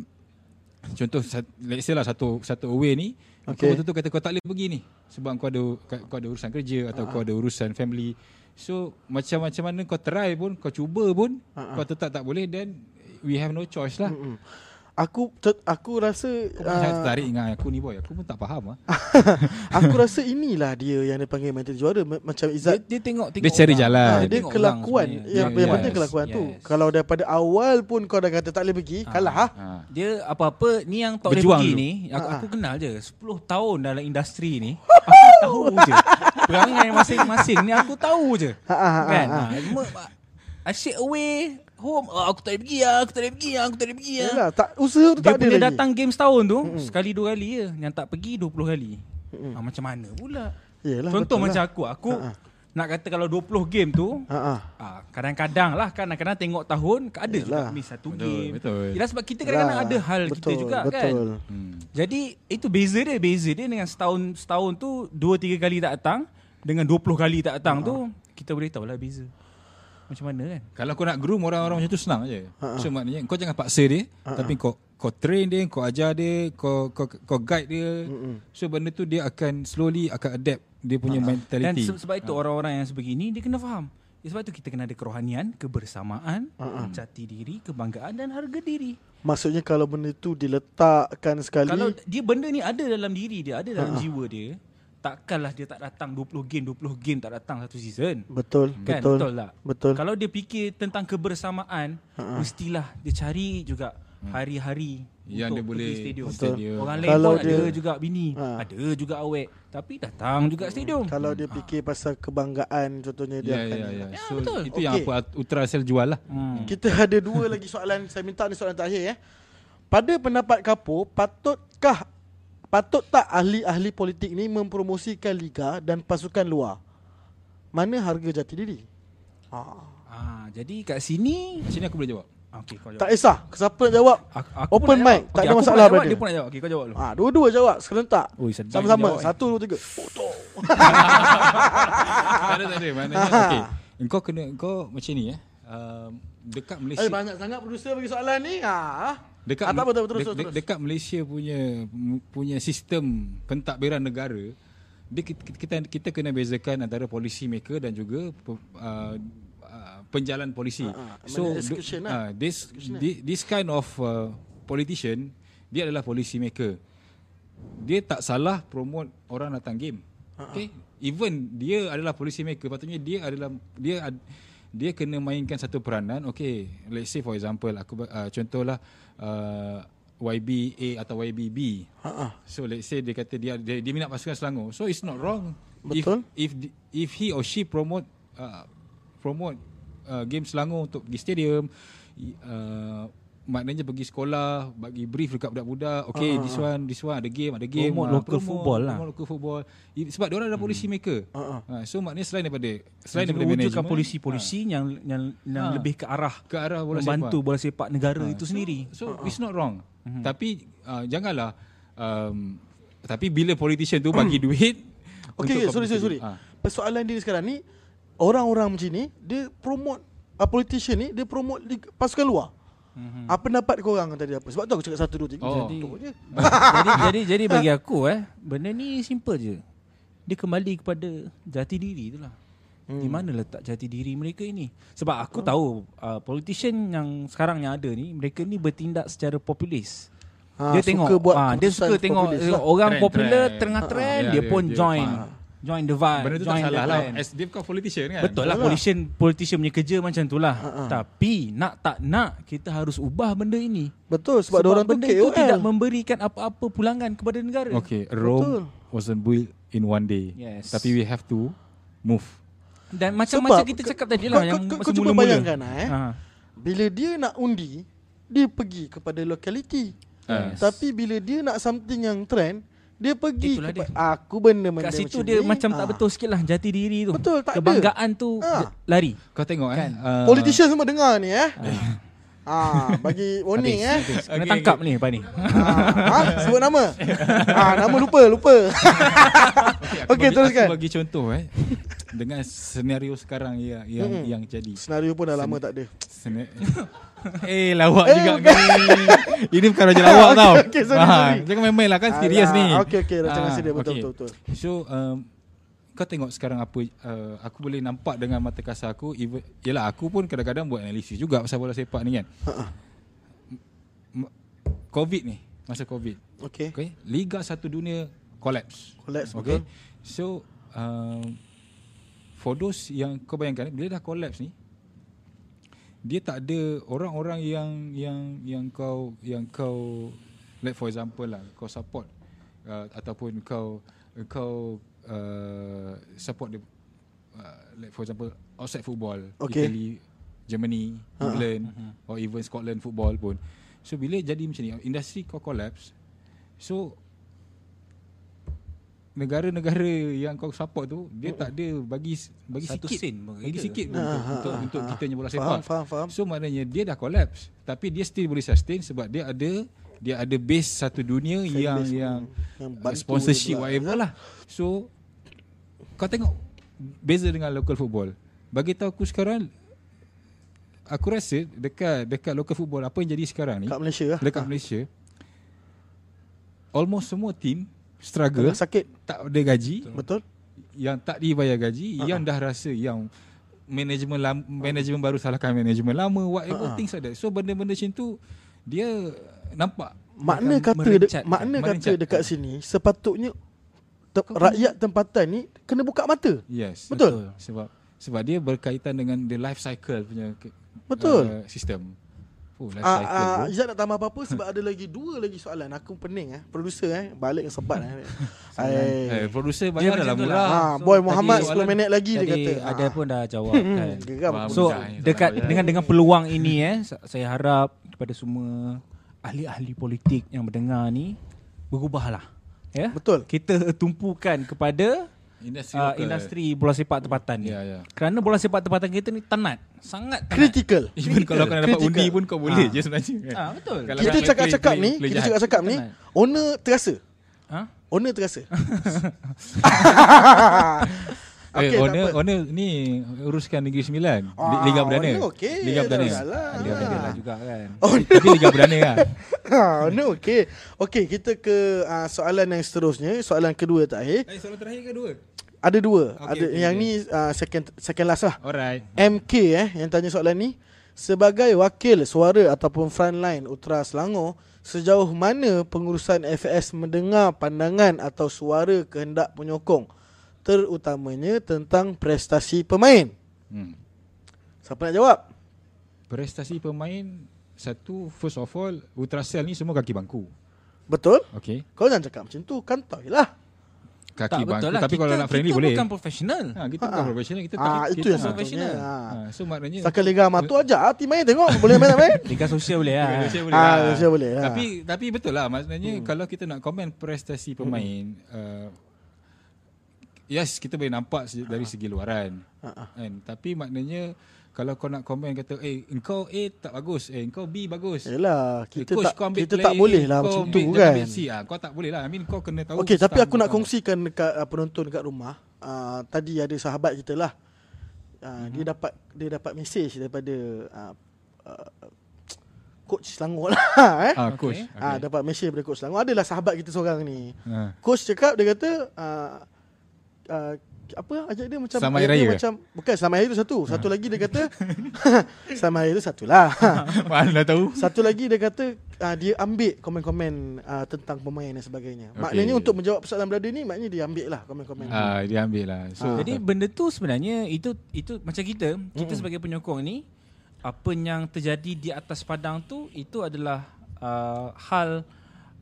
S5: Contoh sat- let's say lah satu satu away ni okay. kau betul-betul kata kau tak boleh pergi ni sebab kau ada ka- kau ada urusan kerja atau uh-huh. kau ada urusan family. So macam-macam mana kau try pun kau cuba pun uh-huh. kau tetap tak boleh then we have no choice lah. Uh-huh.
S1: Aku ter- aku rasa
S5: Kau pun
S1: ah,
S5: uh. tertarik dengan aku ni boy. Aku pun tak faham ah.
S1: *laughs* aku rasa inilah dia yang dipanggil mental juara Ma- macam
S6: Dia,
S1: Izzat
S6: dia tengok tengok
S5: Dia cari
S6: orang.
S5: jalan.
S1: Ah,
S5: Ah,
S1: dia
S6: tengok orang
S1: kelakuan
S6: sebenarnya.
S1: yang,
S5: Yeah,
S1: yang penting
S5: yes,
S1: kelakuan tu.
S6: yes.
S1: Kalau daripada awal pun kau dah kata tak boleh pergi, kalah ah.
S5: Ha.
S6: Dia apa-apa ni yang tak
S5: Berjuang
S6: boleh pergi
S5: dulu.
S6: ni aku, aku kenal je 10 tahun dalam industri ni aku tahu je perangai masing-masing ni aku tahu je kan ha, cuma asyik away home ah, aku tak boleh pergi ah, aku tak boleh pergi ah, aku tak boleh pergi ah.
S1: Yalah, tak usaha tu
S6: dia
S1: tak ada
S6: punya
S1: lagi.
S6: datang game setahun tu sekali dua kali je yang tak pergi 20 kali ha, macam mana pula
S1: Yelah,
S6: contoh
S1: betul lah.
S6: macam aku aku nak kata kalau 20 game tu
S1: Ha ah.
S6: Ah, kadang-kadang lah kadang-kadang tengok tahun ada juga
S1: Yelah.
S6: miss satu
S5: Betul,
S6: game.
S5: betul.
S6: Yelah sebab kita kadang-kadang
S1: Yelah,
S6: ada hal kita
S1: betul,
S6: juga kan.
S1: betul.
S5: Hmm.
S6: Jadi itu beza dia, beza dia dengan setahun setahun tu 2 3 kali tak datang dengan 20 kali tak datang tu
S1: Ha.
S6: kita boleh tahu lah beza. Macam mana kan?
S5: Kalau kau nak groom orang-orang macam tu senang je. So maknanya kau jangan paksa dia tapi kau kau train dia, kau ajar dia, kau kau, kau guide dia. So benda tu dia akan slowly akan adapt dia punya
S6: Dan
S5: mentality.
S6: se- sebab itu
S1: Ah.
S6: orang-orang yang sebegini dia kena faham. Ya, Sebab itu kita kena ada kerohanian, kebersamaan,
S1: Ah,
S6: jati diri, kebanggaan dan harga diri.
S1: Maksudnya kalau benda tu diletakkan sekali
S6: Kalau
S1: kalau
S6: dia benda ni ada dalam diri dia, ada
S1: Ah,
S6: dalam jiwa dia, takkanlah dia tak datang 20 game, 20 game tak datang satu season.
S1: betul,
S6: Kan?
S1: betul
S6: Betul tak?
S1: Betul. Ah,
S6: Kalau dia fikir tentang kebersamaan, mestilah dia cari juga
S1: Hmm.
S6: hari-hari
S5: Yang dia
S6: untuk
S5: boleh
S6: pergi stadium.
S5: Betul. stadium.
S6: Orang lain
S1: Kalau
S6: pun ada
S1: dia- Ah.
S6: juga bini, ada juga awek, tapi datang juga stadium.
S1: Kalau dia fikir pasal kebanggaan contohnya dia
S5: Ya,
S1: akan
S5: ya, ya. So,
S6: betul.
S5: itu yang apa Ultrasel jual lah.
S6: Hmm.
S1: Kita ada dua lagi soalan Saya minta ni soalan terakhir eh Pada pendapat Kapo Patutkah Patut tak ahli-ahli politik ni Mempromosikan Liga dan pasukan luar Mana harga jati diri Ha.
S6: Ah, jadi kat sini
S5: Sini aku boleh jawab.
S6: Okey, kau jawab.
S1: Tak kisah Siapa nak jawab
S6: Aku,
S1: Open
S6: pun nak
S1: mic, tak
S6: jawab. Okey,
S1: ada
S6: aku pun
S1: masalah
S6: nak jawab,
S1: pada.
S6: Dia pun nak jawab. Okey, kau jawab dulu.
S1: ha, Dua-dua jawab serentak
S6: Ui, sedap
S1: Sama-sama
S6: dia jawab, eh.
S1: Satu dua tiga
S5: tak ada, tak ada. Maknanya, okay. Engkau kena, engkau macam ni eh. Um, dekat Malaysia.
S1: Eh banyak sangat producer bagi soalan ni ha.
S5: Dekat
S1: Ah, tak apa, tak apa, terus, terus, terus.
S5: dekat Malaysia punya punya sistem pentadbiran negara dia kita, kita kita kena bezakan antara polisi maker dan juga pe- uh, uh, penjalan polisi.
S1: Ah, ah,
S5: so
S1: mana execution
S5: do-
S1: lah.
S5: ah, this, thi- this kind of uh, politician dia adalah policy maker. Dia tak salah promote orang datang game.
S1: Ah,
S5: Okay? Even dia adalah policy maker patutnya dia adalah dia ad, dia kena mainkan satu peranan. Okay, let's say for example aku ba- uh, contohlah uh, YBA atau YBB.
S1: Ha,
S5: So let's say dia kata dia dia, dia minat pasukan Selangor. So it's not wrong.
S1: Betul.
S5: If if di- if he or she promote uh, promote uh, game Selangor untuk pergi stadium i- uh, maknanya pergi sekolah bagi brief dekat budak-budak
S1: Ah,
S5: okay uh, this one this one ada game ada game
S6: Promote
S5: ah,
S6: local football lah.
S5: promote local football I, sebab dia orang ada policy maker
S1: Ah,
S5: uh, so maknanya selain daripada selain
S6: Dia
S5: daripada
S6: wujudkan
S5: management
S6: polisi-polisi yang yang yang
S5: Ah.
S6: lebih ke arah
S5: ke arah bola sepak
S6: membantu bola sepak Ah. negara itu sendiri.
S1: Ah,
S5: So uh-huh. it's not wrong.
S6: Hmm.
S5: Mm-hmm. Tapi uh, janganlah um, tapi bila politician tu
S1: *coughs*
S5: bagi duit
S1: Okay, okay
S5: untuk
S1: sorry, sorry, sorry.
S5: publicity. Ah.
S1: Persoalan dia sekarang ni orang-orang macam ni dia promote a politician ni dia promote lig- pasukan luar. Mm-hmm. Apa pendapat kau orang tadi apa? Sebab tu aku cakap satu dua tiga.
S5: Mhm. Oh.
S1: Betul je.
S6: *laughs* jadi jadi jadi bagi aku eh benda ni simple je. Dia kembali kepada jati diri itulah. Hmm. Di mana letak jati diri mereka ini? Sebab aku tahu uh, politician yang sekarang yang ada ni mereka ni bertindak secara populis.
S1: Ah,
S6: dia
S1: suka
S6: tengok
S1: buat
S6: ah, dia
S1: keputusan
S6: suka tengok
S1: populis
S6: eh,
S1: lah.
S6: orang
S5: Trend,
S6: popular
S5: trend.
S6: tengah
S5: Ah,
S6: trend
S5: ya,
S6: dia,
S5: dia-
S6: pun
S5: dia
S6: join
S5: faham.
S6: join the vibe
S5: Benda tu
S6: join
S5: tak
S6: the
S5: salah lah.
S6: trend.
S5: As dia bukan politician kan.
S6: Betul lah politician politician punya kerja macam tu lah. Tapi nak tak nak kita harus ubah benda ini.
S1: Betul sebab, sebab orang tu kan.
S6: benda itu
S1: KOL.
S6: tidak memberikan apa-apa pulangan kepada negara.
S5: Okay, Rome Betul. wasn't built in one day.
S6: Yes.
S5: Tapi we have to move.
S6: Dan macam
S1: Sebab
S6: macam kita
S1: kau-
S6: cakap tadi lah
S1: kau-
S6: yang
S1: kau- kau
S6: masa
S1: cuba
S6: mula-mula.
S1: bayangkan lah, eh.
S6: Ha.
S1: Bila dia nak undi, dia pergi kepada lokaliti.
S5: Yes.
S1: Tapi bila dia nak something yang trend, dia pergi
S6: Itulah
S1: kepa-
S6: dia.
S1: aku benda-benda
S6: Kat
S1: macam
S6: situ dia
S1: ni.
S6: macam tak
S1: Ah.
S6: betul sikit lah jati diri tu.
S1: Betul, tak ada.
S6: Kebanggaan tu
S1: Ah.
S6: lari.
S5: Kau tengok kan. eh. Uh,
S1: Politician semua dengar ni
S5: *laughs*
S1: eh. Ah, bagi warning eh.
S6: Habis. Kena tangkap ni Pak ni.
S1: Ah,
S5: *laughs*
S1: ha? sebut nama. Ah, nama lupa, lupa. *laughs* Okey,
S5: bagi,
S1: teruskan.
S5: Aku bagi contoh *laughs* eh. dengan senario sekarang yang yang, mm. yang jadi.
S1: Senario pun dah lama tak ada.
S5: Sena- *laughs* eh
S1: Eh,
S5: lawak juga
S1: bukan.
S5: ni. Ini bukan
S1: *laughs*
S5: raja lawak
S1: Okey,
S5: tau.
S1: okey, sorry,
S5: Ah,
S1: sorry.
S5: Jangan main-main lah kan serius
S1: Alah,
S5: ni.
S1: okey, okey, rancangan
S5: Ah,
S1: serius, betul,
S5: okey.
S1: betul, betul.
S5: So um, kau tengok sekarang apa uh, aku boleh nampak dengan mata kasar aku even, Yelah aku pun kadang-kadang buat analisis juga pasal bola sepak ni kan. M- Covid ni, masa Covid.
S1: Okey.
S5: Okay. Liga satu dunia collapse.
S1: Collapse,
S5: Okay. So um, for those yang kau bayangkan bila dah collapse ni dia tak ada orang-orang yang yang yang kau yang kau like for example lah kau support uh, ataupun kau kau uh, support the uh, like for example outside football
S1: Okay. Ha.
S5: Italy Germany England or even Scotland football pun so bila jadi macam ni industri kau collapse so negara-negara yang kau support tu dia tak ada bagi bagi
S6: Satu
S5: sikit
S6: sen pun
S5: bagi
S6: ada.
S5: sikit
S1: Ah,
S5: pun untuk untuk, untuk kita punya bola
S1: Faham,
S5: sepak
S1: faham, faham.
S5: so maknanya dia dah collapse tapi dia still boleh sustain sebab dia ada dia ada base satu dunia yang yang,
S1: yang
S5: yang
S1: bantu dia
S5: sponsorship
S1: pula.
S5: whatever lah so kau tengok beza dengan local football bagi tahu aku sekarang aku rasa dekat dekat local football apa yang jadi sekarang ni
S1: Kat Malaysia lah.
S5: dekat Malaysia almost semua team struggle
S1: Tengah sakit.
S5: tak ada gaji
S1: Betul?
S5: yang tak dibayar gaji, yang dah rasa yang manajemen lama, manajemen baru salahkan manajemen lama, whatever things like that. So benda-benda macam tu dia nampak kan,
S1: Makna
S6: Akan
S1: kata de,
S6: merencatkan,
S1: makna kata
S5: merencatkan.
S1: dekat sini sepatutnya te, rakyat tempatan ni kena buka mata.
S5: Yes.
S1: Betul.
S5: Sebab sebab dia berkaitan dengan the life cycle punya ke-
S1: Betul.
S5: Uh, sistem. Oh, life
S1: Ah,
S5: cycle.
S1: ah,
S5: bro.
S1: Izzat nak tambah apa-apa sebab ada lagi dua lagi soalan. Aku pening eh, producer eh, balik dengan
S5: *laughs*
S1: sebat eh.
S5: Eh,
S1: Hai.
S5: producer banyak dah
S6: macam
S5: lah
S6: tu lah.
S5: murah.
S1: Ha,
S6: So,
S1: boy
S6: tadi
S1: Muhammad 10
S5: soalan
S1: minit lagi dia
S6: Tadi
S1: kata.
S6: ada
S1: Ah.
S6: pun dah
S1: *laughs*
S6: jawab kan.
S1: Geram.
S5: Faham.
S6: So
S5: Mudah ni,
S6: dekat
S5: sangat
S6: dengan dengan peluang ini eh sa- saya harap kepada semua ahli-ahli politik yang mendengar ni berubahlah. Ya.
S1: Betul.
S6: Kita tumpukan kepada
S5: Industri
S6: uh,
S5: lokal.
S6: industri bola sepak tempatan ni.
S5: Ya, ya.
S6: Kerana bola sepak tempatan kita ni tenat, sangat tenat.
S1: Critical.
S5: Even kalau kau nak dapat
S1: Critical.
S5: undi pun kau boleh je sebenarnya. kan?
S6: Ah, betul.
S5: Kalau
S1: Kita
S5: nak
S1: cakap-cakap
S5: play-
S1: ni,
S5: play
S1: kita
S5: jahat.
S1: cakap-cakap ni, owner terasa.
S6: Ha?
S1: Owner
S5: *laughs*
S1: terasa.
S5: Eh,
S1: Okey, tak
S5: owner,
S1: apa.
S5: owner Eh, ni uruskan Negeri Sembilan. Li-
S1: Ah,
S5: Liga Perdana.
S1: owner okey,
S5: Liga Perdana. Ah,
S1: tak masalah.
S5: Liga Perdana. lah
S6: Ada juga kan.
S1: Oh,
S5: Tapi Liga Perdana
S1: *laughs*
S5: lah.
S1: ha, no, okay. Okay, kita ke uh, soalan yang seterusnya. Soalan kedua tak akhir.
S5: Eh, soalan terakhir ke dua?
S1: Ada dua.
S5: Okey,
S1: ada
S5: okey,
S1: yang
S5: okey.
S1: ni uh, second second last lah.
S5: Alright.
S1: MK eh yang tanya soalan ni sebagai wakil suara ataupun frontline Utara Selangor sejauh mana pengurusan FS mendengar pandangan atau suara kehendak penyokong terutamanya tentang prestasi pemain.
S5: Hmm.
S1: Siapa nak jawab?
S5: Prestasi pemain satu first of all Ultrasel ni semua kaki bangku.
S1: Betul?
S5: Okay.
S1: Kau jangan cakap macam tu kan toy lah.
S5: Kaki
S6: betul
S5: bangku.
S6: lah.
S5: Tapi kalau
S6: Kita-
S5: nak friendly
S6: kita
S5: boleh.
S6: bukan profesional.
S5: Ha, kita bukan profesional kita
S1: Ah
S5: kaki-
S1: itu
S5: kita-
S1: yang sebetulnya.
S6: profesional.
S1: Ha.
S5: Ha, so maknanya
S1: Saka Liga Matu ajak hati main tengok boleh main
S5: *laughs*
S1: tak main?
S6: Liga sosial boleh lah.
S5: Malaysia boleh
S1: Ah,
S5: lah.
S1: Malaysia boleh lah.
S5: Tapi tapi betul lah maksudnya hmm. kalau kita nak komen prestasi
S1: Hmm.
S5: pemain uh, yes kita boleh nampak se-
S1: Ah.
S5: dari segi luaran. Kan tapi maknanya kalau kau nak komen kata eh engkau A tak bagus, eh engkau B bagus.
S1: Yalah,
S5: Eh,
S1: kita
S5: coach,
S1: tak
S5: kau ambil
S1: kita
S5: player
S1: tak
S5: ni,
S1: boleh lah
S5: kau
S1: macam
S5: ambil-
S1: tu
S5: jangan
S1: kan.
S5: ambil C. Ah, kau tak boleh lah. I mean kau kena tahu.
S1: Okey, tapi
S5: style
S1: aku nak
S5: kau.
S1: kongsikan dekat uh, penonton dekat rumah. Uh, tadi ada sahabat kita lah. Uh, Dia
S5: Mhm.
S1: dapat dia dapat mesej daripada uh, uh, coach Selangor lah. *laughs* eh.
S5: Ah, coach.
S6: Okay.
S5: Okay.
S1: Ah, dapat mesej daripada coach Selangor. Adalah sahabat kita seorang ni.
S5: Ah. *laughs*
S1: Coach cakap dia kata uh, uh, apa ajak dia macam
S5: Selamat Hari
S1: ajak dia
S5: Raya. Ah.
S1: macam bukan selamat hari tu satu. Satu lagi dia
S5: *laughs*
S1: kata *laughs* selamat hari tu satulah.
S5: Mana dah tahu?
S1: *laughs* Satu lagi dia kata uh, dia ambil komen-komen uh, tentang pemain dan sebagainya. Okay.
S5: Okey.
S1: Maknanya untuk menjawab persoalan berada ni maknanya dia ambil lah komen-komen. Uh.
S5: Ah, dia ambil lah. So
S1: Ah.
S6: Jadi benda tu sebenarnya itu itu macam kita, kita sebagai penyokong ni apa yang terjadi di atas padang tu itu adalah uh, hal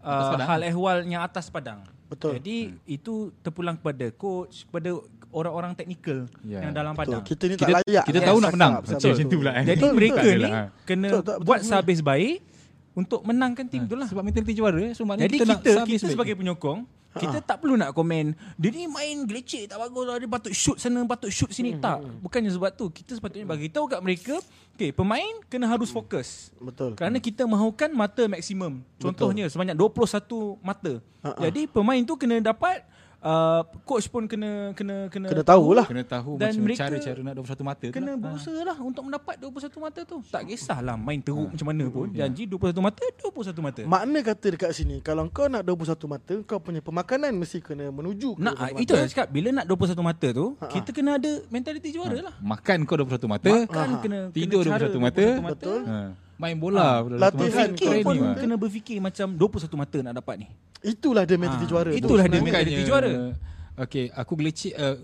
S6: uh, hal ehwal yang atas padang.
S1: Betul. Hmm.
S6: Jadi itu terpulang kepada coach, kepada orang-orang teknikal
S5: Ya.
S6: yang dalam
S1: Betul.
S6: padang.
S1: Kita ni
S5: Kita-
S1: tak layak.
S5: kita
S1: nak
S5: tahu nak
S1: cakap
S5: menang.
S1: pasal
S5: Betul,
S1: tu.
S5: macam tu pula, eh.
S6: Jadi
S5: Betul,
S6: mereka
S5: betul.
S6: ni
S5: Adalah, ha.
S6: kena
S1: Betul, Hmm. tak, betul,
S6: buat
S1: betul.
S6: sehabis baik untuk menangkan tim tu lah.
S5: sebab mentaliti juara eh. so maknanya
S6: Jadi
S5: kita,
S6: kita
S5: nak
S6: kita,
S5: service baik.
S6: sebagai penyokong
S1: Ha.
S6: kita tak perlu nak komen dia ni main gelecek tak bagus lah dia patut shoot sana patut shoot sini
S1: Hmm,
S6: tak bukannya sebab tu kita sepatutnya bagi tahu kat mereka okey pemain kena harus fokus
S1: Hmm. Betul.
S6: kerana kita mahukan mata maksimum contohnya sebanyak 21 mata
S1: Ha,
S6: jadi pemain tu kena dapat uh, coach pun kena kena kena
S1: Kena tahulah.
S5: kena tahu
S6: Dan
S5: macam
S6: mereka
S5: cara-cara nak 21 mata tu
S6: Kena
S5: lah.
S6: berusaha lah Untuk mendapat 21 mata tu Tak kisahlah Main
S1: Ha.
S6: teruk macam mana
S1: Hmm,
S6: pun
S1: ya.
S6: Janji 21 mata 21 mata
S1: Makna kata dekat sini kalau kau nak 21 mata kau punya pemakanan mesti kena menuju ke
S6: Nak
S1: 21
S6: itu lah.
S1: mata.
S6: saya cakap bila nak 21 mata tu ha kita kena ada mentaliti juara lah.
S5: Makan kau 21 mata
S6: Kan kena
S5: Tidur
S6: kena cara
S5: 21 mata.
S1: Ha, Betul.
S5: ha. Main bola ha.
S1: Ah. Latihan
S6: Fikir
S1: Training
S6: kan pun
S1: lah.
S6: kena berfikir macam 21 mata nak dapat ni.
S1: itulah dia mentaliti
S6: Ah,
S1: juara. tu
S6: itulah dia
S1: sebenarnya.
S6: mentaliti
S5: Bukannya
S6: juara.
S5: Okay aku gelecek uh,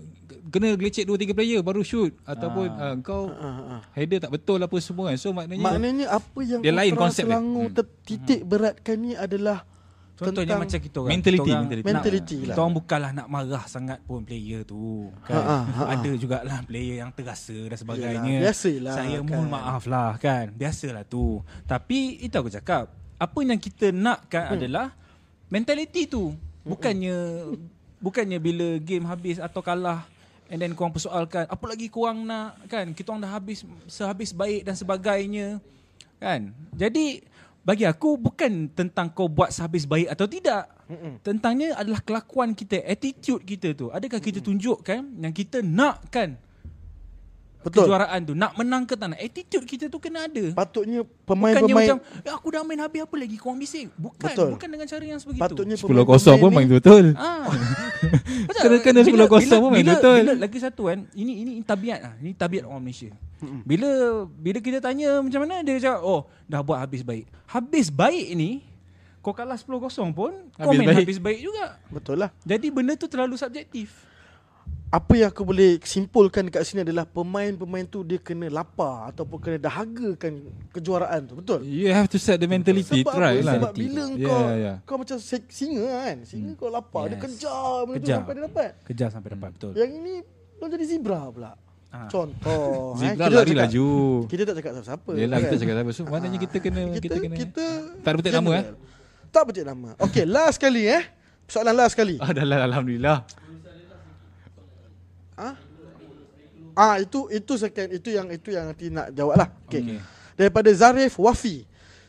S5: Kena gelecek 2-3 player Baru shoot Ataupun
S1: Ah.
S5: ha. uh, kau Header tak betul apa semua kan So maknanya
S1: Maknanya apa yang
S5: Dia lain
S1: Ultra
S5: konsep dia.
S1: Selangor ter- titik beratkan ni adalah
S6: Hmm. Contohnya
S1: tentang
S6: macam kita orang
S5: mentaliti,
S6: kita orang
S5: mentaliti.
S6: nak-
S1: Mentaliti lah.
S6: Kita orang bukanlah nak marah sangat pun player tu kan.
S1: Ha, ha, ha, ha.
S6: Ada jugalah player yang terasa dan sebagainya.
S1: Yalah, biasalah,
S6: Saya mohon
S1: kan.
S6: maaf lah kan. Biasalah tu. Tapi itu aku cakap, apa yang kita nakkan
S1: Hmm.
S6: adalah mentaliti tu. Bukannya bukannya bila game habis atau kalah and then korang persoalkan apa lagi korang nak kan kita orang dah habis sehabis baik dan sebagainya kan jadi bagi aku bukan tentang kau buat sehabis baik atau tidak tentangnya adalah kelakuan kita attitude kita tu adakah kita tunjukkan yang kita nakkan
S1: Betul.
S6: kejuaraan tu nak menang ke tak nak attitude kita tu kena ada
S1: Patutnya
S6: bukannya
S1: pemain-pemain
S6: macam "Eh, aku dah main habis apa lagi korang bising bukan
S1: Betul.
S6: bukan dengan cara yang sebegitu
S1: patutnya
S5: 10-0 pun main
S1: *laughs*
S5: betul.
S6: Ah.
S5: Kena- kena 10-0 pun main
S6: bila,
S5: betul.
S6: Bila lagi satu kan, ini ini tabiat ah, ini tabiat orang Malaysia. Bila bila kita tanya macam mana dia cakap, "Oh, dah buat habis baik." Habis baik ni kau kalah 10-0 pun kau
S5: Habis
S6: main
S5: baik.
S6: habis baik juga.
S1: Betul lah.
S6: Jadi benda tu terlalu subjektif.
S1: Apa yang aku boleh simpulkan dekat sini adalah pemain-pemain tu dia kena lapar ataupun kena dahagakan kejuaraan tu. Betul?
S5: You have to set the mentality
S1: sebab
S5: try
S1: apa?
S5: lah. ya.
S1: Sebab bila kau
S5: yeah, yeah.
S1: kau macam se- singa kan. Singa kau lapar, dia
S6: Hmm. Yes.
S1: kejar benda tu
S6: Kejar.
S1: sampai dia dapat.
S6: Kejar sampai dapat betul.
S1: Yang ini kau jadi zebra pula.
S6: Ah.
S5: *laughs*
S1: Contoh eh.
S5: Zidane
S1: Kita tak
S5: lari
S1: cakap-
S5: laju.
S1: Kita tak cakap siapa-siapa.
S5: Yelah
S1: kan?
S5: kita cakap apa. So maknanya kita kena kita, kena
S1: kita
S5: tak ada petik nama eh.
S1: general. Tak petik nama. Okey, last kali eh. Soalan last kali.
S5: Ah dah lah alhamdulillah.
S1: Ah itu itu second itu yang itu yang nanti nak jawab lah. Okey. Okay. Daripada Zarif Wafi.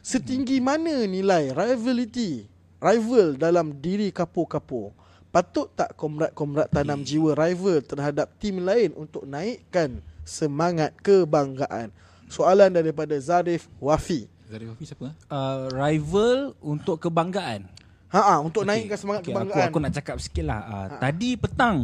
S1: Setinggi mana nilai rivality rival dalam diri kapo-kapo? Patut tak komrad-komrad tanam jiwa rival terhadap tim lain untuk naikkan semangat kebanggaan? Soalan daripada Zarif Wafi.
S5: Zarif Hafiz siapa? ah?
S6: Uh, rival untuk kebanggaan.
S1: Ha ah untuk
S6: Okey.
S1: naikkan semangat
S6: Okey,
S1: kebanggaan.
S6: Aku, aku nak cakap sikit lah. Uh, ha. Tadi petang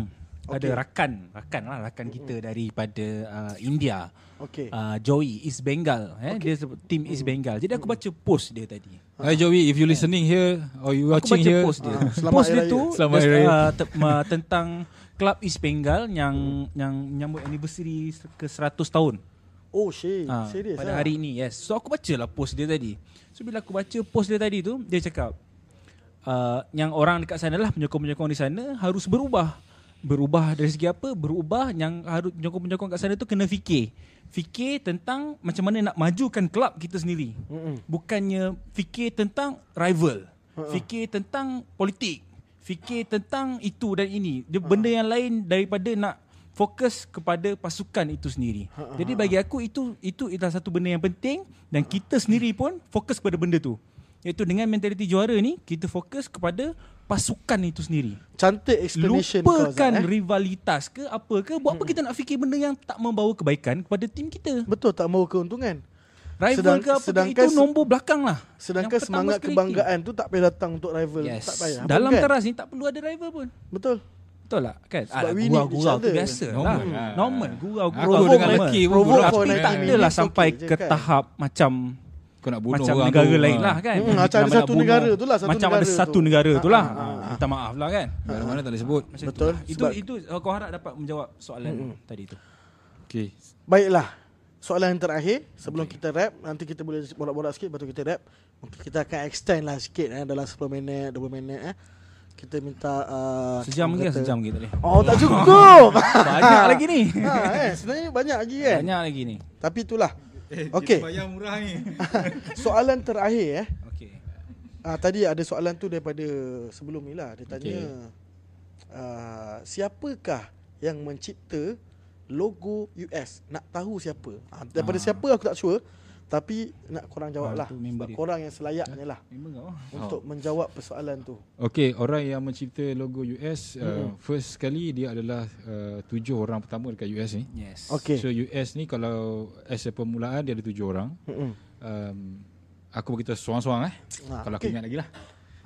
S6: okay. ada rakan, rakan lah rakan kita daripada uh, India.
S1: Okey.
S6: Uh, Joey East Bengal eh okay. dia sebut team East Bengal. Jadi aku baca post dia tadi.
S5: Hi Joey, if you listening here or you
S6: Aku
S5: watching
S6: baca
S5: here.
S6: post dia.
S1: Ah, selamat
S6: post
S1: Hari
S6: dia
S1: Raya.
S6: tu
S5: Selamat
S6: dia,
S5: Hari Raya.
S6: uh, te- uh, tentang klub East Bengal yang yang menyambut anniversary ke 100 tahun.
S1: Oh shit,
S6: Ah,
S1: serius
S6: pada
S1: ah.
S6: hari ni yes so aku baca lah post dia tadi so bila aku baca post dia tadi tu dia cakap uh, yang orang dekat sana lah penyokong-penyokong di sana harus berubah berubah dari segi apa berubah yang harus penyokong-penyokong kat sana tu kena fikir fikir tentang macam mana nak majukan kelab kita sendiri Mm-mm. bukannya fikir tentang rival fikir tentang politik fikir tentang itu dan ini dia benda yang lain daripada nak fokus kepada pasukan itu sendiri. Jadi bagi aku itu itu adalah satu benda yang penting dan kita sendiri pun fokus kepada benda tu. Iaitu dengan mentaliti juara ni kita fokus kepada pasukan itu sendiri.
S1: Cantik explanation kau,
S6: Lupakan
S1: Zat, eh? Hmm.
S6: rivalitas ke apa ke buat apa kita nak fikir benda yang tak membawa kebaikan kepada tim kita.
S1: Betul tak mau keuntungan.
S6: Rival
S1: Sedang-
S6: ke apa ke
S1: sedangkan
S6: itu
S1: se-
S6: nombor belakang lah.
S1: Sedangkan
S6: Yang pertama
S1: semangat
S6: sekali
S1: kebanggaan tu tak payah datang untuk
S6: team.
S1: rival.
S6: Yes.
S1: Tak payah.
S6: Dalam
S1: Betul kan?
S6: teras ni tak perlu ada rival pun.
S1: Betul.
S6: Betul lah kan?
S1: Sebab
S6: Alah,
S1: we need
S6: gurau-gurau
S1: each
S6: tu
S1: other.
S6: biasa
S5: Normal
S6: lah.
S5: lah.
S6: Normal. Gurau,
S5: Aku
S6: gurau.
S5: dengan
S6: normal.
S5: leki pun
S1: Provoke
S5: gurau.
S1: for
S6: Tapi
S1: 90
S6: tak
S1: minutes,
S6: adalah
S1: okey
S6: sampai
S1: je
S6: ke
S1: kan?
S6: tahap macam
S5: Kau nak bunuh
S6: macam
S5: orang
S6: negara
S5: tu,
S6: lain
S5: ah.
S6: lah kan.
S1: Hmm, macam ada
S6: Nak- nak
S1: satu
S6: bunuh.
S1: negara tu lah, satu
S6: macam ada
S1: negara
S6: satu
S1: tu.
S6: negara tu lah.
S1: Ah, ah, ah, ah.
S6: Minta maaf lah kan.
S5: Mana
S1: Ha.
S5: mana tak boleh sebut.
S6: Macam tu
S1: Betul,
S6: lah. Itu
S1: sebab- Hmm,
S6: itu aku harap dapat menjawab soalan tadi tu.
S5: Okay.
S1: Baiklah. Soalan yang terakhir sebelum kita wrap, nanti kita boleh borak-borak sikit lepas tu kita wrap. Mungkin kita akan extend lah sikit eh dalam 10 minit, 20 minit eh. Kita minta uh,
S6: Sejam lagi lah, sejam lagi tak
S1: *laughs*
S6: boleh.
S1: Oh,
S6: *laughs*
S1: tak cukup.
S6: Banyak lagi
S1: *laughs*
S6: ni.
S1: ha, eh, sebenarnya banyak lagi kan.
S6: Banyak lagi ni.
S1: Tapi itulah. Okey,
S5: Eh, Bayar murah ni.
S1: *laughs* soalan terakhir eh.
S6: Okey.
S1: Ah tadi ada soalan tu daripada sebelum ni lah. Dia tanya okay.
S5: Okey.
S1: uh, siapakah yang mencipta logo US? Nak tahu siapa? Ah daripada ah. siapa aku tak sure tapi nak korang jawab lah.
S6: Ah, tu
S1: Sebab
S6: member dia.
S1: korang yang selayaknya lah
S6: Memang kau.
S1: untuk menjawab persoalan tu.
S5: Okay, orang yang mencipta logo US uh, first sekali dia adalah uh, tujuh orang pertama dekat US ni.
S6: Yes.
S1: Okey.
S5: So US ni kalau as a permulaan dia ada tujuh orang.
S1: Mm-mm.
S5: Um, aku beritahu seorang-seorang eh.
S1: Ah,
S5: kalau
S1: okey.
S5: aku ingat lagi lah.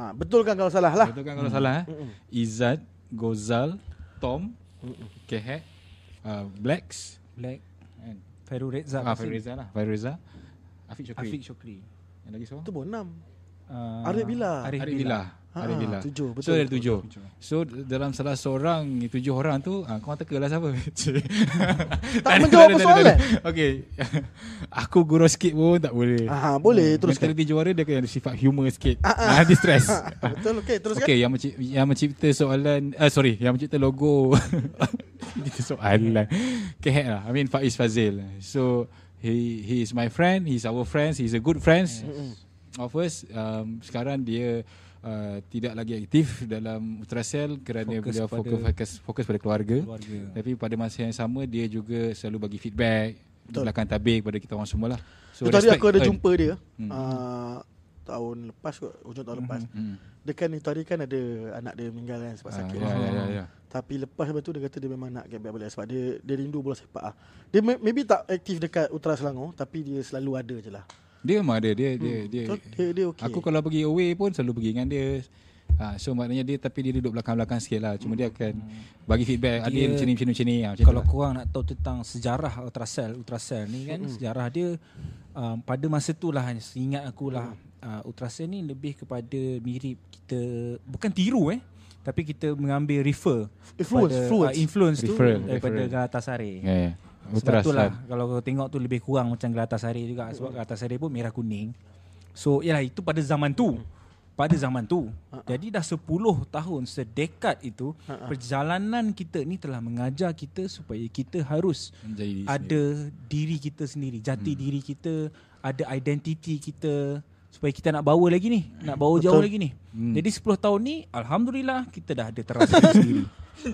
S1: Ah betul kan kalau salah lah.
S5: Betul kan kalau salah eh. Izzat, Gozal, Tom, Kehek, uh, Blacks,
S6: Black.
S5: and
S6: Fairul Reza.
S5: ah, Faireza lah. Faireza. Afiq Syukri.
S6: Afiq Syukri.
S5: Yang lagi seorang?
S1: Tu pun enam.
S6: Uh,
S1: Arif Bila.
S6: Arif
S5: Arif
S6: Bila.
S5: Bila. Arif
S1: Ah,
S5: Bila.
S1: tujuh,
S5: lah. So
S1: betul,
S5: ada tujuh. So d- dalam salah seorang ni tujuh orang tu, ah, kau teka lah siapa. *laughs* Cik.
S1: Tak menjawab
S5: ada,
S1: persoalan.
S5: ada. Okey. *laughs* Aku gurau sikit pun tak boleh.
S1: Ah
S5: Hmm.
S1: boleh teruskan.
S5: Mentaliti juara dia kena ada sifat humor sikit. Ah, dia stress.
S1: *laughs* Betul okey teruskan.
S5: Okey, yang, menci- yang mencipta soalan, ah, sorry, yang mencipta logo. *laughs* Itu soalan. Kehek lah. I mean Faiz Fazil. So, he he is my friend, he's our friends, he's a good friends of us. Um, sekarang dia uh, tidak lagi aktif dalam Ultrasel kerana
S6: Fokus
S5: beliau
S6: pada-
S5: fokus, fokus, fokus pada keluarga.
S6: Keluarga.
S5: Tapi pada masa yang sama, dia juga selalu bagi feedback. Di belakang tabir kepada kita orang semua lah.
S1: So, tadi
S5: respect
S1: aku ada
S5: earned.
S1: jumpa dia. Hmm. Uh, tahun lepas kot, hujung tahun lepas.
S5: Hmm.
S1: Dekat ni hari kan ada anak dia meninggal kan sebab
S5: Ah,
S1: sakit.
S5: ya, ya, ya, ya.
S1: Tapi lepas lepas tu dia kata dia memang nak get back bola sebab dia dia rindu bola sepak ah. Dia may- maybe tak aktif dekat Utara Selangor tapi dia selalu ada je lah.
S5: Dia memang ada dia dia
S6: Hmm.
S5: dia.
S1: So, dia dia okey.
S5: Aku kalau pergi away pun selalu pergi dengan dia. Ha, so maknanya dia tapi dia duduk belakang-belakang sikit lah Cuma dia akan bagi feedback Adil macam ni macam ni macam ni ha, macam
S6: Hmm. Kalau
S5: tu lah.
S6: korang nak tahu tentang sejarah Ultrasel, Ultrasel ni
S1: Hmm.
S6: kan sejarah dia um, pada masa tu lah seingat aku lah
S1: Hmm.
S6: uh, Ultrasel ni lebih kepada mirip kita bukan tiru eh tapi kita mengambil refer
S1: Influence,
S6: pada,
S1: influence.
S6: Uh, influence tu
S5: Referral,
S6: daripada
S5: referral.
S6: Galatasaray.
S5: Ya ya
S6: Sebab
S5: Ultra
S6: tu lah
S5: Sun.
S6: Kalau kau tengok tu Lebih kurang macam Galatasaray juga Sebab Galatasaray pun merah kuning So yalah itu pada zaman tu Pada zaman tu
S5: Ha,
S6: Jadi dah 10 tahun Sedekat itu Perjalanan kita ni Telah mengajar kita Supaya kita harus
S5: Menjadi diri Hmm.
S6: Ada diri kita sendiri Jati diri kita Ada identiti kita Supaya kita nak bawa lagi ni Nak bawa jauh lagi ni
S5: Hmm.
S6: Jadi 10 tahun ni Alhamdulillah Kita dah ada
S1: *laughs*
S6: terasa sendiri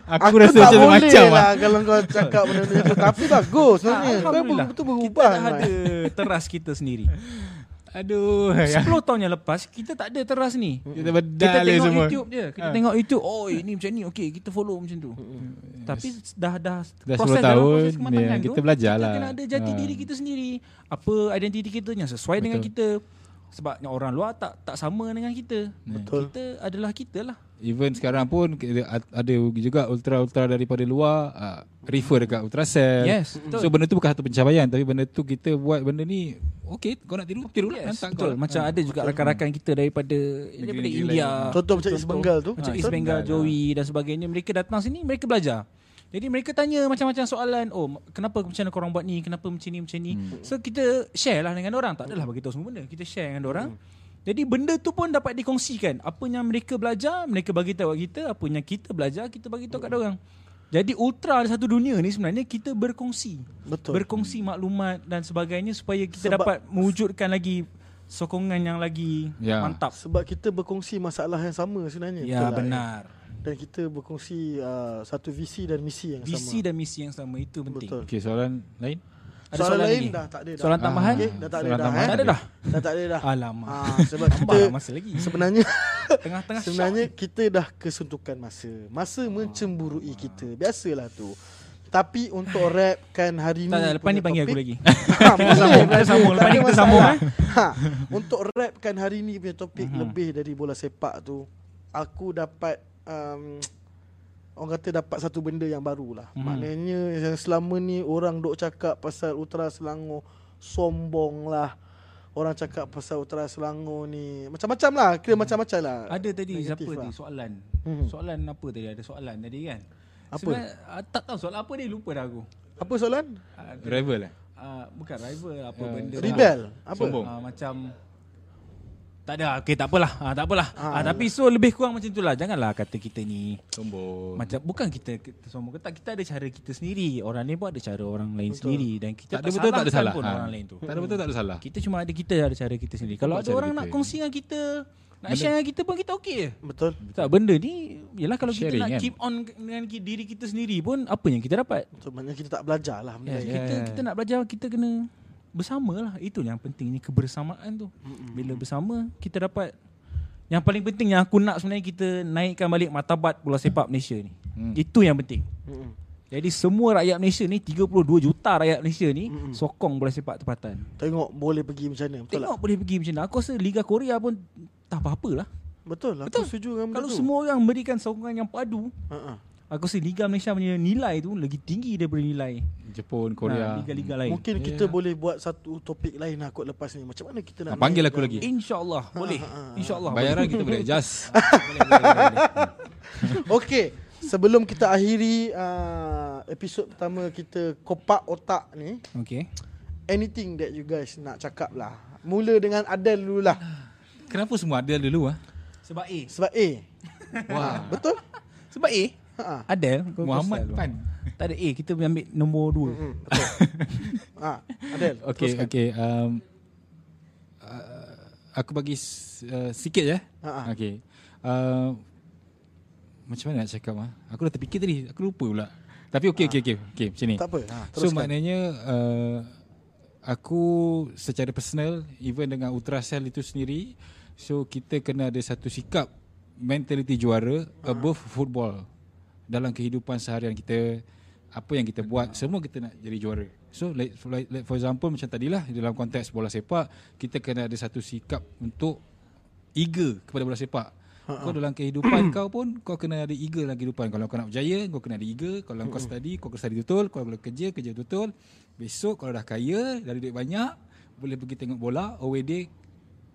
S5: Aku, rasa macam
S1: boleh
S5: macam lah.
S1: lah kalau kau cakap benda ni tu. Tapi bagus sebenarnya.
S6: Ah,
S1: Kau
S6: Alhamdulillah.
S1: betul
S6: Kita
S1: berubah. kan?
S6: dah
S1: Mai.
S6: ada teras kita sendiri
S5: Aduh ya.
S6: 10 tahun yang lepas Kita tak ada teras ni
S5: Kita
S6: Kita
S5: bedal je
S6: tengok
S5: semua Ha.
S6: YouTube je Kita tengok YouTube Oh ini macam ni Okay kita follow macam tu Tapi dah dah
S5: Hmm. Dah 10
S6: dalam
S5: tahun,
S6: kematangan
S5: ya, kita belajar
S6: Kita
S5: lah.
S6: kena ada jati
S5: Ha.
S6: diri kita sendiri Apa identiti kita yang sesuai dengan kita Sebab yang orang luar tak tak sama dengan kita Betul Kita adalah kita lah
S5: Even sekarang pun kita- Ada juga ultra-ultra daripada luar uh, Refer dekat Ultrasel
S6: Yes, betul.
S5: So benda tu bukan harta pencapaian Tapi benda tu kita buat benda ni Okay kau nak tiru Tiru lah
S6: Yes,
S5: hantar kau
S6: betul.
S5: lah.
S6: Macam ada juga rakan-rakan kita daripada daripada
S5: lain.
S6: India.
S1: Contoh macam East Bengal tu.
S6: Macam
S1: Ha,
S6: East Bengal, Joey dan sebagainya. Mereka datang sini, mereka belajar. Jadi mereka tanya macam-macam soalan. Oh, ma- kenapa macam mana korang buat ni? Kenapa macam ni, macam ni?
S1: Hmm.
S6: So kita share lah dengan orang. Tak adalah bagi tahu semua benda. Kita share dengan orang.
S1: Hmm.
S6: Jadi benda tu pun dapat dikongsikan. Apa yang mereka belajar, mereka bagi tahu kat kita. Apa yang kita belajar, kita bagi tahu kat orang. Jadi ultra satu dunia ni sebenarnya kita berkongsi.
S1: Betul.
S6: Berkongsi maklumat dan sebagainya supaya kita
S1: Sebab-
S6: dapat mewujudkan lagi sokongan yang lagi
S5: Ya.
S6: mantap.
S1: Sebab kita berkongsi masalah yang sama sebenarnya. Betul
S6: Ya,
S1: lah,
S6: benar.
S1: eh. Dan kita berkongsi uh, satu visi dan misi yang sama.
S6: Visi dan misi yang sama itu penting.
S1: Betul.
S5: Okay soalan lain
S6: Ada
S1: Soalan,
S6: soalan
S1: lain
S6: lagi?
S1: dah tak ada dah. Ah,
S6: Soalan tambahan?
S1: Okey, dah tak ada
S5: Soalan
S1: dah.
S5: tambahan
S1: eh.
S6: Tak ada dah.
S1: Dah tak ada dah.
S6: Alamak.
S1: Ha,
S6: *laughs*
S1: sebab
S6: Tambah
S1: kita
S6: lah Ah, masa lagi. *laughs*
S1: sebenarnya
S6: Tengah-tengah
S1: sebenarnya kita dah kesuntukan masa. Masa mencemburui kita. Biasalah tu. Tapi
S6: *laughs*
S1: untuk rapkan hari ni
S6: Tak, tak, lepas ni
S1: punya
S6: panggil
S1: topik-
S6: aku *laughs* lagi.
S1: Ha, boleh,
S6: Ah, sambung, kita
S1: boleh.
S6: sambung. Lepas
S1: Tak ada
S6: ni kita
S1: masalah.
S6: sambung, eh.
S1: Ha, untuk rapkan hari ni punya topik
S6: Mm-hmm.
S1: lebih dari bola sepak tu, aku dapat um, orang kata dapat satu benda yang baru lah.
S6: Mm-hmm.
S1: Maknanya yang selama ni orang duk cakap pasal Utara Selangor sombong lah. Orang cakap pasal Utara Selangor ni macam-macam lah. Kira macam-macam lah.
S6: Mm-hmm. Ada tadi
S1: Negatif
S6: siapa
S1: lah.
S6: tadi soalan.
S1: Mhm.
S6: Soalan apa tadi? Ada soalan tadi kan?
S1: Apa?
S6: Sebenarnya, ah, tak tahu soalan apa dia lupa dah aku.
S1: Apa soalan?
S6: Ah,
S5: Rebel eh
S6: ah, bukan rival apa benda. lah.
S1: Rebel. Apa?
S5: Sombong.
S6: Ah, macam tak ada. Okey, tak apalah. Ah, tak apalah. Ah,
S5: ya.
S6: tapi so lebih kurang macam itulah. Janganlah kata kita ni
S5: Sombong
S6: macam bukan kita, kita sombong ke tak kita ada cara kita sendiri. Orang ni pun ada cara orang lain sendiri dan kita
S5: Tak ada betul tak ada salah
S6: pun
S5: Ha.
S6: orang lain tu.
S5: Tak ada betul tak ada salah
S6: Kita cuma ada kita ada cara kita sendiri. Kalau
S5: Buat
S6: ada
S5: cara
S6: orang
S5: kita.
S6: nak kongsi dengan kita, nak share dengan kita pun kita okey je.
S1: Betul.
S6: Tak benda ni Yelah kalau
S5: Sharing,
S6: kita nak
S5: kan?
S6: keep on dengan ki- diri kita sendiri pun apa yang kita dapat.
S1: So, maknanya kita tak belajar lah. benda
S6: Yeah,
S1: ni.
S6: kita kita nak belajar kita kena bersama lah itu yang penting ni kebersamaan tu. Bila bersama kita dapat yang paling penting yang aku nak sebenarnya kita naikkan balik martabat bola sepak Malaysia ni. Itu yang penting.
S1: Mm-mm.
S6: Jadi semua rakyat Malaysia ni 32 juta rakyat Malaysia ni sokong bola sepak tempatan.
S1: Tengok boleh pergi macam mana. Betul lah.
S6: Tengok boleh pergi macam mana. Aku rasa Liga Korea pun tak apa-apa lah.
S1: Betul lah. Aku setuju dengan benda
S6: Kalau
S1: tu. Ha,
S6: semua orang berikan sokongan yang padu,
S1: Ha-ha.
S6: aku rasa Liga Malaysia punya nilai tu lagi tinggi daripada nilai
S5: Jepun
S6: ah,
S5: Korea Hmm.
S6: liga-liga lain.
S1: Mungkin yeah. kita boleh buat satu topik lain lah kot lepas ni. Macam mana kita nak
S5: Ah, panggil
S1: naikkan-
S5: aku lagi.
S6: Insya-Allah
S5: Ha,
S6: boleh. Insya-Allah.
S5: Bayaran kita *laughs* boleh adjust
S1: *laughs* Okey, sebelum kita akhiri uh, episod pertama kita kopak otak ni,
S6: *laughs* Okey.
S1: anything that you guys nak cakap lah. Mula dengan Adel dulu lah.
S5: Kenapa semua ada dulu ah?
S6: Sebab A.
S1: Sebab A.
S5: *laughs* Wah
S1: Betul?
S6: Sebab A.
S1: Ha.
S6: Ada
S5: Muhammad Pan
S6: Tak ada A, kita ambil nombor 2.
S1: Hmm, betul. ha, Adel.
S5: Okay okay um, uh, Aku bagi s- uh, sikit je
S1: Ha-ha.
S5: Okay uh, Macam mana nak cakap ah? Aku dah terfikir tadi Aku lupa pula Tapi okay okay okay, okay Macam ni
S1: Tak apa. Ha,
S5: Ah, So
S1: teruskan.
S5: maknanya uh, aku secara personal even dengan Ultrasel itu sendiri So kita kena ada satu sikap mentaliti juara above football dalam kehidupan seharian kita apa yang kita buat semua kita nak jadi juara. So like, for- like, like for example macam tadilah dalam konteks bola sepak kita kena ada satu sikap untuk eager kepada bola sepak. Kau dalam kehidupan kau pun kau kena ada eager dalam kehidupan. Kalau kau nak berjaya kau kena ada eager, kalau kau study kau kena study betul, kalau kau kerja kerja betul. Besok kalau dah kaya, dah ada duit banyak, boleh pergi tengok bola away day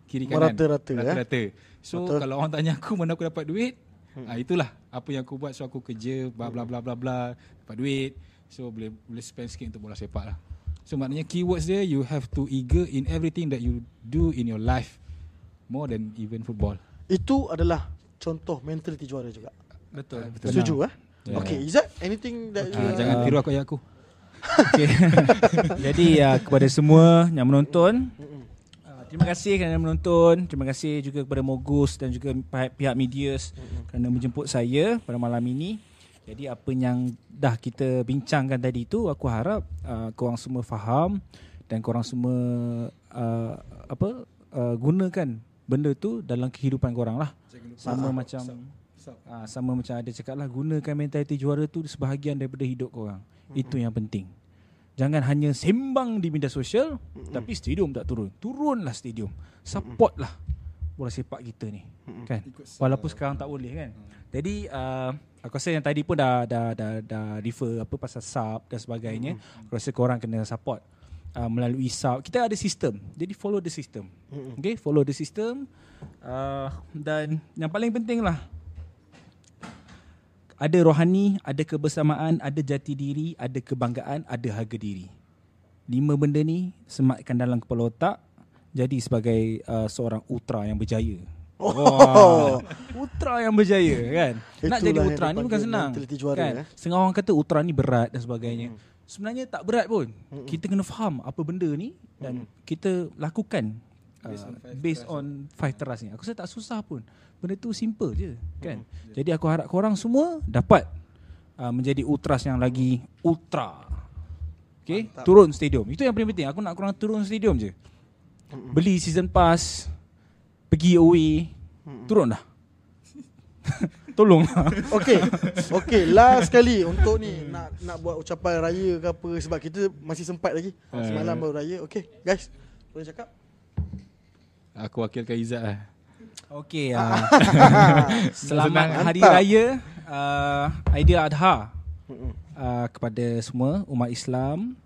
S5: kiri kanan.
S1: Merata-rata, eh?
S5: Rata-rata. So Betul. kalau orang tanya aku mana aku dapat duit, hmm. ah, itulah apa yang aku buat so aku kerja bla bla bla bla bla dapat duit. So boleh boleh spend sikit untuk bola sepak lah. So maknanya keywords dia you have to eager in everything that you do in your life more than even football.
S1: Itu adalah contoh mentaliti juara juga.
S6: Betul.
S5: Ah, Betul.
S1: Setuju eh?
S5: Yeah.
S1: Okay, is that anything that you
S5: Ya. Ah, jangan tiru aku ayat aku.
S6: Okay. *laughs* Jadi uh, kepada semua yang menonton uh, Terima kasih kerana menonton Terima kasih juga kepada Mogus dan juga pihak, pihak Medias Kerana menjemput saya pada malam ini Jadi apa yang dah kita bincangkan tadi itu Aku harap uh, korang semua faham Dan korang semua uh, apa uh, gunakan benda tu dalam kehidupan korang lah Sama macam Ah, sama macam ada cakap lah Gunakan mentaliti juara tu Sebahagian daripada hidup korang Itu yang penting Jangan hanya sembang di media sosial Tapi stadium tak turun Turunlah stadium Support lah Bola sepak kita ni Kan Walaupun sekarang tak boleh kan Jadi ah, Aku rasa yang tadi pun dah, dah, dah, dah refer apa pasal sub dan sebagainya Aku rasa korang kena support uh, melalui sub. Kita ada sistem. Jadi follow the system. Okay, follow the system. Uh, dan yang paling penting lah. Ada rohani, ada kebersamaan, ada jati diri, ada kebanggaan, ada harga diri. Lima benda ni sematkan dalam kepala otak jadi sebagai uh, seorang ultra yang berjaya. Oh, ultra yang berjaya kan. Nak
S1: Itulah
S6: jadi
S1: yang
S6: ultra ni bukan
S1: dipanggil
S6: senang.
S1: mentaliti juara,
S6: kan?
S1: eh.
S6: Setengah orang kata ultra ni berat dan sebagainya. Hmm. Sebenarnya tak berat pun. Hmm. Kita kena faham apa benda ni dan hmm. kita lakukan uh, based on five teras ni. Aku rasa tak susah pun. Benda tu simple je kan. Hmm. Jadi aku harap korang semua dapat uh, menjadi ultras yang lagi ultra. Okay, turun stadium. Itu yang paling penting. Aku nak korang turun stadium je. Beli season pass, pergi away, turun lah. *laughs* Tolong lah.
S1: Okay Okay last sekali Untuk ni Nak nak buat ucapan raya ke apa Sebab kita masih sempat lagi Semalam baru raya Okay guys Boleh cakap
S5: Aku wakilkan Izzat lah.
S6: *laughs* Okey. Uh, selamat Hari Raya uh, Idea Adha uh, kepada semua umat Islam.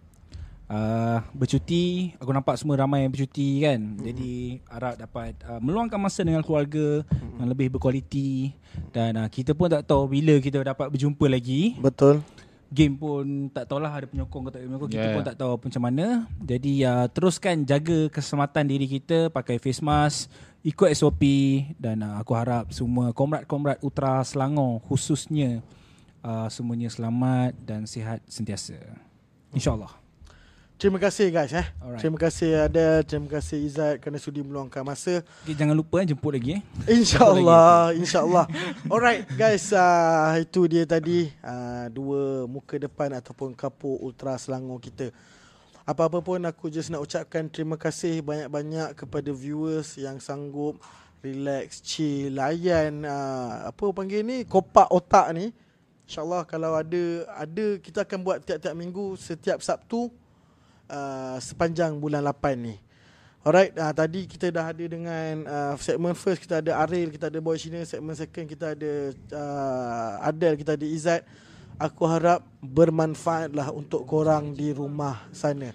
S6: Uh, bercuti aku nampak semua ramai yang bercuti kan jadi harap dapat uh, meluangkan masa dengan keluarga yang lebih berkualiti dan uh, kita pun tak tahu bila kita dapat berjumpa lagi
S1: Betul
S6: game pun tak tahulah ada penyokong ke tak ada penyokong kita
S5: Yeah.
S6: pun tak tahu apa macam mana jadi uh, teruskan jaga keselamatan diri kita pakai face mask ikut SOP dan uh, aku harap semua komrad-komrad Utara Selangor khususnya uh, semuanya selamat dan sihat sentiasa insyaallah
S1: Terima kasih guys eh.
S6: Alright.
S1: Alright. Terima kasih Adel, terima kasih Izzat kerana sudi meluangkan masa.
S6: okay, jangan lupa eh, jemput lagi eh
S1: InsyaAllah InsyaAllah Alright guys uh, Itu dia tadi uh, Dua muka depan Ataupun kapur Ultra Selangor kita Apa-apa pun aku just nak ucapkan Terima kasih banyak-banyak Kepada viewers yang sanggup Relax, chill, layan uh, Apa panggil ni Kopak otak ni InsyaAllah kalau ada Ada kita akan buat tiap-tiap minggu Setiap Sabtu uh, Sepanjang bulan 8 ni Alright, uh, tadi kita dah ada dengan uh, segmen first kita ada Aril, kita ada Boy China, segmen second kita ada uh, Adel, kita ada Izzat. Aku harap bermanfaatlah untuk korang di rumah sana.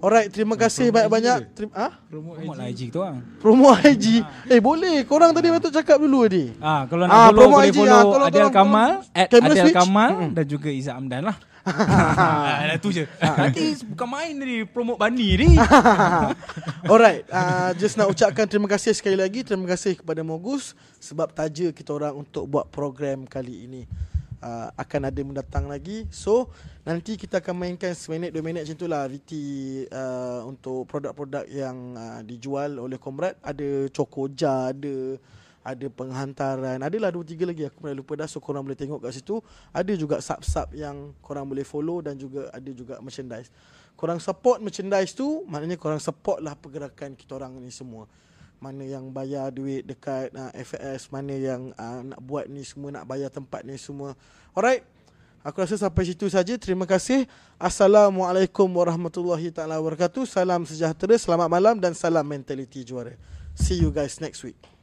S1: Alright, terima kasih banyak-banyak. Terima ah,
S6: promote lah IG tu ah.
S1: promo *laughs* IG. Eh boleh, korang tadi patut cakap dulu tadi.
S6: Ah, kalau nak
S1: Ah,
S6: follow
S1: promote
S6: boleh
S1: IG,
S6: follow
S1: ah, tolong,
S6: Adel
S1: tolong,
S6: Kamal
S1: tolong.
S6: at
S1: Camera
S6: Adel
S1: switch.
S6: Kamal dan juga Izzat Amdan lah. *laughs* ah, itu je. Nanti bukan main ni promote Bani ni. *laughs*
S1: *laughs* Alright, uh, just nak ucapkan terima kasih sekali lagi. Terima kasih kepada Mogus sebab taja kita orang untuk buat program kali ini. Uh, akan ada mendatang lagi. So, nanti kita akan mainkan seminit dua minit macam itulah VT uh, untuk produk-produk yang uh, dijual oleh Comrade. Ada Cokoja, ada ada penghantaran Adalah dua tiga lagi Aku pernah lupa dah So korang boleh tengok kat situ Ada juga sub-sub yang korang boleh follow Dan juga ada juga merchandise Korang support merchandise tu Maknanya korang support lah pergerakan kita orang ni semua mana yang bayar duit dekat uh, FAS, mana yang uh, nak buat ni semua, nak bayar tempat ni semua. Alright. Aku rasa sampai situ saja. Terima kasih. Assalamualaikum warahmatullahi taala wabarakatuh. Salam sejahtera, selamat malam dan salam mentaliti juara. See you guys next week.